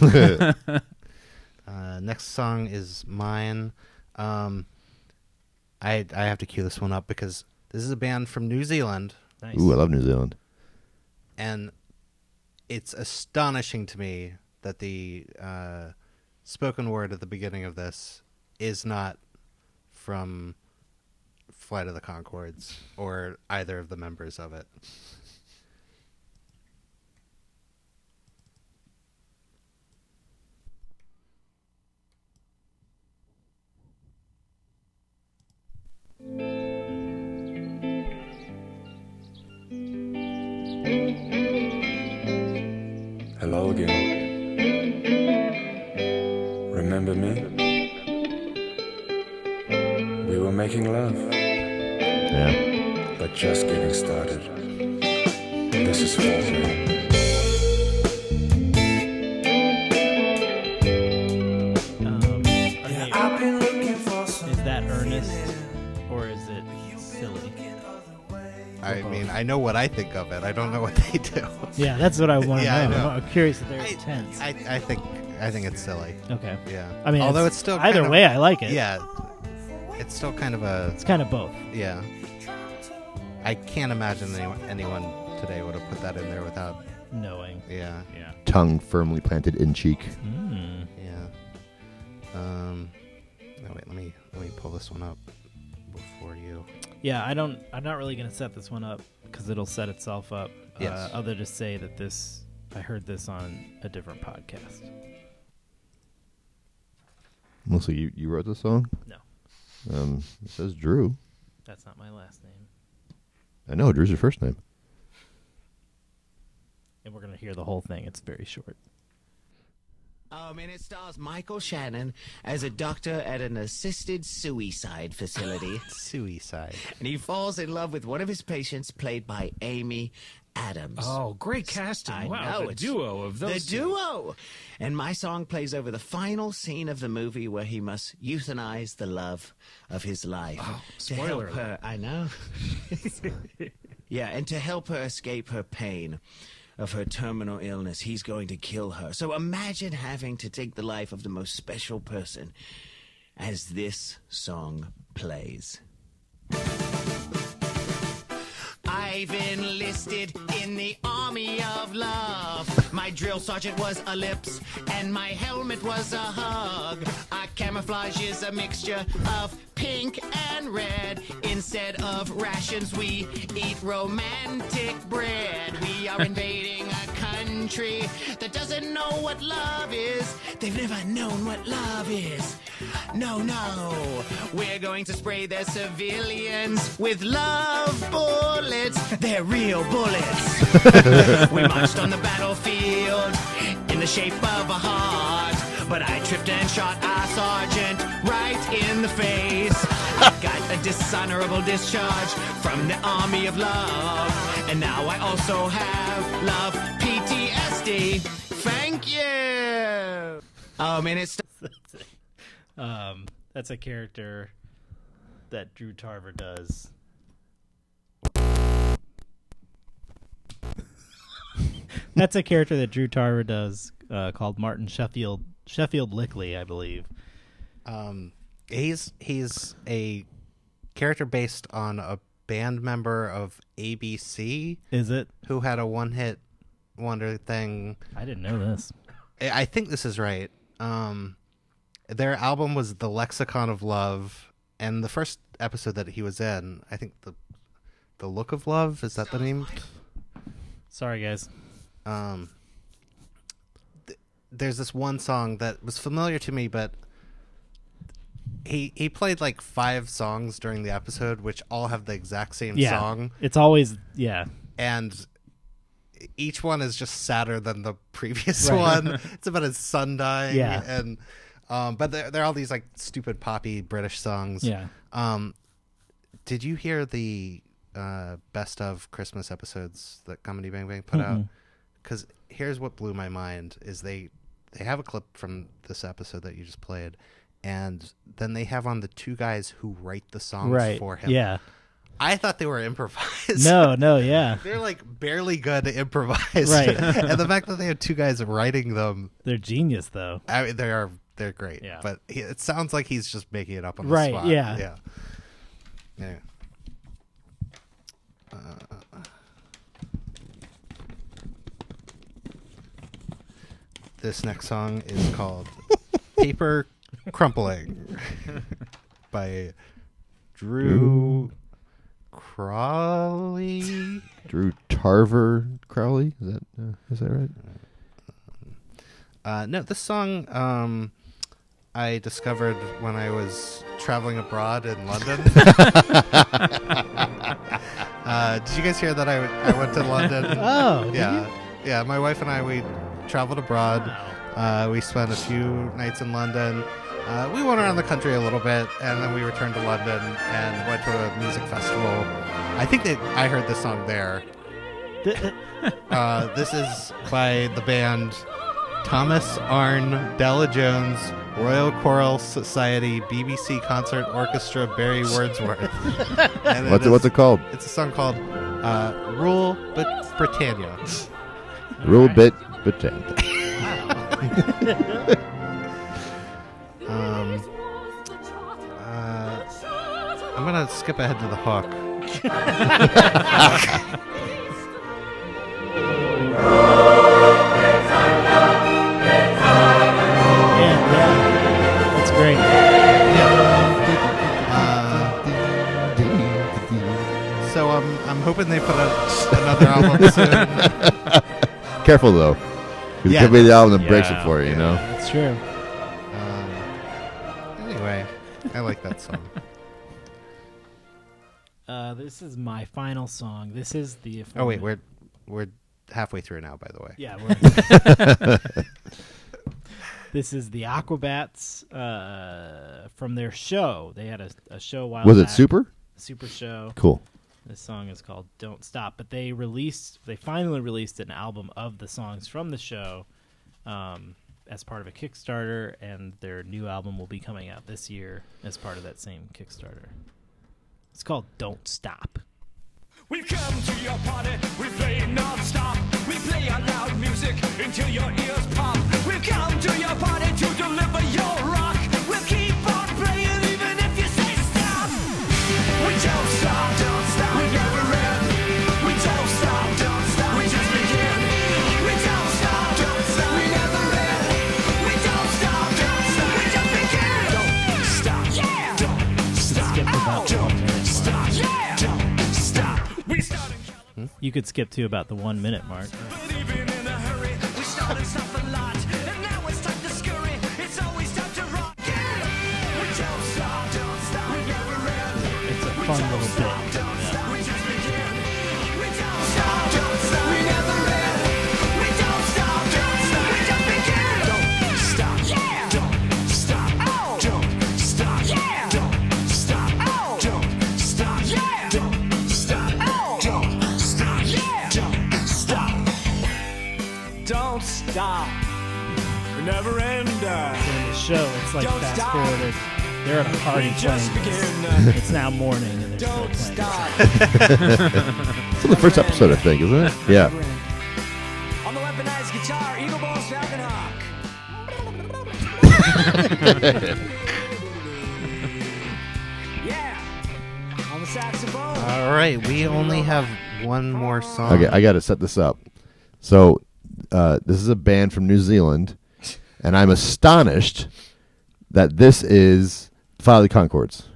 uh, next song is mine. Um, I I have to cue this one up because this is a band from New Zealand,
*laughs* Ooh, I love New Zealand.
and it's astonishing to me that the uh, spoken word at the beginning of this is not from Flight of the Concords or either of the members of it.
Hello again. Remember me? We were making love. Yeah. But just getting started. This is false. man.
Is that earnest or is it silly? Uh-huh.
I mean, I know what I think of it. I don't know *laughs* what they do.
Yeah, that's what I want to
Yeah, I
know.
know.
I'm curious if they're
I-
intense.
I, I think I think it's silly.
Okay.
Yeah.
I mean,
although
it's-
it's, still
either
kind of-
way, I like it.
Yeah. It's still kind of a.
It's kind of both.
Yeah. I can't imagine anyone, anyone today would have put that in there without
Knowing.
Yeah.
Yeah.
Tongue firmly planted in cheek.
Mm.
Yeah. Um, no wait, let me let me pull this one up before you.
Yeah, I don't. I'm not really gonna set this one up because it'll set itself up. Uh,
Yes.
other to say that this, I heard this on a different podcast.
Melissa, you, you wrote the song?
No.
Um, it says Drew.
That's not my last name,
I know Drew's your first name.
and we're gonna hear the whole thing. It's very short.
Um, and it stars Michael Shannon as a doctor at an assisted suicide *gasps* facility. *laughs*
suicide.
And he falls in love with one of his patients, played by Amy Adams.
Oh, great casting.
I
Wow,
know,
the
it's-
duo of those
The
two.
duo! And my song plays over the final scene of the movie where he must euthanize the love of his life. to
Oh, spoiler
help her.
*laughs*
I know. Yeah, and to help her escape her pain of her terminal illness, he's going to kill her. So imagine having to take the life of the most special person as this song plays.
I've enlisted in the army of love.
My drill sergeant was a lips, and my helmet was a hug. Our camouflage is a mixture of pink and red. Instead of rations, we eat romantic bread. We are invading a country that doesn't know what love is. They've never known what love is. No, no. We're going to spray their civilians with love bullets. They're real bullets. we marched on the battlefield in the shape of a heart. But I tripped and shot our sergeant right in the face. I got a dishonorable discharge from the army of love. And now Oh, I also have love PTSD. Thank you. Um, and it's.
Um, that's a character that Drew Tarver does. *laughs* that's a character that Drew Tarver does uh, called Martin Sheffield Sheffield Lickley, I believe.
Um, he's he's a character based on a band member of ABC.
Is it
who had a one hit wonder thing?
I didn't know this.
I I think this is right. Um, their album was The Lexicon of Love, and the first episode that he was in, I think the the Look of Love is that the name?
Sorry, guys.
Um, th- there's this one song that was familiar to me, but he he played like five songs during the episode, which all have the exact same
Yeah,
song.
it's always yeah.
and each one is just sadder than the previous
Right. *laughs*
one. it's about his son dying,
Yeah.
and um, but they're, they're all these like stupid poppy British songs.
Yeah.
Um, did you hear the uh, best of Christmas episodes that Comedy Bang Bang put out?
Mm-mm.
Because here's what blew my mind is they they have a clip from this episode that you just played, and then they have on the two guys who write the songs
Right,
for him.
yeah.
I thought they were improvised.
No, no, yeah.
They're like barely good to improvise.
Right.
*laughs* and the fact that they had two guys writing them.
They're genius though.
I mean, they are they're great.
Yeah.
But he, it sounds like he's just making it up on the
Right,
spot.
yeah.
Yeah. Anyway. Uh, this next song
*laughs*
is called Paper Crumpling by Drew Crawley.
Drew Tarver Crowley. Is that uh, is that right?
Uh, no, this song um, I discovered when I was traveling abroad in London. uh, did you guys hear that I, I went to London?
*laughs* Oh, did
yeah, yeah. My wife and I we traveled abroad. Uh, we spent a few nights in London. Uh, we went around the country a little bit, and then we returned to London and went to a music festival. I think that I heard this song there. *laughs* uh, this is by the band Thomas Arne, Della Jones, Royal Choral Society, BBC Concert Orchestra,
*laughs*
Barry Wordsworth. And
What's it-
is-
what's it called?
It's a song called uh, "Rule But Britannia."
Real bit, but damn.
Um, uh, I'm gonna skip ahead to the hook.
Yeah, yeah. It's
Uh, they put out another album
*laughs*
soon?
Careful though, 'cause
Yeah.
it could be the album that breaks it
Yeah.
for you. You know.
That's true.
anyway, I like that song.
Uh, this is my final song. This is the.
Oh wait, we're we're halfway through now, by the way.
Yeah, we're *laughs* this is the Aquabats uh, from their show. They had a, a show a while.
Was it
back,
Super?
Super show.
Cool.
This song is called "Don't Stop," but they released. They finally released an album of the songs from the show um, as part of a Kickstarter, and their new album will be coming out this year as part of that same Kickstarter. It's called "Don't Stop."
We've come to your party, we play non-stop. We play our loud music until your ears pop. We've come to your party to deliver your rock. We'll keep on playing even if you say stop. We don't stop, don't stop, we never end. We don't stop, don't stop, we just begin. We don't stop, don't stop, we never end. We don't stop, don't stop, we just begin. Don't stop, yeah. Don't stop, oh, don't stop, yeah. Don't stop. We start
You could skip to about the one minute mark.
believing in a hurry. We start and stop a lot. And now it's time to scurry. It's always time to rock. Yeah. We don't stop, don't stop. We never end.
It's a fun little bit.
We just begin. We don't stop, don't stop. We never end. We don't stop, don't stop. We just begin. Don't stop. Yeah. Don't stop. Oh. Don't stop. Yeah. Don't stop. Oh. Don't stop. Yeah. Don't stop. Oh. Don't stop. Yeah. Don't stop.
Don't stop. We never end.
During the show, it's like
Don't
fast
stop.
forwarded. They're at a party
We
playing.
just
this.
begin.
*laughs* It's now morning and they're still
Don't
playing.
it's on the first episode, I think, isn't it? Yeah.
On the weaponized guitar, Eagle Balls Falcon Hawk. On the saxophone.
All right, we only have one more song.
Okay, I got to set this up. So, uh, this is a band from New Zealand, and I'm astonished that this is Flight of the Concords.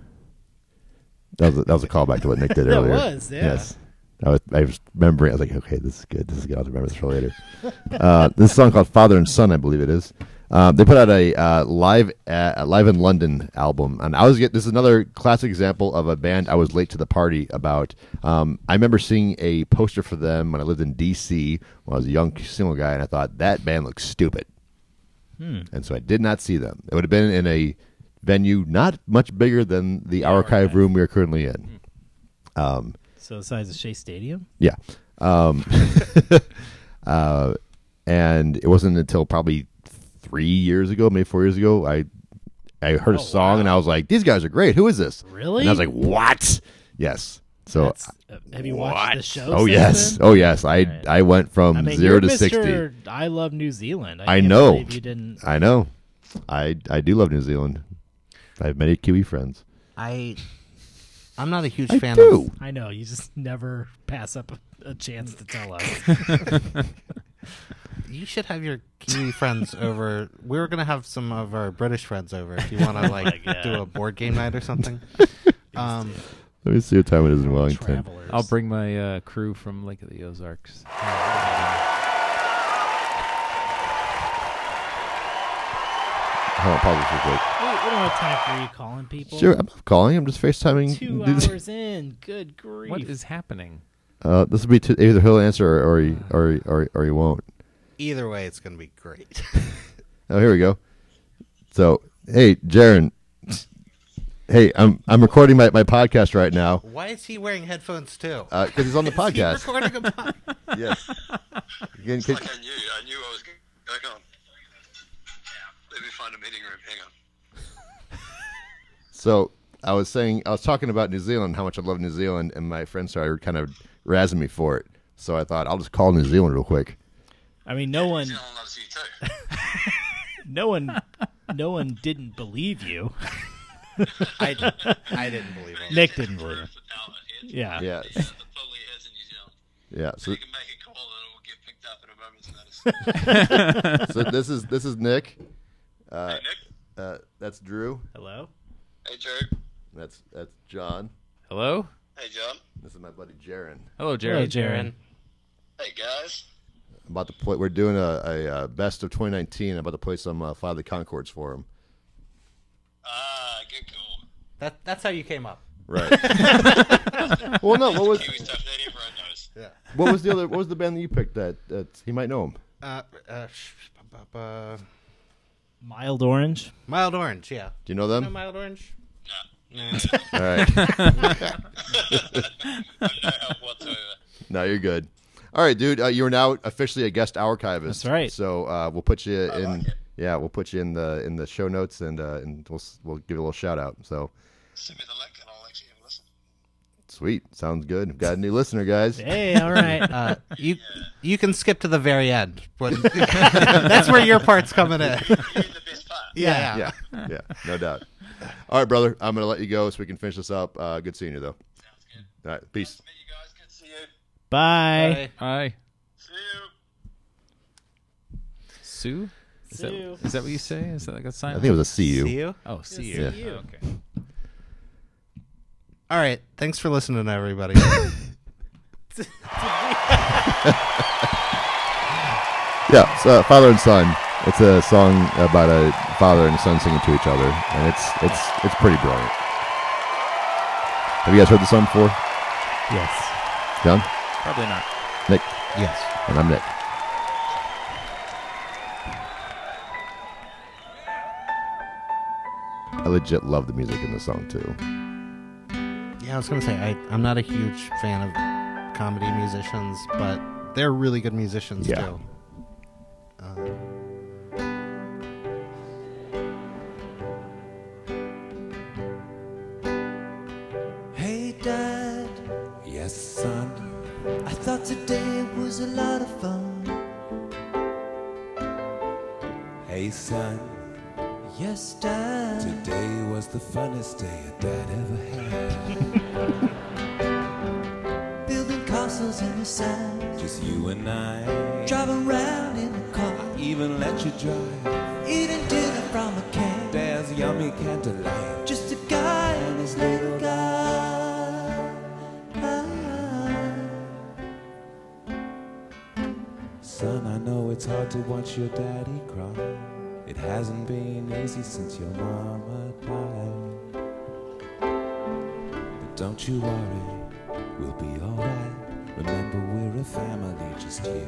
That was a, that was a callback to what Nick
*laughs*
did
That
earlier.
was, yeah.
Yes. I was, I was remembering. I was like, okay, this is good. This is good. I'll remember this for later. uh, this song called "Father and Son," I believe it is. Uh, they put out a uh, live uh, a live in London album, and I was get this is another classic example of a band I was late to the party about. Um, I remember seeing a poster for them when I lived in D.C. when I was a young single guy, and I thought that band looks stupid.
Hmm.
And so I did not see them. It would have been in a venue not much bigger than the, archive, room we are currently in. Um,
So the size of Shea Stadium.
yeah. Um, *laughs* uh, and it wasn't until probably three years ago, maybe four years ago, I I heard a song and I was like, "These guys are great. Who is this?"
Oh, Really?
And I was like, "What?" Yes. So
Uh, have you watched the show?
Oh
since
yes,
then?
oh yes. I I went from
I mean,
zero
you're
to
Mr.
sixty.
I love New Zealand. I,
I,
can't
know.
believe You didn't.
I know. I I do love New Zealand. I have many Kiwi friends.
I I'm not a huge
I
fan
do.
I know. You just *laughs* never pass up a, a chance to tell us.
of You should have your Kiwi friends over. We were going to have some of our British friends over if you want
*laughs*
to like
Oh God.
do a board game night or
*laughs*
something. Um
Let me see what time it is *laughs* in Wellington.
I'll bring my uh, crew from Lake of the Ozarks.
Hold on, pause this real quick.
we, we don't have time for you calling people.
Sure, I'm not calling. I'm just FaceTiming.
Two
*laughs*
hours in. Good grief.
What is happening?
Uh, this will be two, either he'll answer or or he, or, he, or, he, or he won't.
either way it's going to be *laughs* great.
Oh, here we go. So, hey, Jaron. Hey, I'm I'm recording my, my podcast right now
Why is he wearing headphones too?
because he's on the
Is he
podcast.
recording a pod-
yes. Again,
It's
can-
like I knew. I knew I was going on. Let me find a meeting room. Hang on.
So I was saying I was talking about New Zealand, how much I love New Zealand, and my friends started kind of razzing me for it. So I thought I'll just call New Zealand real quick.
I mean, no one. no one. No one didn't believe you.
I, *laughs* I didn't believe him.
Nick didn't believe him. Yeah.
Yeah. Yeah. So, so this is this is Nick. Uh, hey, Nick. Uh, that's Drew.
Hello.
Hey, Drew.
That's that's John.
Hello.
Hey, John.
This is my buddy Jaron.
Hello, Jaron. Hey, Jaron.
About to play, we're doing a, a, uh best of 2019. I'm about to play some uh, Fly the Concords for him.
Ah,
That, that's how you came up.
Right.
*laughs*
*laughs* well, no. What was? Yeah. What was the other? What was the band that you picked? That that he might know him.
Uh, uh, sh- bu- bu- bu-
Mild orange.
Uh, Mild Orange, yeah.
Do you know them?
No, Mild Orange? No.
All right.
*laughs*
*laughs*
uh,
no, you're good. All right, dude. Uh, you're now officially a guest archivist. That's right. So uh, we'll put you in. yeah, we'll put you in the in the show notes, and uh, and we'll s- we'll give you a little shout out. So. Send me the link, and I'll actually listen. Sweet. Sounds good. We've got a new *laughs* listener, guys.
Hey, all right.
*laughs* Uh, you you can skip to the very end. *laughs* When, that's where your part's coming in. Yeah,
yeah, yeah, no doubt. All right, brother, I'm gonna let you go so we can finish this up. Uh, good seeing you, though. Sounds good. All right, peace.
Bye.
Hi. Sue. Is that,
Sue.
is that what you say? Is that like a sign?
I think it was a see you.
See you?
Oh, see
Yeah,
you.
see you.
Oh, okay.
All right. Thanks for listening,
*laughs*
everybody.
Yeah, it's, uh, father and son. It's a song about a father and son singing to each other, and it's it's it's pretty brilliant. Have you guys heard the song before?
Yes.
John,
Probably not.
Nick.
Yes.
And I'm Nick. I legit love the music in the song too.
yeah, I was gonna say I, I'm not a huge fan of comedy musicians, but they're really good musicians
Yeah.
too.
Hey, Dad,
Yes, son.
I thought today was a lot of fun.
Hey, son.
Yes, Dad.
Today was the funnest day a dad ever had.
*laughs* Building castles in the sand,
Just you and I.
driving round in a car,
I even let you drive.
eating dinner from a can.
There's yummy candlelight.
Just a guy and his little guy.
Ah, Son, I know it's hard to watch your daddy cry. It hasn't been easy since your mama died. But don't you worry, we'll be alright. Remember, we're a family, just you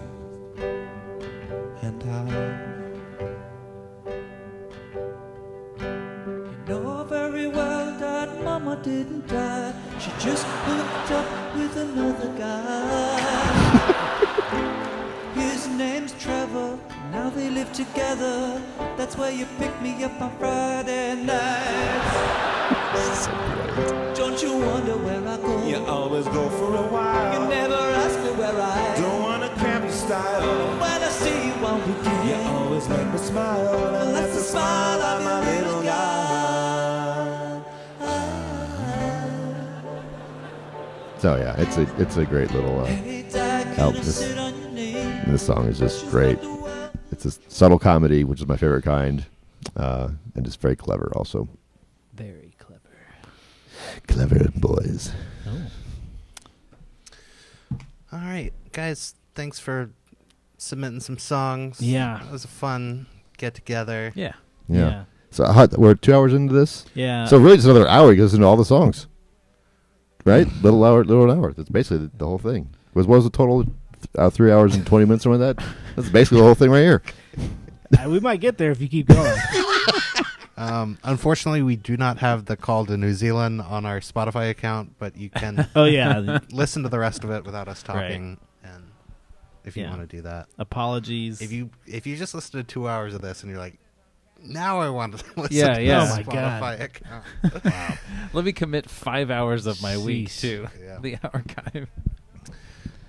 and I.
Know very well that Mama didn't die. She just hooked up with another *laughs* guy. His name's Trevor. Now they live together. That's why you pick me up on Friday nights. Don't you wonder where I go?
You always go for a while.
You never ask me where I
Don't wanna cramp your style.
When I see you, I'm
You always make me smile. And that's the smile of my little guy.
So yeah, it's a it's a great little uh, album. This, and this song is just great. It's a subtle comedy, which is my favorite kind, uh, and it's very clever. Also,
Very clever.
clever boys.
All right, guys. Thanks for submitting some songs.
Yeah.
it was a fun get together.
Yeah.
Yeah. So how, we're two hours into this.
Yeah.
So really, just another hour goes into all the songs,
*laughs*
right? little hour, little hour. That's basically the, the whole thing. Was what was the total? Uh, three hours and twenty minutes, something like that. That's basically the whole thing
*laughs*
right here. *laughs*
Uh, we might get there if you keep going.
Um, unfortunately, we do not have the call to New Zealand on our Spotify account, but
*laughs*
you can. *laughs*
Oh, yeah.
listen to the rest of it without us talking, and if you
Yeah.
want to do that,
Apologies.
if you if you just listen to two hours of this and you're like, now I want to *laughs* listen.
Yeah,
to
yeah.
The
Oh my
Spotify
God. *laughs*
account.
Let me commit five hours of my week
Sheesh.
to *laughs*
Yeah.
the archive.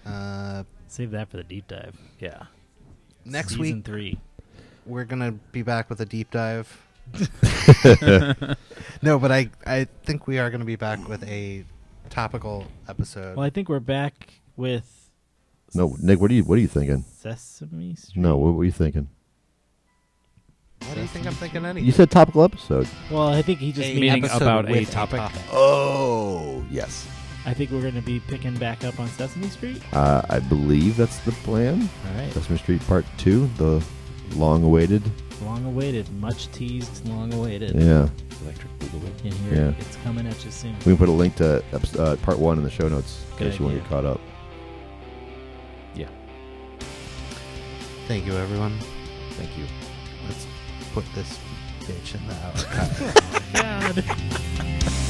Uh,
Save that for the deep dive. Yeah.
Next
Season
week,
three.
We're gonna be back with a deep dive. no, but I I think we are gonna be back with a topical episode.
Well, I think we're back with
No, Nick, what are you what are you thinking?
Sesame Street.
No, what were you thinking?
What do you think I'm thinking? Anything?
You said topical episode.
Well, I think he just
A
means
episode with
topic.
Oh yes.
I think we're going to be picking back up on Sesame Street.
Uh, I believe that's the plan.
All right.
Sesame Street Part Two, the long-awaited.
Long awaited, much teased, long awaited.
Yeah.
Electric Boogaloo. In here,
Yeah.
it's coming at you soon.
We can put a link to eps- uh, Part One in the show notes in
Good
case you want to get caught up.
Thank you, everyone.
Thank you.
Let's put this bitch in the hour.
God.